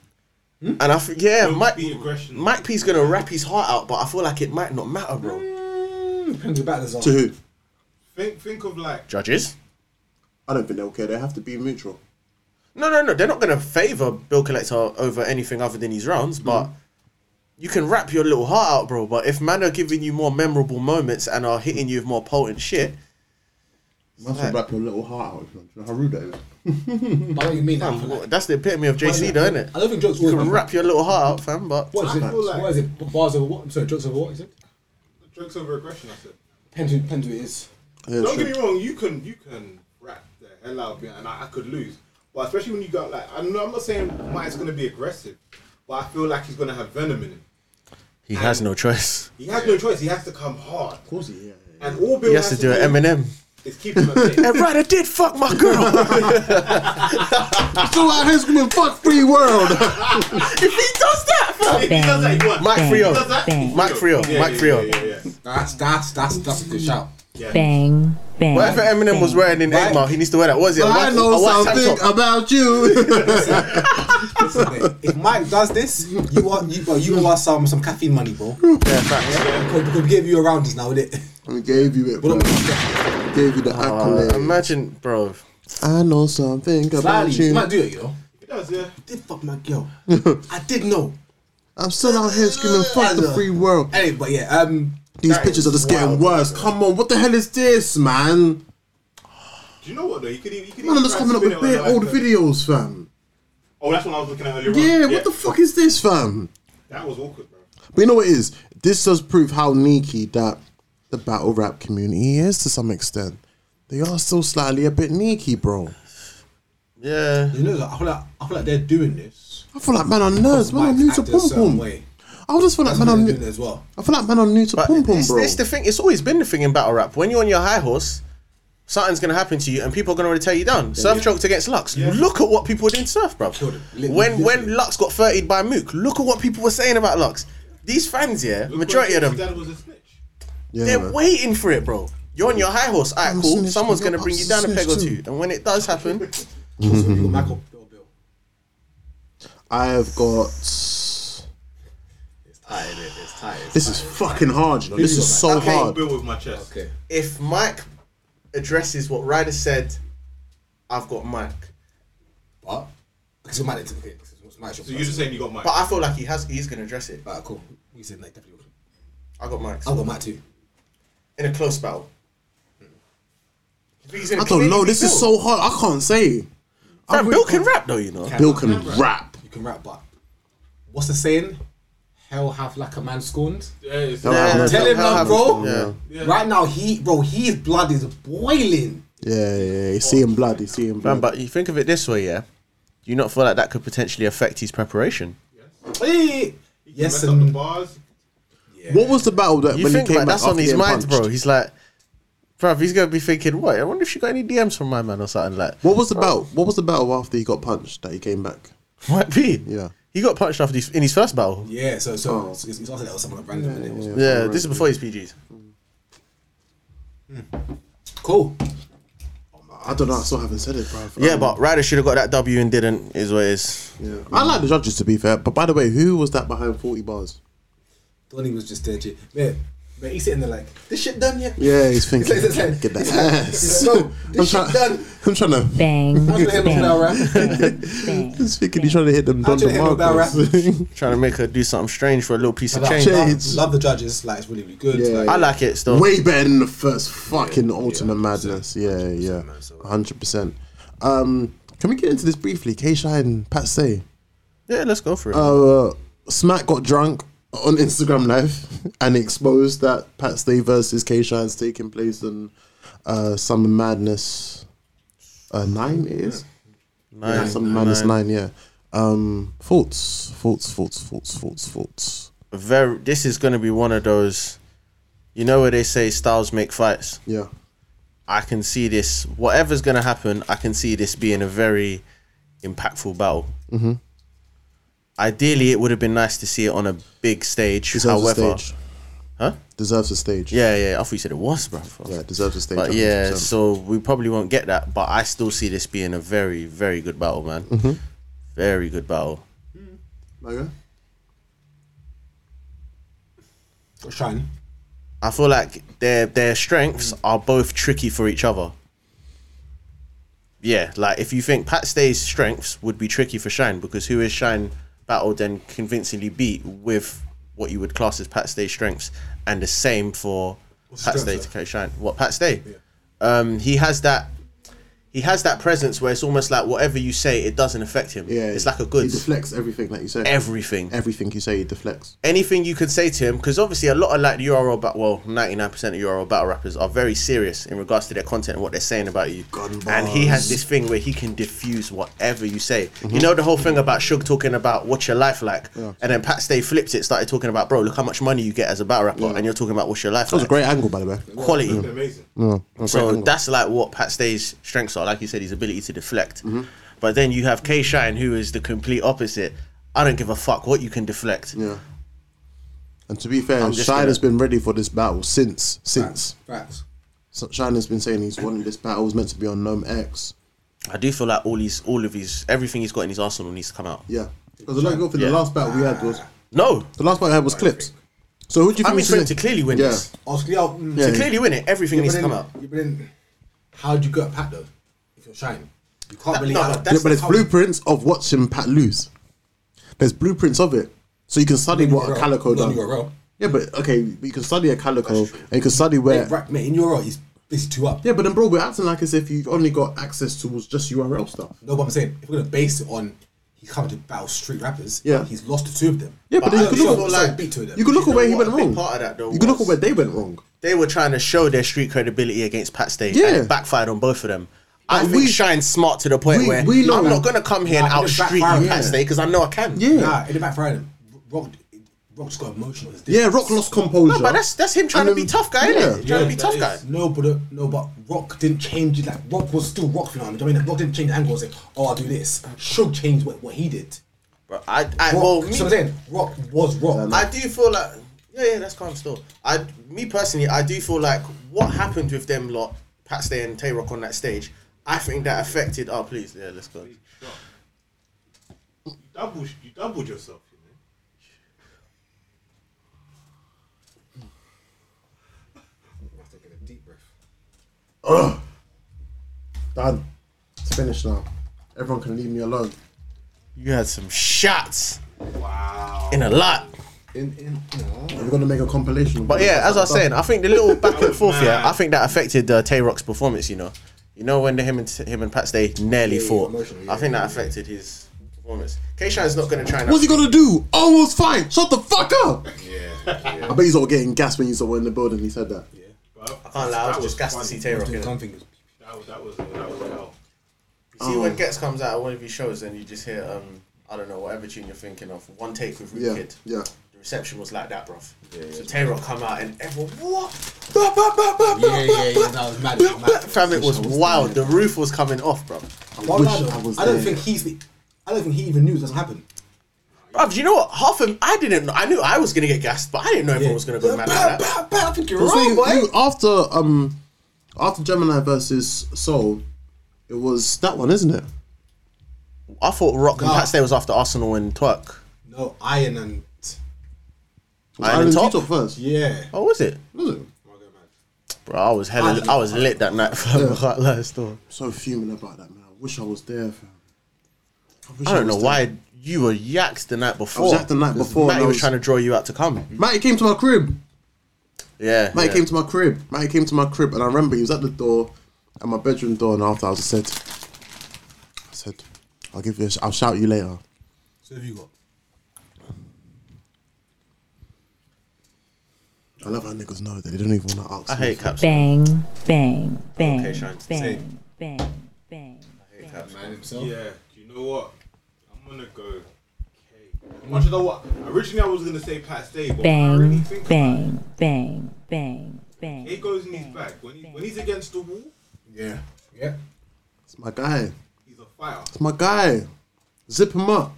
And I think, yeah,
Don't
Mike,
be aggression.
Mike P's gonna rap his heart out, but I feel like it might not matter, bro.
Depends who batters on.
To who?
Think think of like
Judges?
I don't think they'll care. They have to be neutral.
No, no, no. They're not gonna favour Bill Collector over anything other than his rounds, but you can rap your little heart out, bro. But if man are giving you more memorable moments and are hitting you with more potent shit,
Must have wrap your little heart out. Do you know how rude that is?
I know what you mean.
fam,
I feel like-
that's the epitome of JC, though, isn't
I
it?
don't think jokes
You
always
can
win.
rap your little heart out, fam, but
What is it?
I feel like-
What is it? Bars over what? I'm sorry, jokes over what? Is it?
jokes over aggression, I said.
Depends who, depends who it is.
Yeah,
Don't
sure.
get me wrong, you can you can rap the hell out of me and I, I could lose. But especially when you got like I'm not, I'm not saying Mike's gonna be aggressive, but I feel like he's gonna have venom in him.
he has no choice.
He has no choice, he has to come hard.
Of course, yeah. yeah.
And all Bill
He has to do an Eminem.
is keep
*laughs*
him at bay.
And right, I did fuck my girl.
Still out here screaming, "Fuck free world."
if he does that, fam.
He does that, he
*laughs*
won.
Mike
He
Frio.
does that, he
Bang.
won.
Mike Frio.
Yeah,
Mike
yeah,
Frio.
Yeah, yeah, yeah.
That's that's that's that's a good shout.
bang, bang.
Whatever Eminem was wearing in Eight Mile, he needs to wear that. What is it? A
I
white-
know
a white tank
something
top?
about *laughs* you.
if Mike does this, you are you, bro, you are some some caffeine money, bro.
Yeah, facts.
Because, because we gave you a round just now, innit?
we gave you it,
What
bro.
up? Ah.
gave you the accolade.
Imagine, bro.
I know something about
Slightly, you
you.
might do it, you know.
does, yeah.
did fuck my
*laughs*
girl. I did know.
I'm still out here screaming, fuck the free world.
Anyway, but yeah, um,
These
that is
pictures are just getting
wild.
worse. Come on, what the hell is this, man?
Do you know what though? You could even. You could
Man,
even
I'm just
try
coming up
spin
with
it on
bare
the
old
iPhone.
videos, fam.
Oh, that's what I was looking at earlier. on.
Yeah, what the fuck is this, fam?
That was awkward, bro.
But you know what it is? This does prove how sneaky that the battle rap community is to some extent. They are still slightly a bit sneaky, bro.
Yeah.
you know, like, I feel like I feel like they're doing this.
I feel like man are nerds, man are
Like,
new to
act a
pom
certain
pom.
way.
I just feel like
That's what
man are
they're
new.
doing as well.
I feel like man are new to
But
pom pom,
it's,
bro.
it's the thing. It's always been the thing in battle rap. When you're on your high horse, something's gonna happen to you, and people are gonna really tear you down. Surf choked against Lux. Look at what people did in Surf, bro.
Killed him. Literally,
When when
literally.
Lux got 30 by Mook, look at what people were saying about Lux. These fans, yeah,
Look
majority
what-
of
his
them,
Dad was a snitch.
Yeah,
they're
man.
waiting for it, bro. You're on your high horse. Alright,
I'm
cool.
snitching,
Someone's
yeah,
gonna
I'm
bring you down a peg or two,
snitching.
and when it does happen,
Also, you got Michael Bill Bill.
I have got.
It's tired. innit? It's tired. It's
This is fucking hard, you know.
you
This is
got,
so
Okay,
hard.
Bill with my chest.
okay.
if Mike addresses what Ryder said, I've got Mike.
But because you're mad at okay, so what's my
So you're just saying you got mine.
But I feel like he has. He's gonna address it.
Alright, cool. We said like definitely.
I got Mike's.
I got Matt too.
in a close battle.
I don't know. This is so hard. I can't say. I
Fam,
really
Bill can
can't-
rap though, you know.
Bill can rap.
You can rap, but what's the saying? Hell hath like a man scorned.
yeah, it's,
Yeah.
Yeah,
Tell him
how hard-
that, bro.
Yeah.
Right now, he bro, his blood is boiling.
Yeah, yeah, yeah. See him blood. You see him
Man,
blood.
but you think of it this way, yeah. Do you not feel like that could potentially affect his preparation?
Hey. Yes
mess up the
and
bars.
What was the battle that
You
when he
think
came
like
back
that's on
after
his
getting
mind,
punched?
bro. He's like, bro, he's gonna be thinking, what? I wonder if she got any DMs from my man or something like.
What was the battle? What was the battle after he got punched that he came back?
Might be.
Yeah.
He got punched after his, in his first battle. Yeah,
yeah, so so
Oh.
it's, it's also that was someone random. innit? It was-
this is before his PGs.
Cool.
I don't know. I still haven't said it, bro.
Yeah, but Ryder should have got that W and didn't. Is what it is.
Yeah. I like the judges to be fair. But by the way, who was that behind forty bars?
Donnie was just there, G. man. Man, he's sitting there like this shit
*laughs*
done yet.
Yeah, *laughs* he's thinking.
It's like- it's like-
Get that
it's like-
ass.
it's like, bro,
*laughs* I'm,
this
trying,
shit done.
I'm trying to.
Bang.
I'm trying to hit him with that
*laughs*
rap.
Bang.
He's thinking he's trying to hit them
I'm
Don
trying to hit him with that rap.
*laughs* DeMarcos.
Trying to make her do something strange for a little piece of change.
Change.
Love, love the judges, like it's really, really good.
Yeah.
like,
I like it still.
Way better than the first fucking Ultimate Madness. Yeah, yeah, hundred percent. Um, can we get into this briefly? K. Shine and Pat Say.
Yeah, let's go for it.
uh, Smack got drunk on Instagram Live *laughs* and exposed that Pat Stay versus K Shine's taking place in uh, Summer Madness uh, 9, it is? Yeah, Summer Madness 9, yeah. Um, thoughts, thoughts, thoughts, thoughts, thoughts, thoughts.
very this is going to be one of those you know where they say styles make fights
Yeah.
i can see this whatever's going to happen i can see this being a very impactful battle mm-hmm. ideally it would have been nice to see it on a big stage
Deserves
however
a stage.
Huh?
Deserves a stage.
yeah yeah i thought you said it was bro
Yeah, deserves a stage.
but yeah
100%.
so we probably won't get that but i still see this being a very very good battle man very good battle
Okay.
Or Shine.
i feel like their their strengths
Mm.
are both tricky for each other yeah, like if you think Pat Stay's strengths would be tricky for Shine because who is Shine battled and convincingly beat with what you would class as Pat Stay's strengths, and the same for Pat
his
Stay
strengths,
to K Shine. What Pat Stay? Um, he has that. He has that presence where it's almost like whatever you say, it doesn't affect him.
Yeah,
it's like a
He
good
deflects everything that you say.
everything
everything you say, he deflects.
anything you could say to him because obviously a lot of like URL bat well 99% of URL battle rappers are very serious in regards to their content and what they're saying about you
Gun
and he has
bars. Mm-hmm.
this thing where he can diffuse whatever you say you know the whole thing about Suge talking about what's your life like and then Pat Stay flipped it started talking about bro look how much money you get as a battle rapper and you're talking about what's your life
That was a
like.
great angle, by the way.
quality
Amazing.
so that's like what Pat Stay's strengths are. Like you said, his ability to deflect.
Mm-hmm.
But then you have K Shine, who is the complete opposite. I don't give a fuck what you can deflect.
Yeah. And to be fair,
I'm just
Shine
gonna-
has been ready for this battle since since
Facts.
so Shine has been saying he's wanted this battle was meant to be on Gnome X.
I do feel like all his, all of his, everything he's got in his arsenal needs to come out.
Yeah, because the logo for the
Yeah.
last battle we had was
No,
the last battle I had was clips. So who do you
I
think
mean
was
for him to
today?
clearly win
Yeah.
this,
Oscar, yeah, mm,
Yeah.
to clearly win it, everything
yeah, but
needs to
then-
come out.
yeah, but then, how do you get a pat though? If you're Shine, You can't really.
no,
I-
but
that's
yeah, but there's
how-
blueprints of watching Pat lose. There's blueprints of it, so you can study
In
what a
URL.
calico
Not
does.
in URL.
Yeah, but okay, but you can study a
Oh.
calico
That's true.
and you can study where.
Mate, right, mate, in your role, he's it's two up.
Yeah, but then bro, we're acting like as if you've only got access towards just URL stuff.
No, but I'm saying if we're gonna base it on he coming to battle street rappers,
Yeah.
he's lost to two of them.
Yeah, but,
But
then
I
you can
feel
look at
like-
sorry, beat two of them.
you can look
You
at
know
where he
what?
went
A big
wrong.
part of that, though,
you can look at
was-
where they went wrong.
They were trying to show their street credibility against Pat State. and
Yeah.
it backfired on both of them. I
Like,
think
we-
Shine smart to the point
we-
where
we know-
I'm not gonna come here and
Nah, it
out
just
street you
backfired, yeah.
Pat State because I know I can.
Yeah.
Nah, in the back for him, Rock, Rock just got emotional. It's
Yeah,
different.
Rock lost composure.
No, but that's that's him trying
And
to be
then-
tough guy,
yeah.
innit? Trying to be
that
tough
is.
guy.
No, but uh, no, but Rock didn't change it. Like Rock was still Rock. You know what I mean? Like, Rock didn't change the angle. And say, "Oh, I'll do this." Should change what, what he did.
Bro, I, I
Rock,
well, me,
so I'm saying Rock was Rock.
I do feel like yeah, yeah, that's calm still. I me personally, I do feel like what happened with them lot, Pat Stay and Tay Rock on that stage, I think that affected oh please, yeah, let's go.
Double, you doubled yourself. You know?
Done. It's finished now. Everyone can leave me alone.
You had some shots
Wow.
in a lot.
In, in, no.
We're gonna make a compilation.
But yeah, as I was saying, I think the little back and
was
forth, yeah,
mad.
I think that affected uh, Tay Rock's performance. You know, you know when the, him and him and Pat Stay nearly
yeah,
fought.
emotional, yeah,
I think that affected his performance. K Shine's not going to try and.
what's he gonna do? Oh, it was fine. Shut the fuck up.
Yeah.
I bet he's all getting gas when he's all in the building. He said that.
I can't lie, I was disgusted to see Tay Rock. innit?
Something is-
That was that was that was hell.
You see when Gets comes out of one of his shows and you just hear um I don't know whatever tune you're thinking of one take with Root
Yeah,
Kid.
yeah.
The reception was like that, bruv. so Tay Rock come out and everyone what?
Yeah, yeah, yeah. That was mad. it was mad.
Fam, it was wild. The roof was coming off, bruv.
Well,
wish
I, don't-
I was
I don't
there.
think he's. the- I don't think he even knew this happened.
Bruv, you know what? Half of I didn't. know- I knew I was gonna get gassed, but I didn't know everyone was gonna go mad like that.
I think you're
So
right,
you-
boy.
you- after um, after Gemini versus Soul, it was that one, isn't it?
I thought Rock and
Nah.
Pat Stay was after Arsenal and Twerk.
No, Iron and
Was
Iron and
T
Top?
Top first.
yeah.
Oh, was it?
Was it?
Bro, I was hella. I was lit that night. *laughs* Fam. I can't lie, still.
So fuming about that, man. I wish I was there. Fam. wish
I don't know
was there.
why you were yaks the night before.
yacked the night
'Cause
before and
Matty
I
was
was-
trying to draw you out to come.
Matty came to my crib.
Yeah.
Matty
yeah.
came to my crib. Matty came to my crib, and I remember he was at the door, at my bedroom door, and after I was said, I said, I'll give you, a sh- I'll shout you later.
So have you got?
I love how niggas know that they don't even want to ask.
I
me.
hate caps.
bang, bang, bang,
Okay, Shine.
bang, bang, bang.
Man himself.
Yeah. Do you know what? I'm gonna go. Okay. Much of the what? Originally, I was gonna say Pat Stay, but when I really
Bang,
think about it,
bang, bang, bang, bang.
He goes in his back when he, when he's against the wall.
Yeah. Yeah.
It's my guy.
He's a fighter.
It's my guy. Zip him up.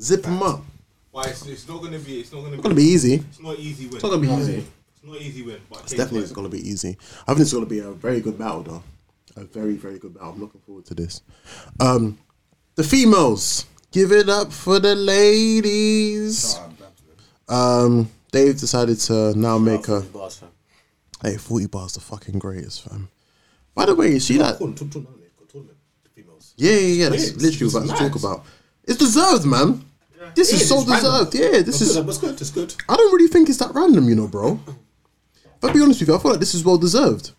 Zip him up.
Why? It's, it's not gonna be. It's not gonna
It's
be.
gonna be easy. It's
It's not easy win. It's
not gonna be easy.
not easy win. But
It's definitely gonna be easy. I think it's gonna be a very good battle, though. A very, very good battle. I'm looking forward to this. Um, the females, give it up for the ladies. Um, they've decided to now make a
Bars, fam.
hey, 40 bars the fucking greatest, fam. By the way, you see that?
Cool, took tournament. Got tournament. Females.
Yeah, yeah, yeah. That's
It's-
literally
it's
what I was
mad.
talking about. It's deserved, man. This is
It
so
is random.
deserved. Yeah, this is.
That's good. That's good.
I don't really think it's that random, you know, bro. If I be honest with you, I feel like this is well deserved.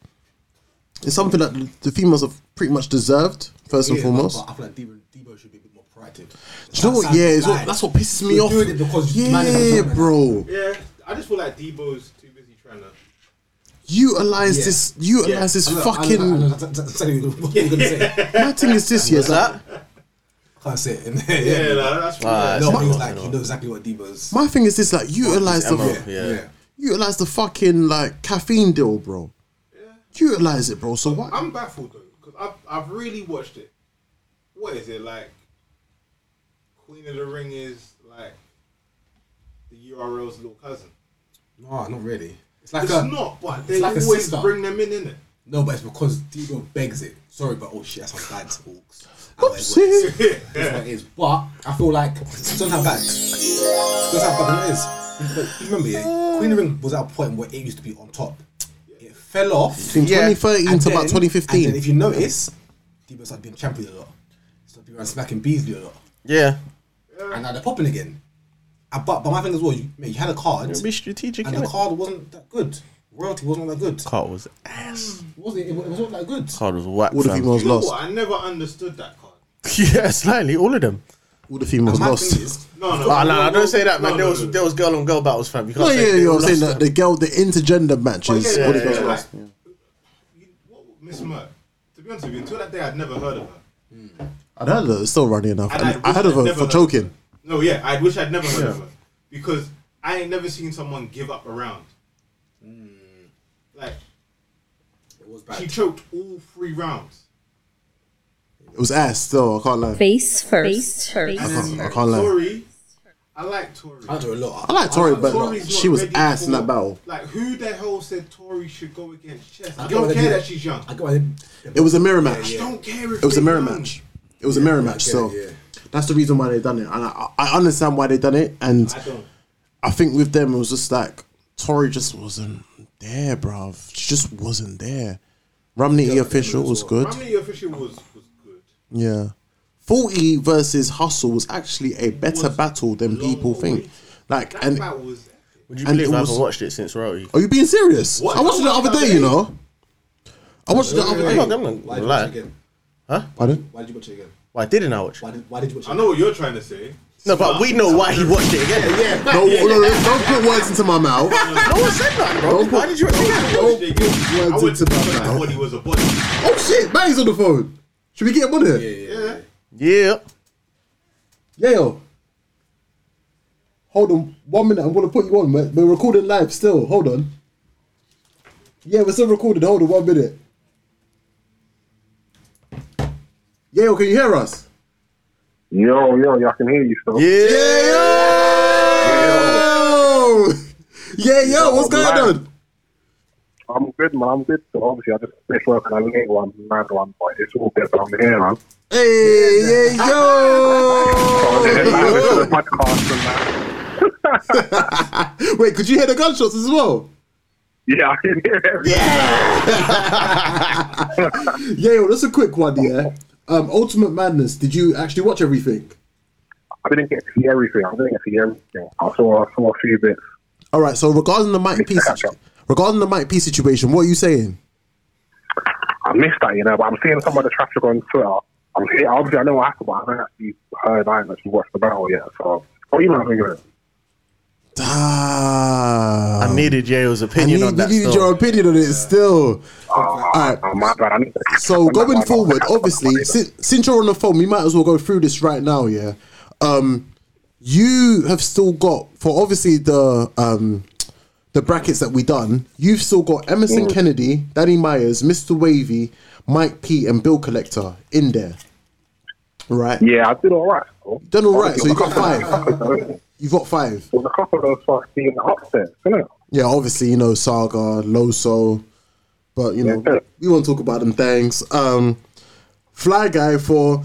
It's something that the females have pretty much deserved first and
Yeah,
foremost.
But I feel like Debo, Debo should be a bit more proactive.
Do you know what? Yeah, it's what, that's what pisses me
You're
off.
doing it because you- man,
yeah,
man.
bro,
Yeah. I just feel like Debo's too busy trying to.
utilize
Yeah.
this. Utilize this fucking.
That's what you're gonna say.
my thing is this year.
What's that?
Can't say it. *laughs* Yeah.
Yeah,
yeah.
like, that's true.
Ah,
No,
that's
but he was
not-
like, he knows exactly what Debo's.
My thing is this, like, utilize the
Emma. Yeah.
yeah.
utilize the fucking like caffeine deal, bro. Utilize it, bro. So what?
I'm baffled though because I've I've really watched it. What is it like? Queen of the Ring is like the URL's little cousin.
No, not really. It's like
it's
a,
not, but they
it's like a
always
sister.
bring them in, innit?
No, but it's because Debo begs it. Sorry, but oh shit, that's how dad
*laughs*
talks.
Oh, Oopsie.
*laughs* That's what it is. But I feel like sometimes bad. That's how bad it is. But you remember, yeah, Queen of the Ring was at a point where it used to be on top. It fell off
Between
Yeah.
2013
and
to
then-
about 2015.
And then if you notice, Debo started being champion a lot. So people are smacking Beasley a lot.
Yeah.
And now they're popping again. Uh, But, but my thing as well, you, mate, you had a card,
It'll be strategic.
and the
innit?
card wasn't that good. Royalty wasn't that good.
Card was ass.
Was it? It wa- it wasn't that good.
Card was whack.
All the
fam.
females
You know
lost.
what? I never understood that card.
*laughs* yeah, slightly. All of them.
All the females
My thing
*laughs* lost.
is,
No, no.
Ah,
no,
nah,
no,
don't say that, man.
no,
there
no,
was
no.
there was girl on girl battles, fam. You can't
No,
say
Oh, yeah,
they
yeah,
all
I'm saying
lost
that the girl, the intergender matches.
yeah,
all the
yeah,
girls
yeah.
lost.
Like, you- what- Miss Mer, to be honest with you, until that day, I'd never heard of her.
I'd heard of her, it's still running enough.
And
And
I
I heard of her
wish I'd never
for
heard
choking.
No, yeah, I wish I'd never heard of her because I ain't never seen someone give up a round. Like
It was
she
bad.
choked all three rounds.
It was ass, though, I can't lie.
Face first. Face
I
first.
can't, I can't lie.
Tori, I like Tori.
I do a lot.
I like Tori, but
Tori's not
she was
ready
ass in
for-
that battle.
Like who the hell said Tori should go against Chess? I,
I get
don't
what they
care
do.
that she's young.
I go ahead.
It was a mirror match.
I don't care if
It was a
they're
mirror
young.
match. It was a mirror match.
get
So
it, yeah.
that's the reason why they done it, and I, I understand why they done it. And
I don't.
I think with them, it was just like Tori just wasn't there, bruv. She just wasn't there. Romney official was good.
Romney official was was good.
Yeah. 40 versus Hustle was actually a better battle than people think. Like,
That
and
battle was.
Would you
And
believe
it
I
was-
haven't watched it since Rory?
are you being serious?
What?
I watched it the other day, you know. I watched it the other
I'm
day.
not, I'm not
Why
gonna
did you watch
lie.
it again?
Pardon?
Why did you watch it again?
Why didn't I watch
Why
it?
did, why did you watch it
I
again?
know what you're trying to say.
No, but we know why he watched it again. Yeah,
No, no, no, don't put words into my *laughs* mouth.
No one said nothing, bro.
Don't put-
Why did you watch it again?
Don't
Jay
put
Gill, I went
words into
to that
my
that
mouth.
body was a body.
Oh shit, Manny's on the phone. Should we get him on here? Yeah,
Yeah.
Yeah.
yo. Hold on one minute, I'm gonna put you on. We're, we're recording live still. Hold on. Yeah, we're still recording. Hold on one minute. Yeah, yo, can you hear us?
Yo, yo, y'all can hear you still.
Yeah.
Yo! Yeah, yo, what's going on?
I'm good, man. I'm good. So obviously, I just finished work and I late one, mad one, but it's all good. But I'm here, man.
Hey, yeah, yo!
Oh, yeah, man. This is a podcast, and that.
Wait, could you hear the gunshots as well?
Yeah, I can hear everything.
Yeah, yo, that's a quick one, yeah. Um, Ultimate Madness, did you actually watch everything?
I didn't get to see everything. I didn't get to see everything. I saw, I saw a few bits.
All right, so regarding the Mike P
catch
situ-
up.
regarding the Mike P situation, what are you saying?
I missed that, you know, but I'm seeing some of the traffic on Twitter. I'm here, obviously, I know what happened, but I haven't actually heard, I haven't actually watched the battle yet. So, what you might think of it?
Damn. Ah,
I needed Jayo's
I
opinion
need-
on that.
we need
still.
your opinion on it still. All right.
Oh, my bad. I need to
So
I'm not- I'm
going
not-
forward, oh.
I'm not-
obviously, since, since you're on the phone, we might as well go through this right now. Yeah, um, you have still got for obviously the um, the brackets that we done. You've still got Emerson Kennedy, Danny Myers, Mr. Wavy, Mike P, and Bill Collector in there. Right,
Yeah, I did all right. though.
Done all right, so you got
five.
you've got five.
There's a couple of those fucks being upset, isn't it?
Yeah, obviously, you know, Saga, Loso, but you know,
Yeah.
we won't talk about them things. Um, Fly Guy for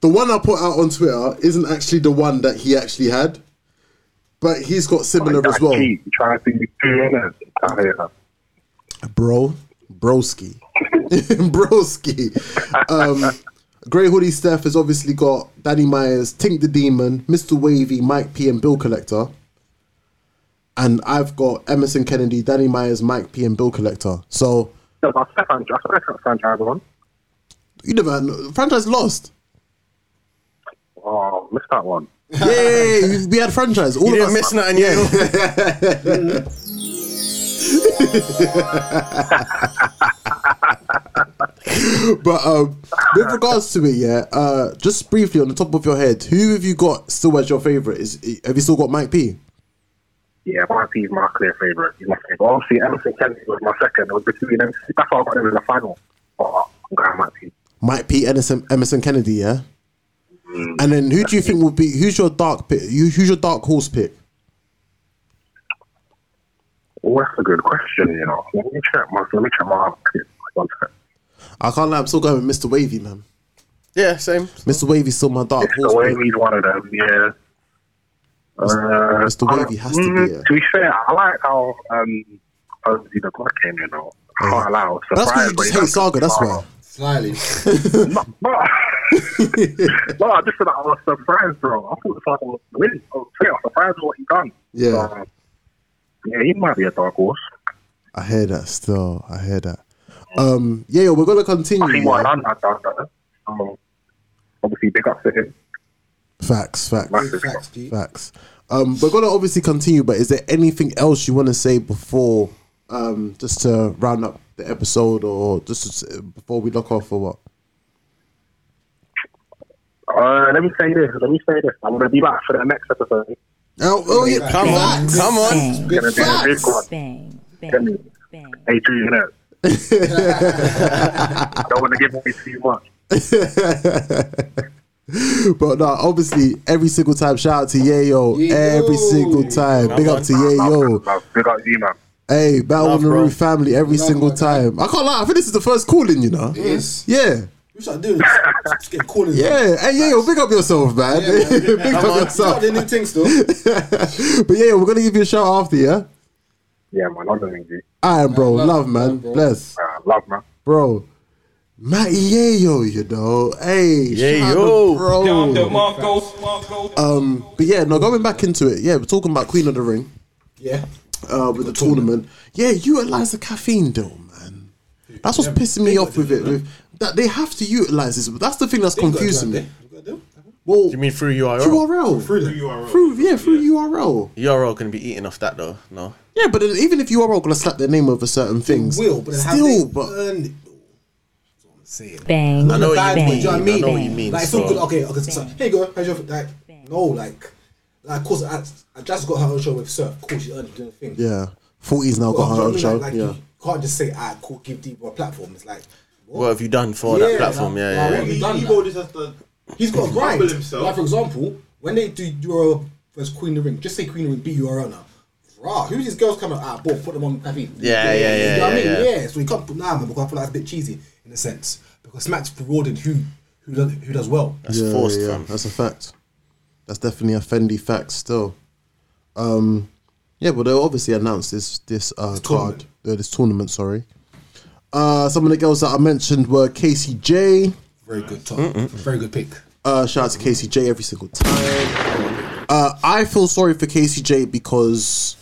the one I put out on Twitter isn't actually the one that he actually had, but he's got similar as well.
Cheat, trying to do it. I hear that.
Bro, broski, *laughs* broski. Um, Grey Hoodie Steph has obviously got Danny Myers, Tink the Demon, Mr. Wavy, Mike P, and Bill Collector. And I've got Emerson Kennedy, Danny Myers, Mike P, and Bill Collector. So
No, but I said franchise. I said franchise one.
you never had, franchise lost.
Oh, missed that one.
*laughs*
Yay! we had franchise. All
You
of
didn't miss
us.
nothing, yeah.
*laughs* But um, with regards to it, yeah. Uh, just briefly on the top of your head, who have you got still as your favorite? Is have you still got Mike P?
Yeah, YP is my clear favourite. He's my favourite. Obviously, Emerson Kennedy was my second. It was between them. That's how I got him in the final. But I'm going YP.
Mike P. Emerson, Emerson Kennedy, yeah. And then who do you think will be? Who's your dark pick? Who- Who's your dark horse pick?
Well, that's a good question, you know. Let me check my, let me check my one second.
I can't lie, I'm still going with Mr. Wavy, man.
yeah, same.
Mr. Wavy's still my dark
The
horse pick.
Wavy's one of them, yeah. Uh,
Mr. Wavy has to be
mm,
a-
To be fair, I like how um, Ozzy the God came, you know. I can't allow
But that's because you just hate Saga. That's why.
Slightly.
But
*laughs*
no, I just feel like I was surprised, bro. I thought the fuck I was winning. I was straight up surprised with what he done.
Yeah.
So, yeah, he might be a dark horse.
I hear that still. I hear that. Um, yeah, yo, we're gonna
I
continue.
think what
yeah.
I done, I done that. Um, obviously, big up to him.
Facts, facts,
Massive big up.
Facts, G.
facts. Um, we're gonna obviously continue, but is there anything else you want to say before, um, just to round up the episode, or just to s- before we lock off, or what?
Uh, let me say this. Let me say this. I'm gonna be back for the next episode.
Oh, oh yeah,
Come on,
facts.
come on.
bang,
Gonna be a big one.
bang,
Tell
bang,
me.
bang.
Hey, Drew, you know. I don't want to give away too much.
*laughs* But no, obviously every single time. Shout out to Yayo, every single time. Big up to Yayo.
Love, big up you, man.
Hey, Battle on
Love,
the
bro.
Roof family every
Love,
single
my guy.
time. I can't lie, I think this is the first calling, you know.
It is.
Yeah.
We should do this. Just get corners.
Yeah, hey Yayo, big up yourself, man. *laughs*
Yeah, man.
big up
Come on.
Start
yourself.
the new things though.
*laughs* But yeah, we're gonna give you a shout after, yeah?
Yeah, man. I'm doing you.
I am bro,
love,
love man,
love, bro.
bless.
Uh, love, man.
Bro. Matty Yayo, you know. Hey, shout out
Yayo.
to bro. Um, but yeah, no, going back into it, yeah, we're talking about Queen of the Ring
Yeah.
uh, with the tournament. Yeah, utilize the caffeine deal, man. That's what's pissing me off with it. With that, they have to utilize this. That's the thing that's confusing
eh?
me. Well,
You mean through URL?
URL through,
Who you are, bro.
yeah, through URL.
URL can be eating off that though. No,
Yeah, but then even if URL gonna slap their name over certain things,
Will, but then have
still,
they
but
earned it? though? That's what I'm saying.
Bang,
I know what you
Bad
mean.
boy, do you know what I mean?
I know what you mean.
Like it's all
so-
good. Okay, okay. So, here you go. How's your like? No, like, like, of course, I, I just got her own show with Surf. Of course, she earned it doing the thing.
yeah, forties now
But,
got her own
do you know
show.
what I mean? Like,
yeah,
like, you can't just say, "I cool, give Debo a platform." It's like, what?
What have you done for that
Yeah,
platform?
nah,
Yeah,
nah,
yeah, yeah.
what-
He-
done
he
that.
bought this as the-
He's got a grind.
humble himself.
Like for example, when they do URL versus Queen of the Ring, just say Queen of the Ring beat URL now. Rah, who's these girls coming out? Ah, boom, put them on caffeine.
Yeah, yeah, yeah,
You know what
yeah,
I mean?
yeah.
Yeah. so you can't put nah, man, because I feel like it's a bit cheesy in a sense. Because Smack's rewarding who who does who does well.
That's
yeah,
forced,
yeah,
fam.
that's a fact. That's definitely a Fendi fact still. Um, yeah, but they obviously announced this this uh card,
tournament.
uh, this tournament. Sorry. Uh, some of the girls that I mentioned were Casey J.
Very good top. Very good pick.
Uh, shout out to Casey J every single time. Uh, I feel sorry for Casey J because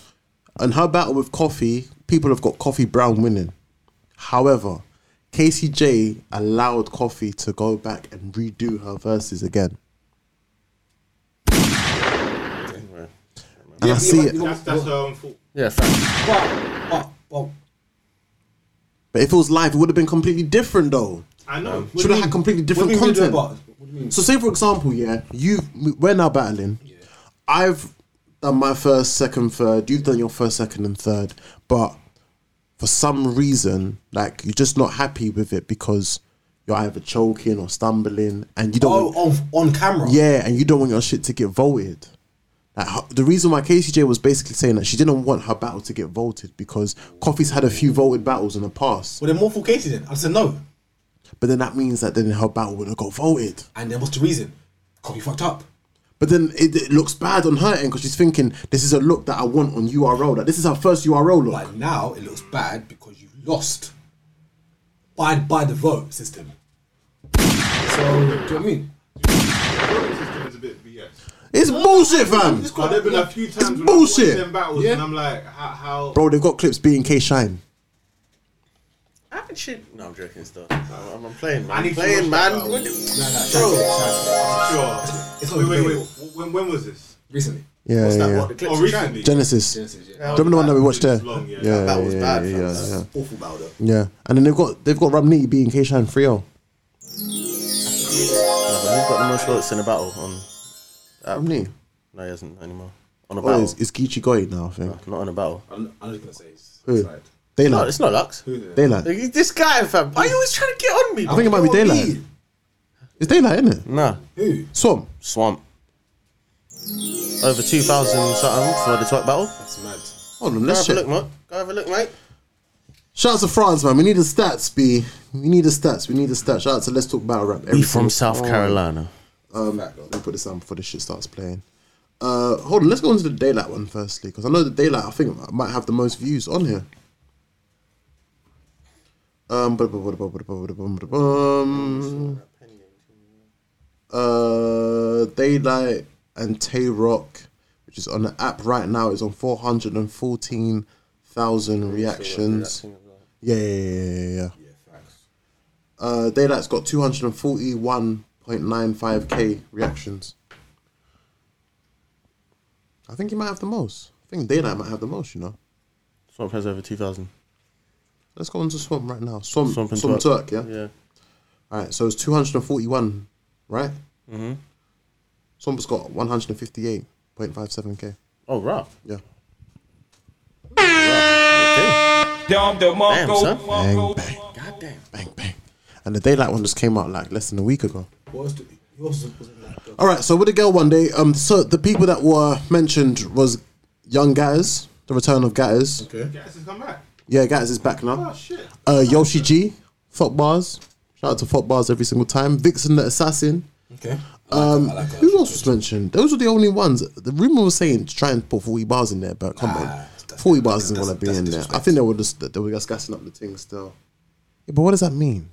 in her battle with Coffee, people have got Coffee Brown winning. However, Casey J allowed Coffee to go back and redo her verses again. And I see it.
That's that's her own fault.
Yeah, fam.
But, but, but
But if it was live, it would have been completely different though.
I know. What do
Should
you
have Um, had
mean?
completely
what do
different
you mean
content.
About, what do you mean?
So say for example, yeah, you we're now battling. I've done my first, second, third. You've done your first, second, and third. But for some reason, like you're just not happy with it because you're either choking or stumbling, and you don't.
Oh,
want-
on, on camera.
yeah, and you don't want your shit to get voted. Like, ho- the reason why KCJ was basically saying that she didn't want her battle to get voted because Coffee's had a few voted battles in the past,
Well, then more full cases then. I said no.
but then that means that then her battle would have got voted.
And then what's the reason? Copy fucked up.
But then it, it looks bad on her end because she's thinking this is a look that I want on URL. That this is her first URL look.
But now it looks bad because you lost by by the vote system. So do you know what I mean?
The voting system is a bit BS.
it's
Oh,
bullshit, fam.
Like, there've been a few times when I've watched
bullshit.
them battles
Yeah.
and I'm like, how? how
Bro, they've got clips being K Shine.
No, I'm joking. Still, I'm, I'm playing, man.
I
I'm
need to
playing, man.
watch that,
What
bro.
the-
Nah, nah, shout out, shout out.
sure.
It's
Wait,
not
wait, wait.
real.
Wh- When, when was this?
Recently.
Yeah,
What's
yeah.
that?
yeah.
What the clips
Oh,
you tried?
recently.
Genesis. Do
Genesis,
Yeah.
yeah.
you remember the one that we watched there?
It's long, yeah.
yeah,
That was
yeah,
bad,
yeah,
fam.
yeah, yeah.
Awful battle though.
Yeah. And then they've got they've got Ramniti being K Shine oh. 3
No, but who's got the most votes in a battle? On
Ramniti.
no, he hasn't anymore. On a
Oh,
battle,
it's, it's Geechee Goy now, I think.
No, not on a battle.
I'm, I'm just gonna say it's
Who?
side.
No,
Daylight.
it's not Lux.
Daylight.
Like, This guy, fam. Why are you always trying to get on me?
I think it might be Daylight. It's Daylight, isn't it?
Nah,
Who?
Swamp.
swamp. Over two thousand something for the twerk battle.
That's mad.
Hold on,
Go
let's
have a
check.
look, mate. Go have a look, mate.
Shout out to France, man. We need the stats, B. We need the stats. We need the stats. Shout out to Let's Talk Battle Rap.
We
Every
from
single-
South
Oh.
Carolina.
Um, Fact, though.
Let me put this on before this shit starts playing. Uh, hold on, let's go into the daylight one firstly, because I know the daylight. I think might have the most views on here. Um, but but but but but but but but um, uh, Daylight and Tay Rock, which is on the app right now, is on 414,000 reactions. Yeah, yeah, yeah, yeah, yeah. Uh, Daylight's got 241.95k reactions. I think he might have the most. I think Daylight might have the most, you know.
Swamp has over 2,000.
Let's go into Swamp right now. Swamp, Swamp,
Swamp and
Turk, yeah?
Yeah.
All right, so it's 241, right? Mm-hmm. Swamp's got 158.57k.
Oh, rough.
Yeah.
Okay.
Dom the
Damn, son.
Bang, bang,
God damn.
bang, bang. And the Daylight one just came out like less than a week ago.
What else do- yours wasn't like the-
All right, so with the girl one day, um, so the people that were mentioned was Young Gatters, the return of Gatters.
Okay. Ah,
Gas has come back.
Yeah, Gatters is back
Oh
now.
shit.
Uh, Yoshi G, Fuck Bars. Shout out to Fuck Bars every single time. Vixen the Assassin.
Okay.
Um,
I like her.
who else was mentioned? Those were the only ones. The rumor was saying to try and put 40 bars in there, but
Ah,
come on.
that's-
40 bars isn't going to
that's-
be
that's
in there. I
disrespectful.
think they were just they were just gassing up the thing still. Yeah, but what does that mean?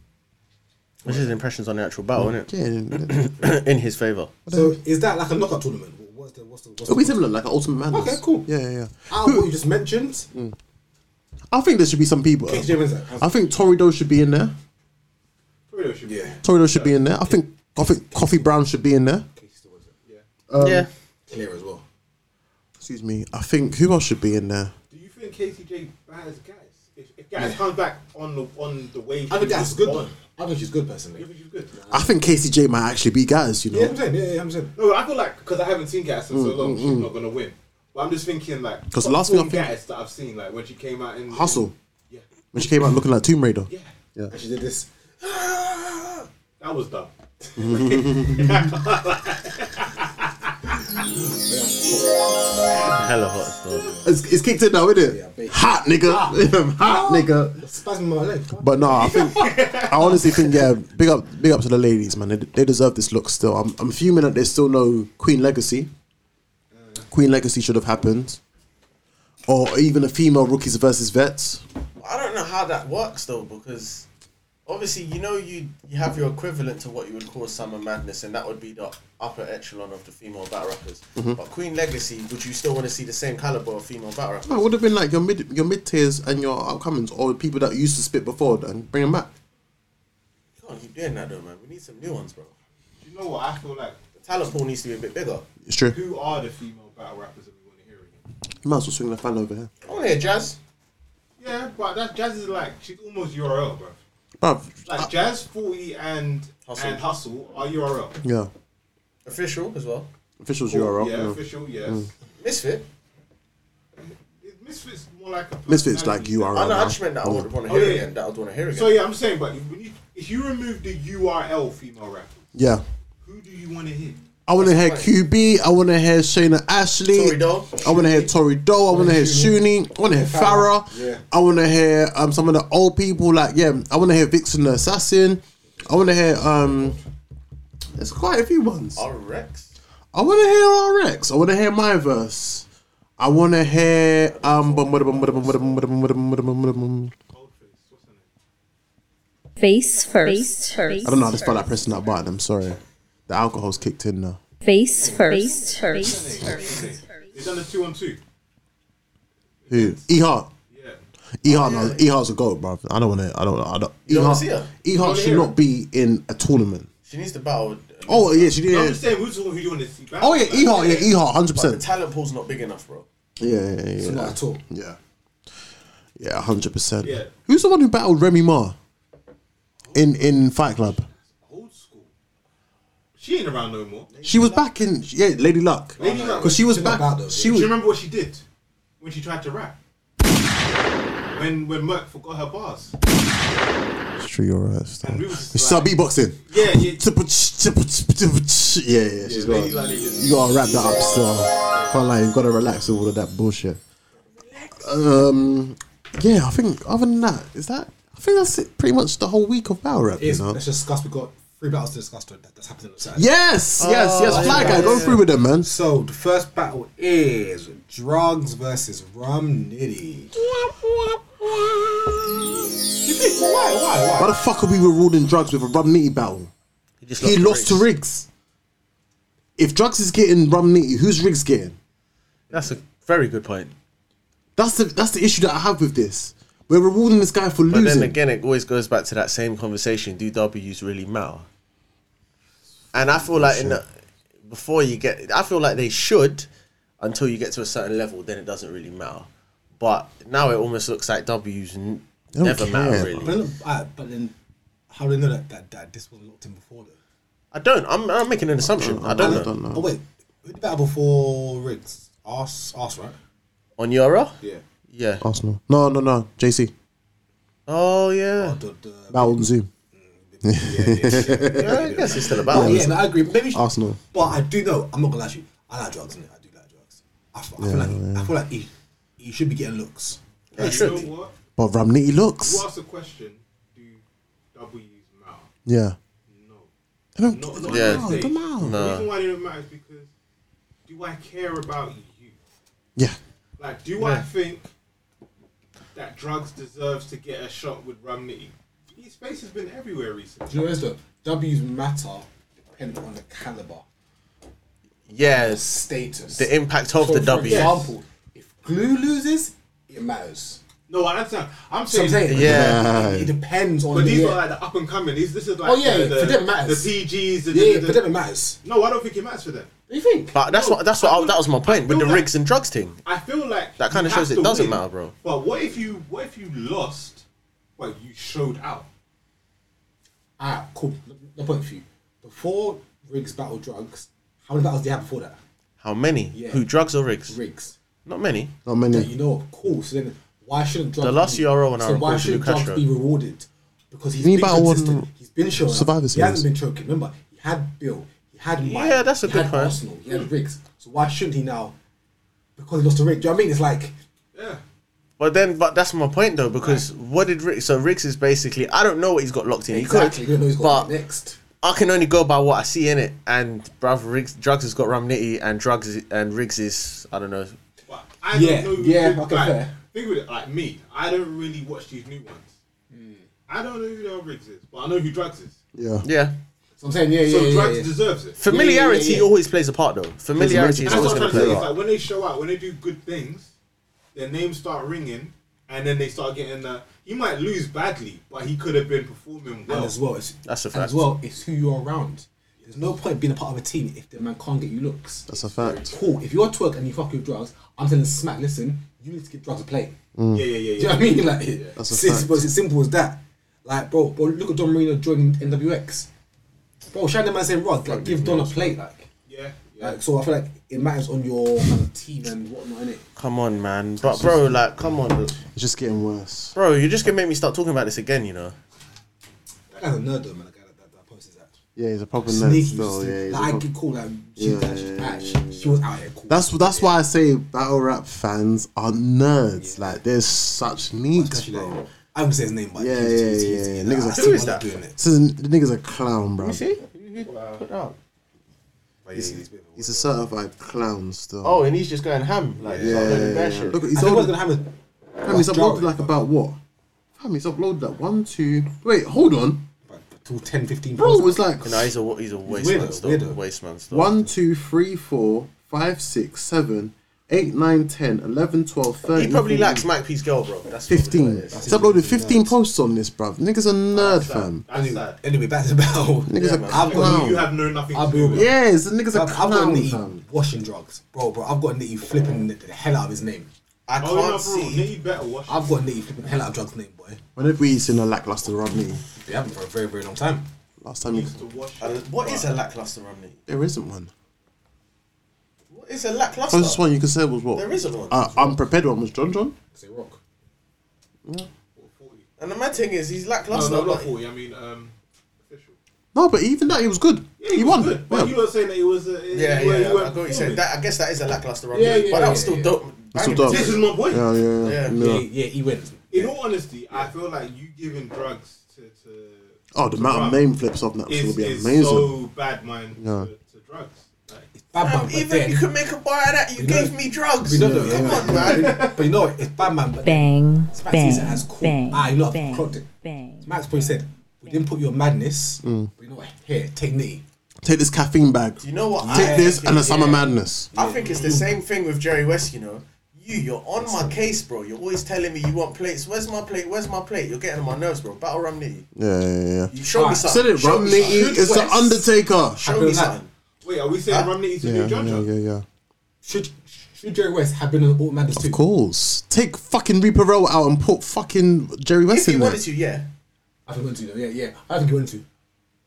This is impressions on the actual battle, isn't
Yeah, it'll
it? *laughs* In his favour.
So is that like a knockout tournament? What- What's the what's the what's
be
the
similar, like an Ultimate Madness.
Okay, cool. Ah,
Yeah, yeah, yeah.
out of what you just mentioned?
I think there should be some people.
KJ wins uh, that.
I think Torrido should be in there.
Probably should be.
Yeah.
Torrido should be in there. I think I think Coffee Brown should be in there.
KJ still wins it.
yeah.
Clear as well.
Excuse me. I think who else should be in there?
Do you think KCJ batters Gas? If, if Gas comes back on the on the wave,
I think
she
that's
was
good.
on.
though. I think she's good
You
personally.
think she's good?
I think KCJ might actually be guys. You know.
Yeah, I'm saying. Yeah, yeah, I'm saying.
No, I feel like because I haven't seen Gas in so long, she's not gonna win. But I'm just thinking like
Mm, 'Cause
what
last thing I
form
think-
Gas that I've seen like when she came out in
Hustle.
Yeah.
When she came out looking like Tomb Raider.
Yeah.
Yeah.
And she did this.
That was dumb.
Hella hot stuff.
It's, it's kicked in now, isn't
Yeah, Ah.
it?
babe.
hot nigga, *laughs* hot nigga.
Spasm in my leg.
But no, I think I honestly think yeah. Big up, big up to the ladies, man. They, they deserve this look still. I'm, I'm fuming that there's still no Queen Legacy. Queen Legacy should have happened, or even a female rookies versus vets.
I don't know how that works though, because obviously you know you you have your equivalent to what you would call summer madness, and that would be the upper echelon of the female battle rappers.
Mm-hmm.
But Queen Legacy, would you still want to see the same caliber of female battle rappers?
No, it would have been like your mid your mid tiers and your upcomings, or people that used to spit before and bring them back.
You can't keep doing that though, man. We need some new ones, bro.
Do you know what I feel like?
The talent pool needs to be a bit bigger.
It's true.
Who are the female battle rappers that we want to hear again?
You might as well swing the fan over here,
I want to hear jazz.
Yeah, but that Jazz is like she's almost URL, bro.
bruv. uh,
Like Jazz Forty and
Hustle.
and Hustle are URL.
Yeah,
Official as well.
officials
Cool,
URL.
Yeah,
yeah.
official. Yes.
Mm.
Misfit.
It- Misfits more like a
Misfits like
personality.
URL.
I know, I
now.
just meant that I would want to
Oh,
hear
yeah.
again. That I would want to hear again.
So yeah, I'm saying, but when you, if you remove the URL female rappers,
Yeah.
who do you want to hear?
I want to hear
That's
QB. I want to hear Shayna Ashley.
Tory Doe.
I want to hear Tory Doe. I want to hear Shuni. I want to hear Farah.
Yeah.
I want to hear um, some of the old people. Like yeah, I want to hear Vixen the Assassin. I want to hear um. There's quite a few ones.
RX.
I want to hear RX. I want to hear my verse. I want to hear um. bum, bada, bum, bada, bum, bada, bum, bada, bum, bada, bum, bada, bum, bada, bum.
Face first. Face first.
I don't know how to spell that pressing that button. I'm sorry. The alcohol's kicked in now.
Face first. Face first.
They've done a two on two.
Who? E Heart.
Yeah.
E Hart, no, E Hart's a goat, bro. I don't want to. I don't. I don't. E
don't wanna
Hart,
see her?
E Hart should
hear
not
her?
be in a tournament.
She needs to battle.
Oh yeah, she
No, I'm
did.
just saying, we're talking who you want to see battle.
Oh yeah, E Hart, yeah, E Hart, hundred
But the
percent.
talent pool's not big enough, bro.
Yeah, yeah,
It's Not
yeah,
at all.
yeah, yeah, hundred percent.
Yeah.
Who's the one who battled Remy Ma in in Fight Club?
Old school. She ain't around no more.
She was back in yeah, Lady Luck.
Lady Luck.
because she was
She's not
back.
bad though,
She
Do you
was.
remember what she did when she tried to rap? When when Merck forgot her bars.
It's true, you're right.
And we was just
It's like
like-
beatboxing.
Yeah, yeah.
Yeah, yeah, she's
Lady
got.
Luck is-
You gotta wrap that up still. Can't lie, you gotta relax with all of that bullshit. Um, yeah, I think other than that, is that? I think that's it. Pretty much the whole week of battle rap, you
Is,
know.
let's just discuss. We got three battles to discuss. That, that's happening on Saturday.
Yes, yes, yes. Fly guy, go through with them, man.
So the first battle is drugs versus rum nitty. You think why why
Why
why?
the fuck are we ruling drugs with a rum nitty battle?
He just
He lost to Riggs. If drugs is getting rum nitty, who's rigs getting?
That's a very good point.
That's the that's the issue that I have with this. We're rewarding this guy for
But
losing.
then again, it always goes back to that same conversation: Do W's really matter? And I feel like in the, before you get, I feel like they should until you get to a certain level, then it doesn't really matter. But now it almost looks like W's n-
don't
never matter
care,
really.
But then, uh, but then how do they know that, that, that this wasn't locked in before though?
I don't. I'm, I'm making an assumption. I don't, know.
Oh wait, who did battle before Riggs? Arse, arse, right?
On Yara?
Yeah.
Yeah.
Arsenal. No, no, no. JC.
Oh yeah.
Or the,
*laughs*
the,
Battle on Zoom.
yeah I guess it's still *laughs* about.
Oh, yeah, no, I agree. Maybe she-
Arsenal.
But I do know. I'm not gonna lie to you. I like drugs, innit? I do like drugs. I feel, I feel like I feel like he, he should be getting looks.
Yeah,
You
should.
know what?
But Ramniti looks.
You asked a question. Do W's matter?
Yeah.
No.
They don't-
Not, not
Yeah.
at this
Come
stage.
on.
The reason why they don't matter is because do I care about you?
Yeah.
Like, do I think that drugs deserves to get a shot with Romney? His face has been everywhere recently.
Do you know what it is though? W's matter depend on the caliber,
Yes.
status,
The impact of
So,
the
for
W.
Example, if Glue loses, it matters.
No, I understand. I'm
So
saying,
I'm saying,
Yeah.
it, it depends on.
but
the
these
year.
are like the up Oh, and coming. These, this is like
Oh, yeah,
the, the,
for them it matters.
the PGs. The,
yeah, yeah,
the-
but then it matters.
no, I don't think it matters for them.
What do you think?
But that's what that's what I, that was my point with the
No, I-
rigs and drugs thing.
I feel like
That kinda
you have
shows it
to
doesn't matter, bro.
But what if you what if you lost, but you showed out?
Ah, cool. No- No point for you. Before Riggs battled drugs, how many battles did he have before that?
How many?
Yeah.
Who drugs or rigs?
Riggs.
Not many.
Not
that
many.
you know of. Cool. So then, why shouldn't drugs?
The last E
be,
URL when I
so why
reported
should
to
drugs
Castro.
be rewarded? Because he's
You mean
been
about one
consistent. He's been showing. up.
Survivor
He hasn't been
Series?
choking. Remember, he had Bill. He had Mike.
Yeah, that's a
he
good
had
point.
Arsenal. He had Riggs. So why shouldn't he now? Because he lost to Riggs. Do you know what I mean? It's like
Yeah.
But then, but that's my point though, because what did Rick? So Riggs is basically I don't know what he's got locked in.
exactly.
He
You don't
could,
know who's got
but
next.
I can only go by what I see in it. And bruv, Riggs, drugs has got Ramniti, and drugs is- and Riggs is I don't know.
But I
Yeah,
don't know. who
yeah,
the-
okay,
like,
fair.
Think of it like me. I don't really watch these new ones.
Hmm.
I don't know who the Riggs is, but I know who Drugs is.
Yeah.
Yeah,
So I'm saying, yeah, yeah,
So
yeah.
Drugs
yeah, yeah.
deserves it.
familiarity
yeah, yeah.
always plays a part though. Familiarity is
That's
always
what
going to
I'm trying to say.
play a
It's
part.
like when they show out, when they do good things, their names start ringing, and then they start getting the. He might lose badly, but he could have been performing
And
well.
as well, it's,
That's a
and
fact.
As well, it's who you're around. There's no point being a part of a team if the man can't get you looks.
That's a fact.
Cool. If you're a twerk and you fuck with drugs, I'm telling Smack, listen, you need to give drugs a play.
Yeah, yeah, yeah,
*laughs* Do you know
yeah.
what I mean? Like,
That's a
it's, it's-
fact.
it's as simple as that. Like, bro, bro, look at Don Marino joining NWX. Bro, Shannon Man saying, Rod, like, give Don a plate. Like,
yeah, yeah.
like, so I feel like it matters on your kind of team and whatnot, innit?
Come on, man. But bro, like, come on,
It's just getting worse.
bro. You're just gonna make me start talking about this again, you know.
That guy's a nerd, though, man. The guy that, that, that posted that.
Yeah, he's a proper nerd
Sneaky.
still. Yeah, he's a
like, I
proper-
could call that. She,
Yeah,
that, she,
yeah,
that- she- she was out here cool.
That's that's why I say battle rap fans are nerds. Like there's such needs,
Actually,
bro.
I wouldn't say his name, but
Yeah,
he's- he's-
yeah,
he's-
yeah,
he's-
yeah. Niggas
I
are
still
Who
is
love
that?
doing it.
This is, the nigga's a clown, bro.
See? You put it up.
He's a certified clown still.
Oh, and he's just going ham. Like, yeah,
yeah, yeah, yeah.
shit.
Look,
I
he's
think what's
uploaded.
gonna happen.
Fam, he's
Jarrett.
uploaded like about what? Fam, he's uploaded like one, two. Wait, hold on,
Till 10, 15
bro. It
posts.
was like
No, he's a he's a waste
weirdo,
man still.
weirdo.
Waste man still.
one, two, three, four, five, six, seven, eight, nine, ten, eleven, twelve,
He
thirteen.
probably likes Mike P's girl, bro. That's what it
15.
is.
He's uploaded 15 posts on this, bruv. Niggas a nerd, fam.
That's sad.
Anyway, back to battle.
*laughs* Niggas a
I've got
clown.
You have no nothing
I'll
to
be
do
real.
with it.
Yeah, it's a niggas a
I've, I've got
clown,
Nitty
fam.
washing drugs, bro, bro. I've got Nitty flipping the, the hell out of his name.
I can't
Oh, no, bro.
see.
Nitty better watch.
I've got Nitty flipping the hell out of drugs name, boy.
Whenever we seen a lackluster Rodney,
They haven't for a very, very long time.
last time he,
used to watch.
Uh, What is a lackluster Romney?
there isn't one.
What is a
Closest
lackluster?
one you can say was what?
There isn't one.
Uh, unprepared one was John John.
Say rock.
And the mad thing is, he's
No,
lackluster.
no, not
like-
40. I mean, um, official.
No, but even that, he was good. he,
was
won.
Good,
yeah.
but you were saying that it was a. It,
yeah,
it,
yeah,
it
yeah. I got
weren't
what you
performing.
said. That, I guess that is a lackluster Romney.
Yeah, yeah,
but that was
yeah,
still
yeah.
dope.
It's
Banging
still dope.
This
tits.
is my point.
yeah, yeah,
Yeah.
yeah.
Yeah,
yeah.
yeah, he wins.
In all honesty, I feel like you giving drugs to. to
Oh, the
to
amount of
drugs
name flips off that was gonna
is,
be
is
amazing.
so bad, man.
Yeah.
To, to drugs. Like,
It's bad man,
Damn,
but
Even
then-
you could make a buy of that. You
know-
gave me drugs.
We know that,
Come
yeah.
on, man.
but you know what? It's bad man, but
Bang.
Smack
Bang.
season has cool.
Bang.
ah, you know, I've
Bang.
clocked it.
Bang.
Mm.
Max probably said, we didn't put your madness, but you know what? Here, take Nitty.
Take this caffeine bag.
You know what?
Take
I
this
think
and a
it-
summer
yeah.
madness.
I think it's the same thing with Jerry West, you know. You, you're on my case, bro. You're always telling me you want plates. Where's my plate? Where's my plate? You're getting on my nerves, bro. Battle Ram Nitty.
Yeah, yeah, yeah.
You show me
Said
something.
it,
Show
Rum
me
Nitty
something.
is the Undertaker.
Show me
Happy
something.
Wait, are we saying Romney's a
Yeah,
new John
yeah,
John?
yeah, yeah.
Should should Jerry West have been an automatic too?
Of course. Take fucking Reaper Row out and put fucking Jerry
If
West
you
in there.
wanted to, yeah.
I think he wanted to. though. Yeah, yeah. I think he wanted to.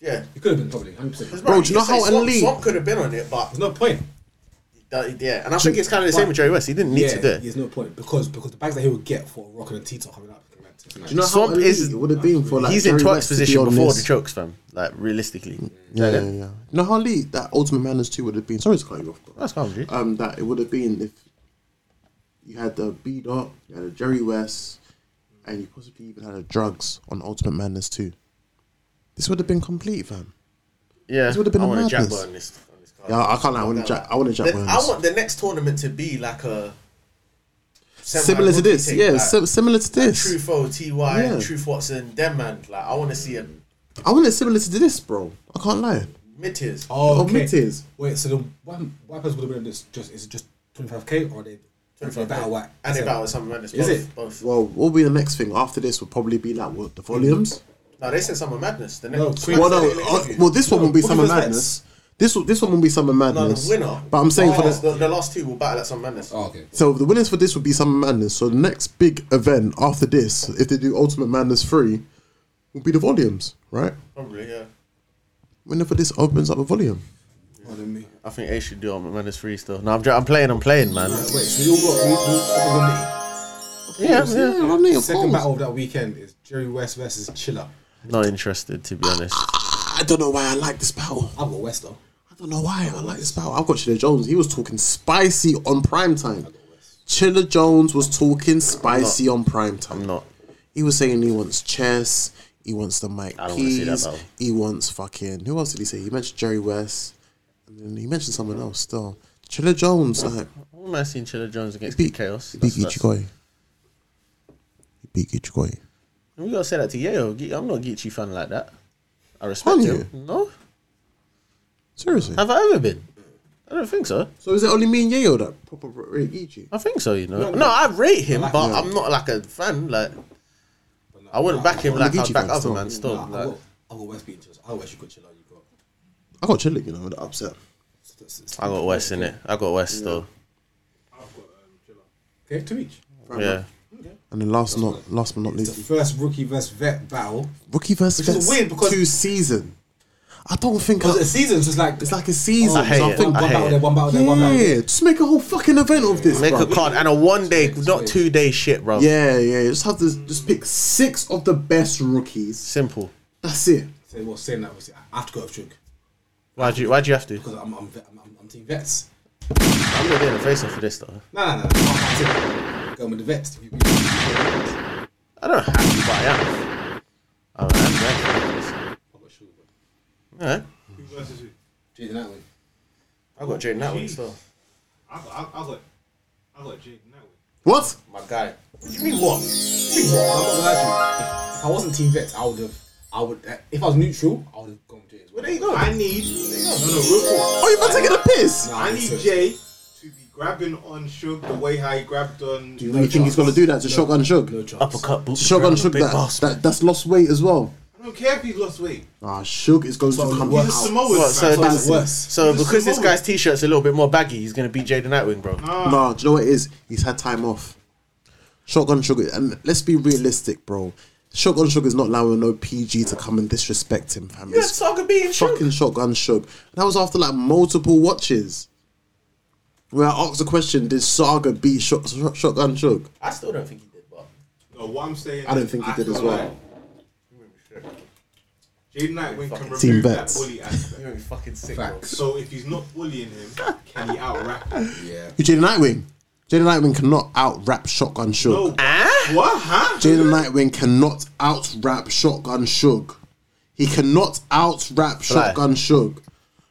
Yeah.
He could have been probably 100. percent
Bro, do you know
could say
how
Swamp-
elite-
Swamp could have been on it, but
There's no point.
that- yeah, and I think it's kind of the same with Jerry West. He didn't need
yeah,
to do it.
there's no point because because the bags that he would get for Rock and a Tito coming up.
Do you know
Swamp
how elite
is-
it would have been for like
He's in
Jerry
Twerk's
West to be
position
on
before
this?
the chokes, fam. Like realistically,
Yeah, yeah, yeah. You know how elite that Ultimate Madness two would have been. Sorry to cut you off, bro.
that's calm, dude.
um, that it would have been if you had the B Dot, you had a Jerry West, and you possibly even had a Drugs on Ultimate Madness 2. This would have been complete, fam.
Yeah,
this would have been
I
a
want a jack
madness.
on this. on this card.
Yeah, I can't lie. I want to jack. I want to jack.
Then
Burns.
I want the next tournament to be like a
similar to this, yeah, sim- similar to
True
this.
Foe, Ty,
Yeah.
Truth Watson, them man. Like I want to see a
I want it similar to this, bro. I can't lie.
mid tiers.
Oh, okay.
Omit is.
Wait, so then what what happens with the winner of this? Just is it just 25k or are they 25 battle whack?
and they
So-
battle something madness.
Is
both,
it?
Both.
Well, what will be the next thing after this? Would probably be like what the volumes.
No, they said summer madness. The next
No, Queen-
Well,
Smack
no.
said it in the
uh,
interview.
well, this one will be
What
Summer
was next?
Madness. This will, this one will be Summer
no,
Madness.
the winner.
But I'm saying
the
for
last,
the,
the, the last two will battle at summer madness.
Oh, okay.
so the winners for this would be Summer Madness. So the next big event after this, if they do Ultimate Madness three, will be the volumes, right?
Probably, yeah.
Winner for this opens up a volume.
Pardon me.
I think A should do on madness free still. No, I'm, j- I'm playing. I'm playing, man.
Wait, so we all got we, we, we, we,
Yeah, yeah.
I mean, of
Second
course.
battle of that weekend is Jerry West versus Chiller.
Not interested to be honest.
I don't know why I like this battle.
I've got West though.
I don't know why I like this battle. I've got Chiller Jones. He was talking spicy on prime time. Chiller Jones was talking spicy on prime time.
I'm not.
He was saying he wants chess. He wants the Mike
I don't wanna see that
Keys.
battle.
He wants fucking. Who else did he say? He mentioned Jerry West, and then he mentioned someone else still. Chiller Jones, like
What am I seeing Chilla Jones against Kid
beat
Chaos?
He beat
That's- that's-
Ichigoi. He beat Ichigoi.
We gotta say that to Yeo. Ge- I'm not a Geechee fan like that. I respect
Aren't
him. No,
Seriously.
have I ever been? I don't think so.
So is it only me and Yayo that proper rate Ichi?
I think so. You know. No, I rate him,
like
but
him.
I'm not like a fan. Like I wouldn't back him
I'm a
like I'd
Geechee
back
fan
other
still.
man. Still,
I've
like,
got, I've got West beating Chiller. I got West, you got Chiller, you got.
I got chilling, you know, with the upset.
I got West in it. I got West still.
Okay, two each.
Yeah.
And then last not last but not
It's
least,
the first rookie versus vet battle.
rookie versus
Which is
vets,
weird because-
two season. I don't think I,
Because the season's just like
it's like a season.
I hate
So
it.
think-
one
I hate
battle
it.
there, one battle there, one battle
yeah,
there.
just make a whole fucking event of this.
Make
bro.
a card and a one day, not two day shit, bro.
Yeah, yeah. Just have to just pick six of the best rookies.
Simple.
That's it.
So what's saying that was I have to go with Chug
Why do you? Why do you have to?
because I'm I'm, vet- I'm I'm I'm team vets.
I'm not doing a face off for this though.
No, no, no. no. I'm going with the vets. You- you- you-
I don't have to, but I am. Oh, I don't have
I've got Shug, but
to. Yeah.
Who versus who?
Jaden Atwood.
I got Jaden that one still.
I got, I, I got, I got Jake Nowit.
What?
My guy. What do you mean what?
I'm not gonna lie to you. If- If I wasn't team vets, I would have. I would. uh, If I was neutral, I would have gone with Jaden.
Well, there you go.
I need, no, no, real talk.
Oh, you're about taking a piss?
I need Jay to be grabbing on Shug the way how he grabbed on.
Do you really think he's gonna do that to Shotgun Shug?
No chance.
Uppercut, boot.
To Shotgun
ground,
Shug,
big
that,
boss.
that that's lost weight as well.
I don't care if he's lost weight.
Ah, Shug is going to come
He's a
out.
Samoan.
What, so
man.
this-
That's worse.
So
He's a
because this
Samoan.
guy's t-shirt's a little bit more baggy, he's gonna beat Jaden Nightwing, bro.
Nah, do you know what it is? He's had time off. Shotgun Sugar, and let's be realistic, bro. Shotgun Sugar is not allowing no PG to come and disrespect him, fam.
You had
It's
Saga beating Shug.
fucking Shotgun Sugar. That was after like multiple watches. Where I asked the question, did Saga beat Shot- Shot- Shotgun Sugar?
I still don't think he did, but
No, what I'm saying.
I don't think he did as well.
Jay Nightwing can remove
Team
that
vets.
bully aspect.
you're gonna be fucking sick,
Facts.
So if he's not bullying him, can he out rap him?
Yeah.
Who, Jaden Nightwing? Jaden Nightwing cannot out rap Shotgun Sugar.
No. What? Huh?
Jaden Nightwing cannot out rap Shotgun Sugar. He cannot out rap Shotgun Sugar.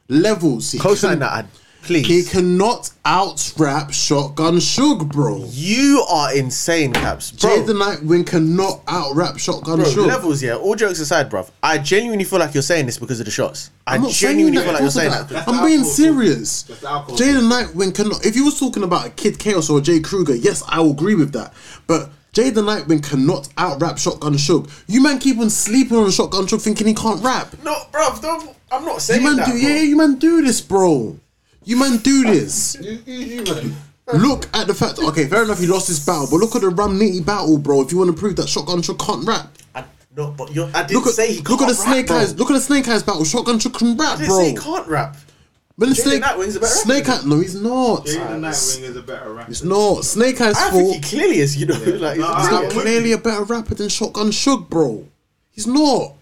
Levels. He
Coastline
couldn't-
that I please.
He cannot out rap Shotgun Shug, bro.
You are insane, Caps. Bro,
Jay the Nightwing cannot out rap Shotgun
bro,
Shug.
levels, yeah. All jokes aside, bruv. I genuinely feel like you're saying this because of the shots. I
I'm not saying
genuinely
that
feel like you're
because
saying
of
that.
That's
I'm being
alcohol.
serious.
That's alcohol.
Jay the Nightwing cannot. If you was talking about a Kid Chaos or a Jay Kruger, yes, I will agree with that. But Jay the Nightwing cannot out rap Shotgun Shug. You man keep on sleeping on Shotgun Shug thinking he can't rap.
No, bruv, don't, I'm not
You
saying
man
that.
do,
bro.
yeah, you man do this, bro. You man do this.
You, you, you man.
look at the fact. Okay, fair enough, he lost this battle, but look at the Ram Nitty battle, bro. If you want to prove that Shotgun Shug can't rap,
I, no, but you're, I didn't
look at
say he
look at
can't
the
rap,
Snake
bro.
Eyes. Look at the Snake Eyes battle. Shotgun Shug can
I
rap,
didn't
bro.
say he can't rap.
But the
Jay the
Snake,
Nightwing's a better
Snake Eyes, no, he's not.
Jay the Nightwing is a better rapper.
It's not. Snake Eyes
I
fault.
think he clearly is, you know. *laughs* Like, he's
No, I-
not
He's
I'm with
clearly a better rapper than Shotgun Shug, bro. He's not.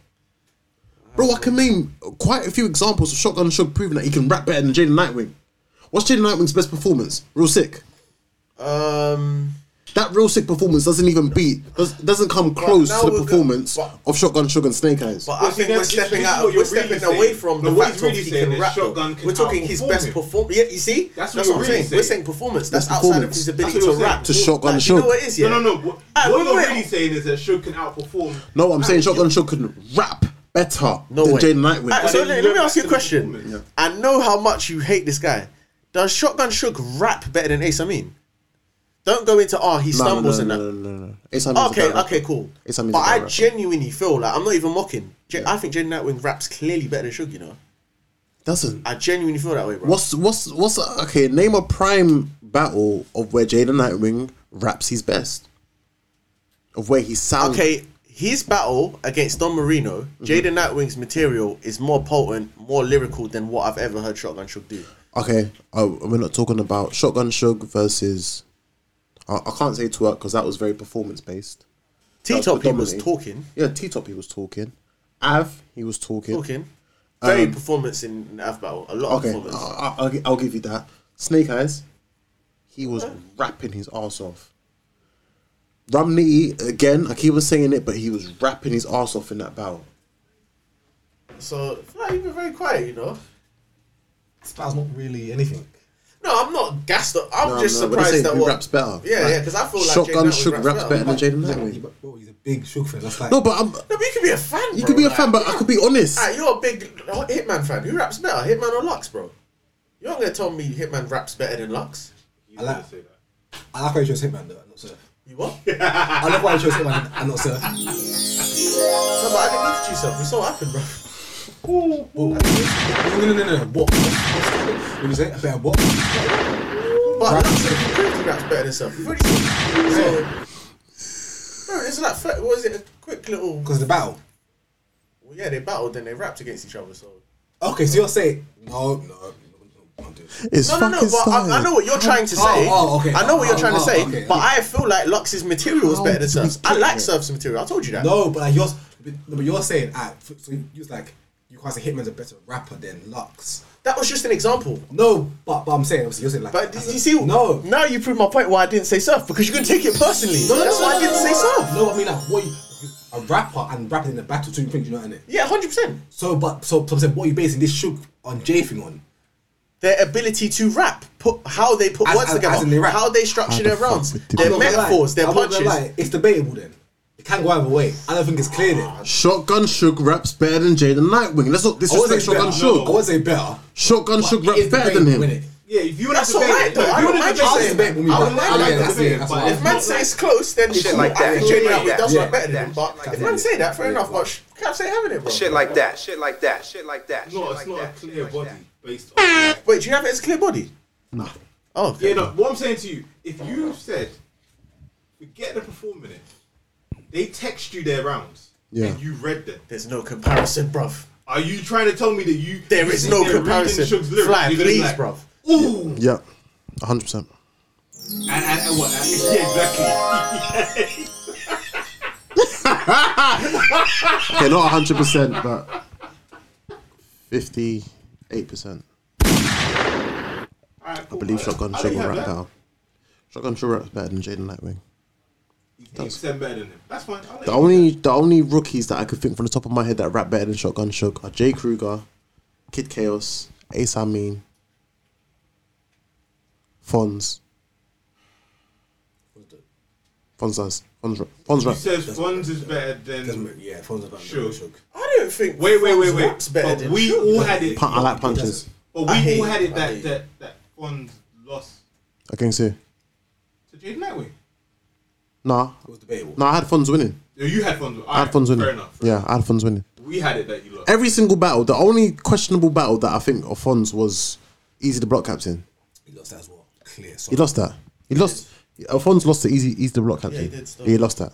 Bro, I can name quite a few examples of Shotgun Shug proving that he can rap better than Jaden Nightwing. What's Jaden Nightwing's best performance? Real sick.
Um,
That real sick performance doesn't even beat, does, doesn't come close
now
to the
we're go-
performance
but-
of Shotgun Shug and Snake Eyes.
but I
Well, see,
think
that's-
we're stepping
this is
out.
what
We're
you're
stepping
really
away
saying.
from
No,
the
what
fact
he's
of
really
he
saying
can
is
rap. though.
Shotgun can
We're talking his
outperform
best
him.
performance. Yeah, you see,
That's what
that's
you're
what I'm
really
saying. We're
saying.
saying performance.
That's
That's outside of
performance.
his
That's
ability
what
to
you're saying.
rap.
To Shotgun
Like, you know
Shug.
what it is, yeah.
No, no, no. What,
Ah,
what
wait,
you're
wait.
really saying is that Shug can outperform.
no, I'm saying Shotgun Shug can rap better
No
than
way.
Jaden Nightwing.
Alright, so
then
let,
you
let me
go
ask
back
you a
to the
question.
performance. Yeah.
I know how much you hate this guy. Does Shotgun Shook rap better than Ace Amin? Don't go into oh he
No, no,
stumbles
no,
and that.
no, no, no, no. It's Amin's a
Okay,
better rapper.
okay, cool.
Ace
but
Amin's a better
I
rapper.
genuinely feel like I'm not even mocking. J- I think Jaden Nightwing raps clearly better than Shook. You know,
Doesn't.
I genuinely feel that way, bro.
What's what's what's okay? Name a prime battle of where Jaden Nightwing raps his best, of where he sounds.
okay, his battle against Don Marino,
Mm-hmm.
Jaden Nightwing's material is more potent, more lyrical than what I've ever heard Shotgun Shook do.
okay. Oh, we're not talking about Shotgun Shug versus. I, I can't say twerk because that was very performance based.
T Top, he was
predominantly.
talking,
Yeah, T Top he was talking. Av he was talking.
talking. Very performance in Av battle, a lot of
Um, Okay, Uh,
performance.
I'll, I'll, gi- I'll give you that. Snake Eyes, he was rapping his ass off. Ramney again, I keep on saying it, but he was rapping his ass off in that battle.
So I feel like you've been very quiet, you know.
This battle's not really anything.
No, I'm not gassed up. I'm
No,
just
no, but they say
surprised that
who
what
raps better.
Yeah,
Like,
yeah, because I feel like
Shotgun
Shotgun
Shook
raps,
raps better
better.
than
Like,
Jaden
Bro, he-
Nightwing.
bro, he's a big Shook fan. That's like
No, but I'm,
no, but you could be a fan.
you
bro,
could be a
like-
fan, but I could be honest.
Ah, you're a big Hitman fan. Who raps better, Hitman or Lux, bro? You're not gonna tell me Hitman raps better than Lux.
I like, I like how you chose Hitman though, and not Surf.
You
*laughs*
what?
I love why you chose Hitman and not Surf.
No, but I didn't introduce yourself. We saw what happened, bro.
No, no, no, no, no. What? What you say? A better what?
But Lux said he proved he raps better than himself. You've already seen- So, bro, it's like fir- what is it? A quick little.
Because the battle.
Well, yeah, they battled and they rapped against each other. So
Okay, so you're saying no, no, no, no, don't do it.
It's
no, no, no.
fucking
But I, I
sad.
know what you're trying to
Oh,
say.
oh, okay.
I know what you're
Oh,
trying to
oh,
say.
okay.
But I feel like Lux's material is
How
better than
do we
Surf's. I
get
like
there?
Surf's material. I told you that.
No, but like you're, but no, but you're saying, ah, f- so you you was like, you can't say Hitman's a better rapper than Lux.
That was just an example.
No, but but I'm saying, obviously, you're saying like,
But did
as
you
a-
see?
no, no,
Now you prove my point why I didn't say Surf because you can take it personally.
no, no,
That's
no,
why
no,
I didn't
no,
say
no,
Surf.
No, I mean like, what you, a rapper and rapping in the battle, two things, you know what I mean?
Yeah, hundred percent.
So, but so, so I'm saying, what are you basing this shook on J thing on?
Their ability to rap, put how they put
As-
words
as-
together,
as in they rap.
how they structure
How the
their
fuck
rounds,
we did
their
that?
I'm not gonna
metaphors,
lie,
their
I'm not gonna
punches.
lie, It's debatable then. It can go either way. I don't think it's clear
Ah,
then. I
Shotgun Shook raps better than Jaden Nightwing. Let's not
wouldn't
disrespect
say
Shotgun
better.
Shook.
I wouldn't say better.
Shotgun Shook
It
raps
is
better than
debatable,
him.
innit?
Yeah, if you want
That's
to debate,
alright,
it,
though.
if
I
you
don't
wanna
mind
debate
your
it,
saying that.
I don't mind
I
your
like
saying
debate,
that.
but
That's
If
not
man say
like-
it's close, then
Shit
cool.
like
I think
that.
Jaden
Yeah,
Nightwing does
yeah,
rap better than
yeah,
him. But
yeah,
if man
yeah.
say that, fair enough. But sh- Caps ain't having it, bro.
Shit like that. Shit like that. Shit like that.
No,
shit
it's
like
not a
that, shit
clear
like
body
that.
based
*laughs*
on. That.
Wait, do you have it as clear body?
Nah.
Oh, okay.
Yeah, no. What I'm saying to you, if you said, forget the performing it, they text you their rounds,
Yeah.
and you read them.
There's no comparison, bruv.
Are you trying to tell me that you?
There is no
they're reading
comparison.
Shug's lyrics,
Fly,
you're gonna be
please,
like,
bruv.
Ooh, and,
Yeah, 100%.
and, and what? and- yeah, exactly.
Okay, not 100%, but 58%.
Alright,
I
cool,
believe
man.
Shotgun
I
Shook
think
will
you
rap
have that.
better. Shotgun Shook raps better than Jaden Nightwing.
He's 80% better than him. That's fine. I'll let
The
you-
only the only rookies that I could think from the top of my head that rap better than Shotgun Shook are Jay Kruger, Kid Chaos, Ace Amin, Fonz. Fonz does. Fonz, ra- Fonz
Who
rap.
says Fonz is better than?
Doesn't- Yeah, Fonz about
Sure.
Shook.
I don't think.
Wait, wait, wait, wait.
Rap's better
But
than
we
Shook.
all had it.
Pun- I like punches.
But
I
we
hate
all had
it.
it
I hate
that
it.
that that Fonz lost
Against who?
to Jaden Knightway.
Nah.
It was debatable.
Nah, I had Fonz winning.
No, you had Fonz.
I had Fonz winning.
Fair enough.
yeah, I had Fonz winning.
We had it that you lost.
Every single battle, the only questionable battle that I think of Fonz was Easy the Block Captain.
He lost that as well. Clear.
He lost that. He lost. Alphonse lost to Easy Easy the Block Captain.
he did still.
he lost that.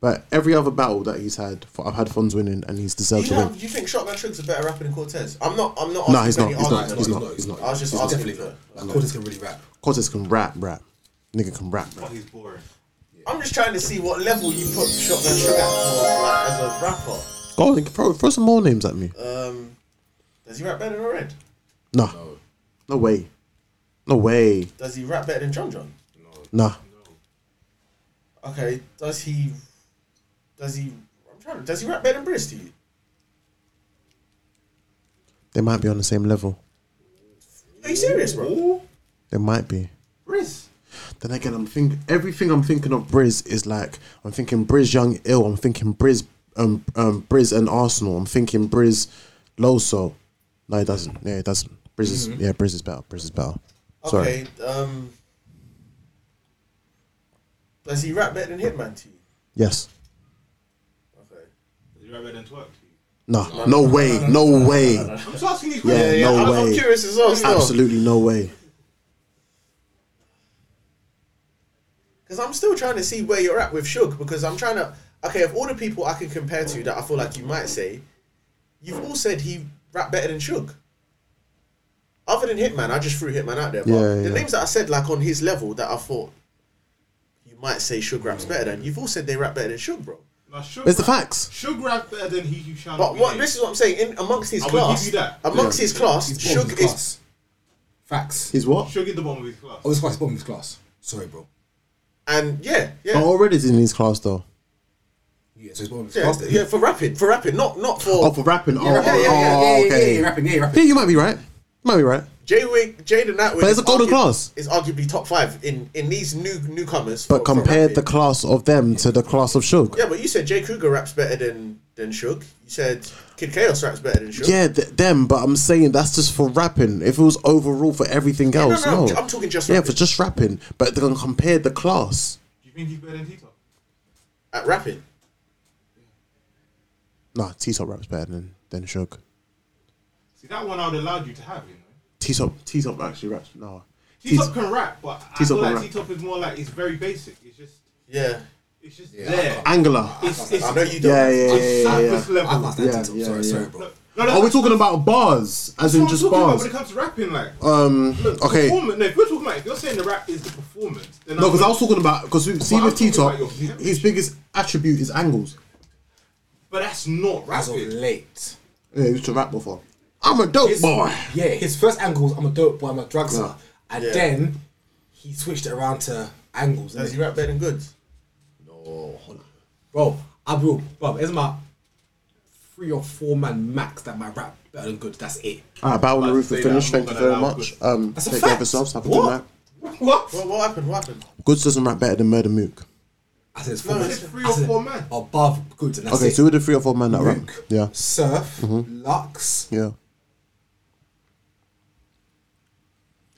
But every other battle that he's had, for, I've had Fonz winning, and he's deserved
You
to
know,
win.
you think Shotgun Trig's a better rapper than Cortez? I'm not. I'm not.
No,
asking
he's
for
not.
any
He's not.
argument.
He's not. He's
I
not.
was just
He's
asking.
definitely
for-
not. Like, Cortez can really rap.
Cortez can rap, rap. Nigga can rap, rap.
But he's boring.
I'm just trying to see what level you put Shotgun Trig at for, like, as a rapper.
Go on, throw, throw some more names at me.
Um, does he rap better than Red?
Nah. No way. No way.
Does he rap better than John John?
Nah.
Okay. Does he? Does he? I'm trying. to- Does he rap better than Briz to you?
They might be on the same level.
Are you serious, bro?
They might be.
Riz.
Then again, I'm think everything I'm thinking of Briz is like I'm thinking Briz Young Ill. I'm thinking Briz um um Briz and Arsenal. I'm thinking Briz Loso. No, it doesn't. Yeah, it doesn't. Briz is yeah, Briz is better. Briz is better. Sorry.
Okay. Um. Does he rap better than Hitman to you?
Yes.
Okay.
Is he better than twerk?
No. No, way. No, way.
I'm just asking these
Yeah.
questions.
Yeah,
Oh, no
I'm, I'm
way.
curious as well. Still.
Absolutely no way.
Because I'm still trying to see where you're at with Shug. Because I'm trying to. Okay, of all the people I can compare to that I feel like you might say, you've all said he rap better than Shug. Other than Hitman, I just threw Hitman out there. But
Yeah,
the
yeah.
names that I said, like on his level, that I thought you might say Shug raps better than, you've all said they rap better than Shug, bro.
Now, Suge
It's the
Rap-
facts.
Suge Rap better than he who shall not
But
be
what
named.
this is what I'm saying. In amongst his
I would give
class,
you that.
amongst
Yeah.
his class,
He's bottom of
Shug
his
is
class. Facts.
Is what?
Suge is the bottom of his class.
Oh, his class. He's bottom of his class. Sorry, bro.
and yeah,
But
yeah,
Oh, already is in his class though.
Yeah, so he's bottom of his
yeah,
class.
yeah, for rapping, for rapping, not not for
Oh, for rapping. Oh,
yeah, yeah, yeah,
oh,
yeah,
okay.
yeah, yeah, rapping, yeah,
Yeah,
rapping.
you might be right. You might be right.
Jay Wig, Jaden Atwood.
But it's
is
a golden
argu-
class.
Is arguably top five in in these new newcomers. for-
But
for
compare
rapping.
the class of them to the class of Shug.
yeah, but you said Jay Cougar raps better than than Shug. You said Kid Chaos raps better than Shug.
Yeah, th- them, but I'm saying that's just for rapping. If it was overall for everything
no,
else,
no,
no.
I'm- I'm talking just
yeah
rapping.
for just rapping. But they can compare the class.
Do you think he's better than Tito?
at rapping.
Nah, T Top raps better than than Shug.
See, that one I would allowed you to have, you know.
T Top T Top actually raps. No,
T-Top can rap, but I
T-Top
feel
can
like
rap.
T-Top is more like, it's very basic. It's just,
Yeah,
it's just
Yeah,
there.
Angular.
It's, it's,
I know you don't.
Yeah, yeah, yeah,
it's
yeah, yeah.
surface level.
I can't stand
Yeah,
yeah,
yeah,
Sorry,
yeah.
sorry, bro.
No, no,
Are we talking about bars, as in
that's
just
what I'm talking about
bars?
when it comes to rapping, like.
Um,
Look,
okay.
Performance, no, if we're talking about, if you're saying the rap is the performance, then
No, because I was talking about because see
But
with
I'm talking
T Top,
about your-
his biggest attribute is angles.
But that's not
As of
rapping.
late.
Yeah, he used to rap before. I'm a dope
His-
*laughs*
boy.
Yeah, his first angle was I'm a dope boy, I'm a drugster.
Yeah.
And
Yeah.
then he switched it around to angles.
Does
innit?
he rap better than Goods?
Bro, I will. Bro, it's my three or four man max that might rap better than good. That's it.
All right, bow on the
I'd
roof.
say
We
that
finished.
I'm
Thank you
not
very
gonna allow
much.
good-
Um,
That's a
take care of
fact.
yourselves. Have a good
What?
night.
What?
What, what happened? What happened?
Goods doesn't rap better than Murder Mook.
I said it's four
No,
man.
it's
three or
I said
four man.
Above good. And that's
Okay,
it.
so who are the three or four men that rap?
Mook,
Yeah, Mm-hmm.
Surf, Lux.
yeah.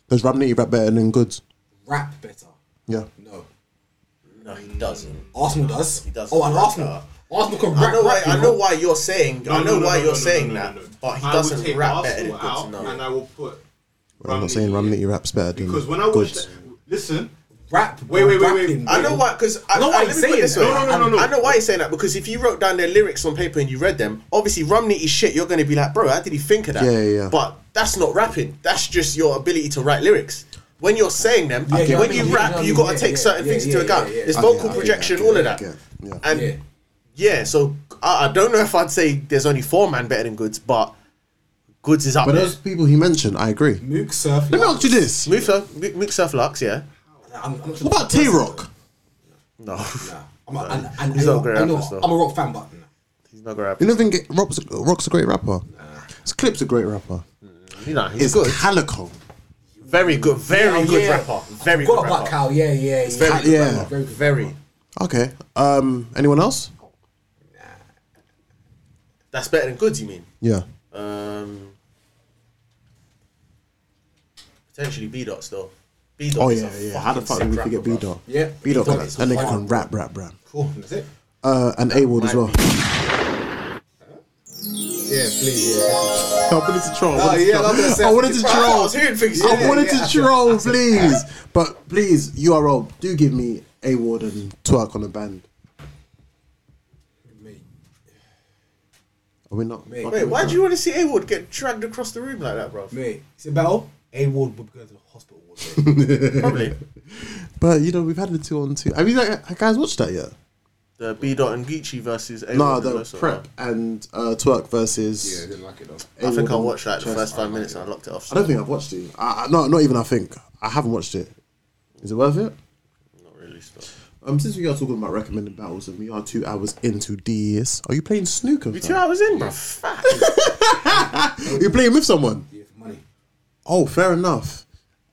Does Ramney rap better than Goods?
Rap better.
Yeah.
No.
No, he doesn't.
Arsenal does.
does
Oh, and
rap
Arsenal.
better.
Arsenal can
I
rap.
know, why,
rap, you
I know why you're saying. I
No,
know
no, no,
why
no,
you're
no, no,
saying
no,
that,
no, no.
but he
I would
doesn't
take
rap better
Arsenal
than Goods.
out,
No,
And I will put.
I'm not saying Ramney raps better than
Because when I watched
Goods.
that, listen,
Rap.
Wait, wait, wait, wait.
rapping,
I know
bro.
why, because I
I know
I-
why
let
he's
me put it
saying
this
that.
way.
No, no,
no, no,
I
no.
know why he's saying that because if you wrote down their lyrics on paper and you read them, obviously Romney is shit. You're going to be like, bro, how did he think of that?
Yeah, yeah, yeah.
But that's not rapping. That's just your ability to write lyrics. When you're saying them,
yeah,
when
I
you
mean, yeah,
rap,
yeah, I
you
mean,
got to
yeah,
take
yeah,
certain
yeah,
things
yeah,
into
yeah,
account.
yeah,
It's
I
vocal
get it, I get it,
projection,
I get
all of
it,
that.
I get it, yeah.
And
Yeah.
yeah. so I, I don't know if I'd say there's only four man better than Goods, but Goods is up
But
there.
those people he mentioned, I agree.
Mook, Surf.
Let me
Lux.
ask you this: What
Mixer, Mi- Mixer Flux, yeah.
I'm, I'm what
about T Rock?
No, *laughs*
Nah, I'm a, and, and
He's
I know-
not a great
I know-
rapper, so.
I'm a rock fan, but nah.
he's not gonna rap.
You don't think Rock's, Rock's a great rapper? His clip's a great rapper.
You know, he's
It's
good.
Calico.
Very good, very
Yeah,
good
yeah.
rapper. Very
Got
good
about
rapper.
Cal, yeah, yeah, yeah.
Very good
Yeah.
rapper.
Very good
Very.
Okay. Um. Anyone else?
That's better than goods, you mean?
Yeah.
Um, potentially B dots though. B dots.
Oh yeah, yeah. How the fuck did we forget B Dot?
Yeah,
B Dot.
B-Dot
That
is
that nigga
fire,
can
bro.
rap, rap, rap.
Cool, that's it.
Uh, and A Ward as well.
Yeah, please, yeah.
I wanted to troll. I
Oh,
wanted to
yeah,
troll.
that's what I said.
I wanted to
I
troll.
was hearing things.
I
Yeah,
wanted
yeah, I
to
said-
troll,
I said-
please. But please, URL, do give me A Ward and Twerk on the band.
Mate,
Are we not?
Mate.
Wait, why do you want to see A Wood get dragged across the room like that, bro?
mate, it's a battle. A Ward would go to the hospital. wouldn't it?
Probably
But you know, we've had the two on two. Have you like, have guys watched that yet?
*laughs* the B dot and Geechee versus A
No,
Wood.
the prep and uh, Twerk versus.
yeah, I didn't like it though.
I think I
Award.
watched like the first five minutes and I locked it off.
I don't think I've watched it. I, I, no, not even. I think I haven't watched it. Is it worth it?
Not really. Stop.
Um, since we are talking about recommended battles and we are two hours into this, are you playing snooker?
We
fam?
two hours in, bro. Fuck.
Are you playing with someone?
Yeah, for money.
Oh, fair enough.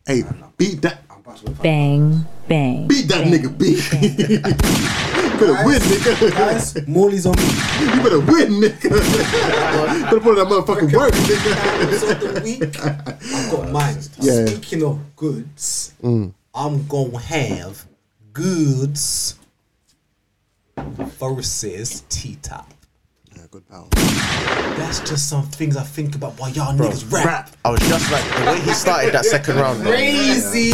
Hey, beat that,
I'm about to go fight.
Bang, bang.
beat that
*laughs*
nigga, beat. you *laughs* better win, nigga.
Guys, Morley's on me.
*laughs* You better
*laughs*
win, nigga. better put in that motherfucking work, nigga.
Guys of the week. I've got mine.
Yeah.
Speaking of goods,
Mm.
I'm gonna have goods versus T Top.
Yeah, good battle.
That's just some things I think about while y'all niggas rap.
I was just like the way he started that second round, bro.
Crazy.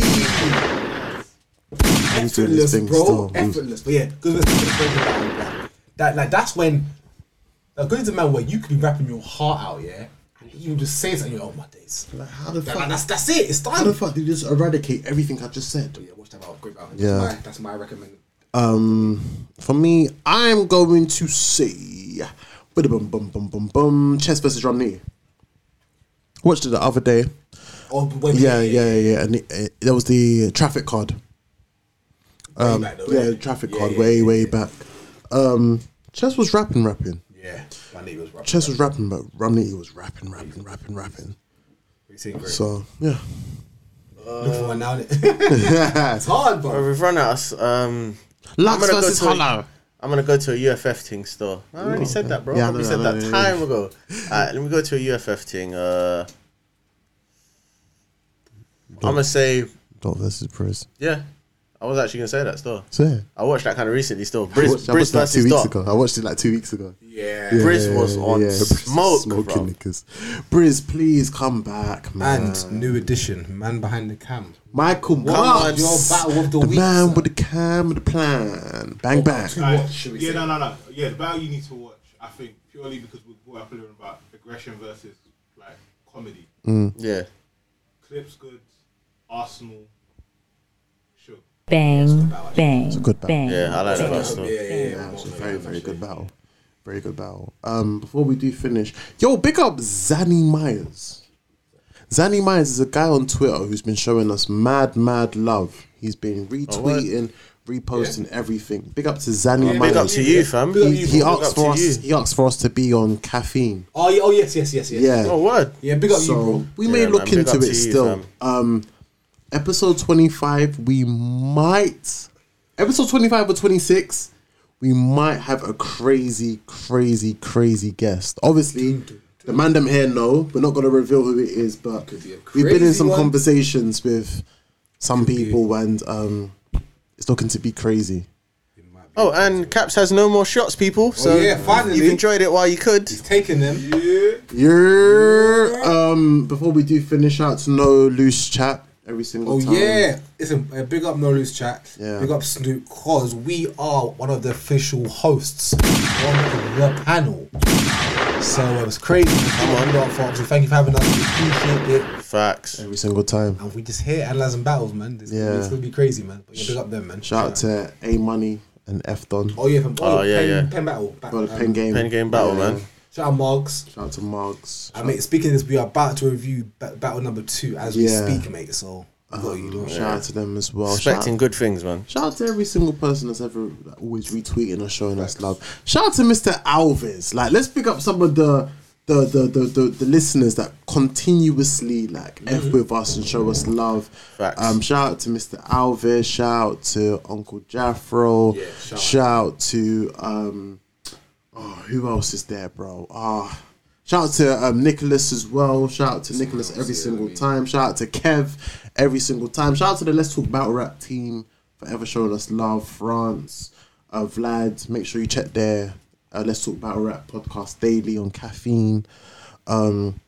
He's doing
Effortless,
his thing
bro.
still. Mm.
Effortless. But yeah, good with that like that's when like good is a man where you could be rapping your heart out, yeah. And you just say something, you're like, oh my days. Like,
Like, how the fuck?
that's that's it, it's
how the
done.
fuck did you just eradicate everything I just said?
Yeah, watch that out, great out.
Yeah.
That's my, that's my recommend.
Um, for me, I'm going to say, bum bum bum bum bum, chest versus Romney. Watched it the other day.
Oh, wait,
Yeah, yeah, yeah. yeah. And it, it, that was the traffic card.
Um, back though,
Yeah,
innit?
the traffic
Yeah,
card,
yeah,
way,
yeah,
way
yeah.
back. Um, Chess was rapping, rapping.
Yeah, my nigga was rapping.
Chess was rapping, but Romney was rapping, rapping, rapping, rapping.
He sing great.
So yeah, *laughs*
Look for one now. innit? it's hard, bro.
We've run out. of, Um,
Lux
gonna go
versus
to a-
Hollow.
I'm gonna go to a UFF thing store. I already said that, bro.
Oh, Yeah, I
Yeah, we
know,
said
I know,
that
yeah,
time ago. Alright, let me go to a UFF thing. Uh, I'm gonna say,
Dot versus Priz.
yeah. I was actually gonna say that store.
So yeah,
I watched that kind of recently. Still,
I
Briz,
watched, I
Briz
watched that two
versus
weeks
Dot.
ago. I watched it like two weeks ago.
*laughs* Yeah.
Briz was on smoke, bro.
niggas. Briz, please come back, man.
And new edition, man behind the cam.
Michael
What was
Marks,
your battle of the
the
week?
man
sir?
with the cam, with the plan. Bang, bang.
Right.
Watch, should we
yeah,
say?
no, no, no. Yeah, the battle you need to watch, I think, purely because we brought up earlier about aggression versus like comedy.
Mm.
Yeah,
Clips good, Arsenal, sure.
Bang, bang. It's a
good battle.
yeah. I like that one
Yeah,
still.
yeah, yeah.
Yeah, it was a very, very good battle. Very good battle. Um, before we do finish, yo, big up Zanny Myers. Zanny Myers is a guy on Twitter who's been showing us mad, mad love. He's been retweeting, reposting everything. Big up to Zanny Myers.
Big up to you, fam.
He, he
Big up to
asked for us.
you.
He asked for us to be on caffeine.
Oh, yeah, oh yes, yes, yes, yes.
Yeah.
Oh, word.
Yeah, big up you,
so
bro.
we may
Yeah,
look
man, big
into
up to
it
you,
still. Um, episode twenty five, we might. Episode twenty five or twenty six, we might have a crazy, crazy, crazy guest. Obviously, the man them here know we're not gonna reveal who it is, but
be a
we've been in
crazy
some
one.
conversations with some people, and um, it's looking to be crazy.
Oh, and Caps has no more shots, people. So
yeah, finally.
you've enjoyed it while you could.
Taking them.
You're um. Before we do finish out, to no loose chat every single
Oh
time.
yeah, it's a, a big up no loose chat.
Yeah.
Big up Snoop, cause we are one of the official hosts on the panel. So it was crazy. Come on, Fox. Thank you for having us. We appreciate it.
Facts.
Every single time.
And we just here analyzing battles, man. This,
Yeah.
this will be crazy, man. But yeah, big up them, man.
Shout out to A Money and F Don
Oh yeah, from, oh,
Oh, yeah,
pen,
yeah.
pen battle. Back,
for the pen game.
Pen game battle,
Yeah.
man.
Shout out Margs.
Shout out to Marks.
I mean, speaking of this, we are about to review ba- battle number two as we
Yeah. Oh,
speak, mate. So we got you, don't
Shout out to them as well. Shout
Expecting
out,
good things, man.
shout out to every single person that's ever like, always retweeting or showing us love. Shout out to Mr. Alves. Like, let's pick up some of the the the, the, the, the listeners that continuously like f with us and show us love.
Mm-hmm. Facts.
Um, shout out to Mr. Alvis. Shout out to Uncle Jaffro.
Yeah,
shout,
shout
out to um, oh, who else is there, bro? Ah. Shout out to um, Nicholas as well. Shout out to Nicholas every single time. Shout out to Kev every single time. Shout out to the Let's Talk Battle Rap team forever showing us love. France, uh, Vlad. Make sure you check their uh, Let's Talk Battle Rap podcast daily on caffeine. Um,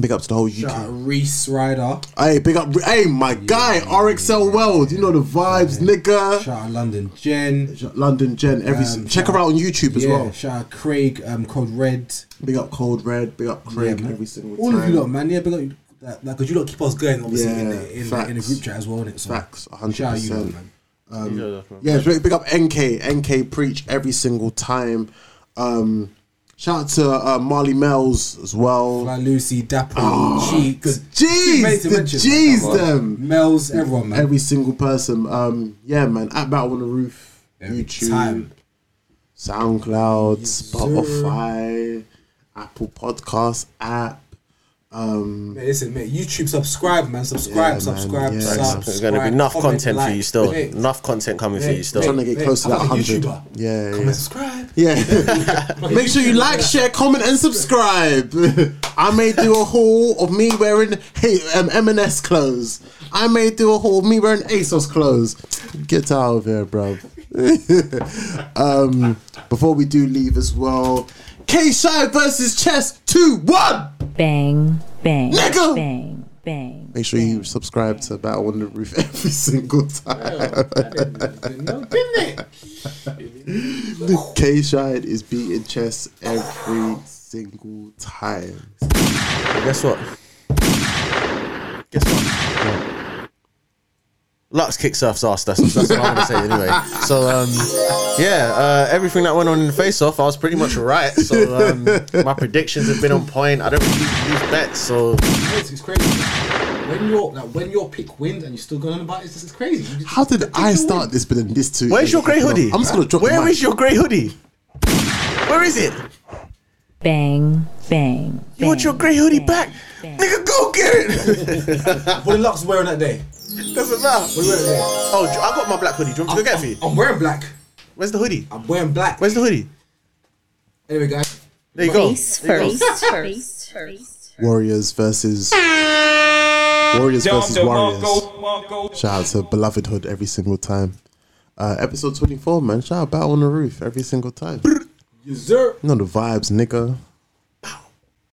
big up to the whole UK.
Shout out Reese Ryder.
Hey, big up. Hey, my guy, RXL World. You know the vibes, nigga.
Shout out London Jen.
London Gen. Every
Um,
check
shout
her out on YouTube as
yeah,
well.
Shout out Craig, um, Code Red.
Big up Cold Red. Big up Craig.
man.
every single
All
time.
of you lot, man. Yeah, but like, that, like, cause you lot keep us going, obviously, in,
Yeah,
the, in, the, in the
facts.
group chat as well, innit? So,
Facts, 100%.
Shout out you lot, man.
Yeah, big, big up NK. NK preach every single time. Um, shout out to uh, Marley Mel's as well.
Like Lucy, Dapper,
*gasps*
Cheeks, Too many
Jeez,
to
the
mention,
G's
man.
them.
Mel's, everyone, man.
Every single person. Um, yeah, man. At Battle on the Roof,
Every
YouTube,
time.
SoundCloud,
sir.
Spotify, Apple Podcast app. Um,
Mate, listen, mate, YouTube, subscribe, man.
Yeah,
Subscribe,
man,
subscribe,
yeah.
sub,
Thanks,
subscribe.
There's gonna be enough
comment,
content for
like.
you still.
Mate,
Enough content coming for
mate,
you still.
Trying to get
mate,
close to
I'm
that
like a
100.
YouTuber.
Yeah, yeah,
Comment,
yeah. *laughs*
subscribe.
yeah. Make sure you like, share, comment, and subscribe. *laughs* I may do a haul of me wearing hey, um, M&S clothes. I may do a haul of me wearing ASOS clothes. Get out of here, bro. *laughs* um, before we do leave as well, K Shy versus Chess 2 1.
Bang, bang,
Nigga!
bang, bang.
Make sure you subscribe to Battle on the Roof *laughs* every single time. *laughs* K Shine is beating chess every single time.
But guess what? Guess what? Lux kick surf's ass. That's, that's what I'm gonna say anyway. So um, yeah, uh, everything that went on in the face off, I was pretty much right. So um, my predictions have been on point. I don't really use bets, so
It's, it's crazy. When your like, when your pick wins and you're still going on about it, this is crazy. You just-
How did
just pick
I
your
start
win.
this? But then this too.
where's your grey hoodie?
I'm just gonna drop.
Where
the
is your grey hoodie? Where is it?
Bang, bang.
You want your grey hoodie back? Nigga, go get it!
What did Lux wearing that day?
Doesn't matter.
What you wearing that day?
Oh, I got my black hoodie. Do you want me to go get it for you?
I'm wearing black.
Where's the hoodie?
I'm wearing black.
Where's the hoodie?
Anyway, guys.
There you go. There you go.
first, first.
Warriors versus Warriors versus Warriors. Shout out to Beloved Hood every single time. Uh, episode 24, man. Shout out Battle on the Roof every single time.
Yes, sir.
You know the vibes, nigga.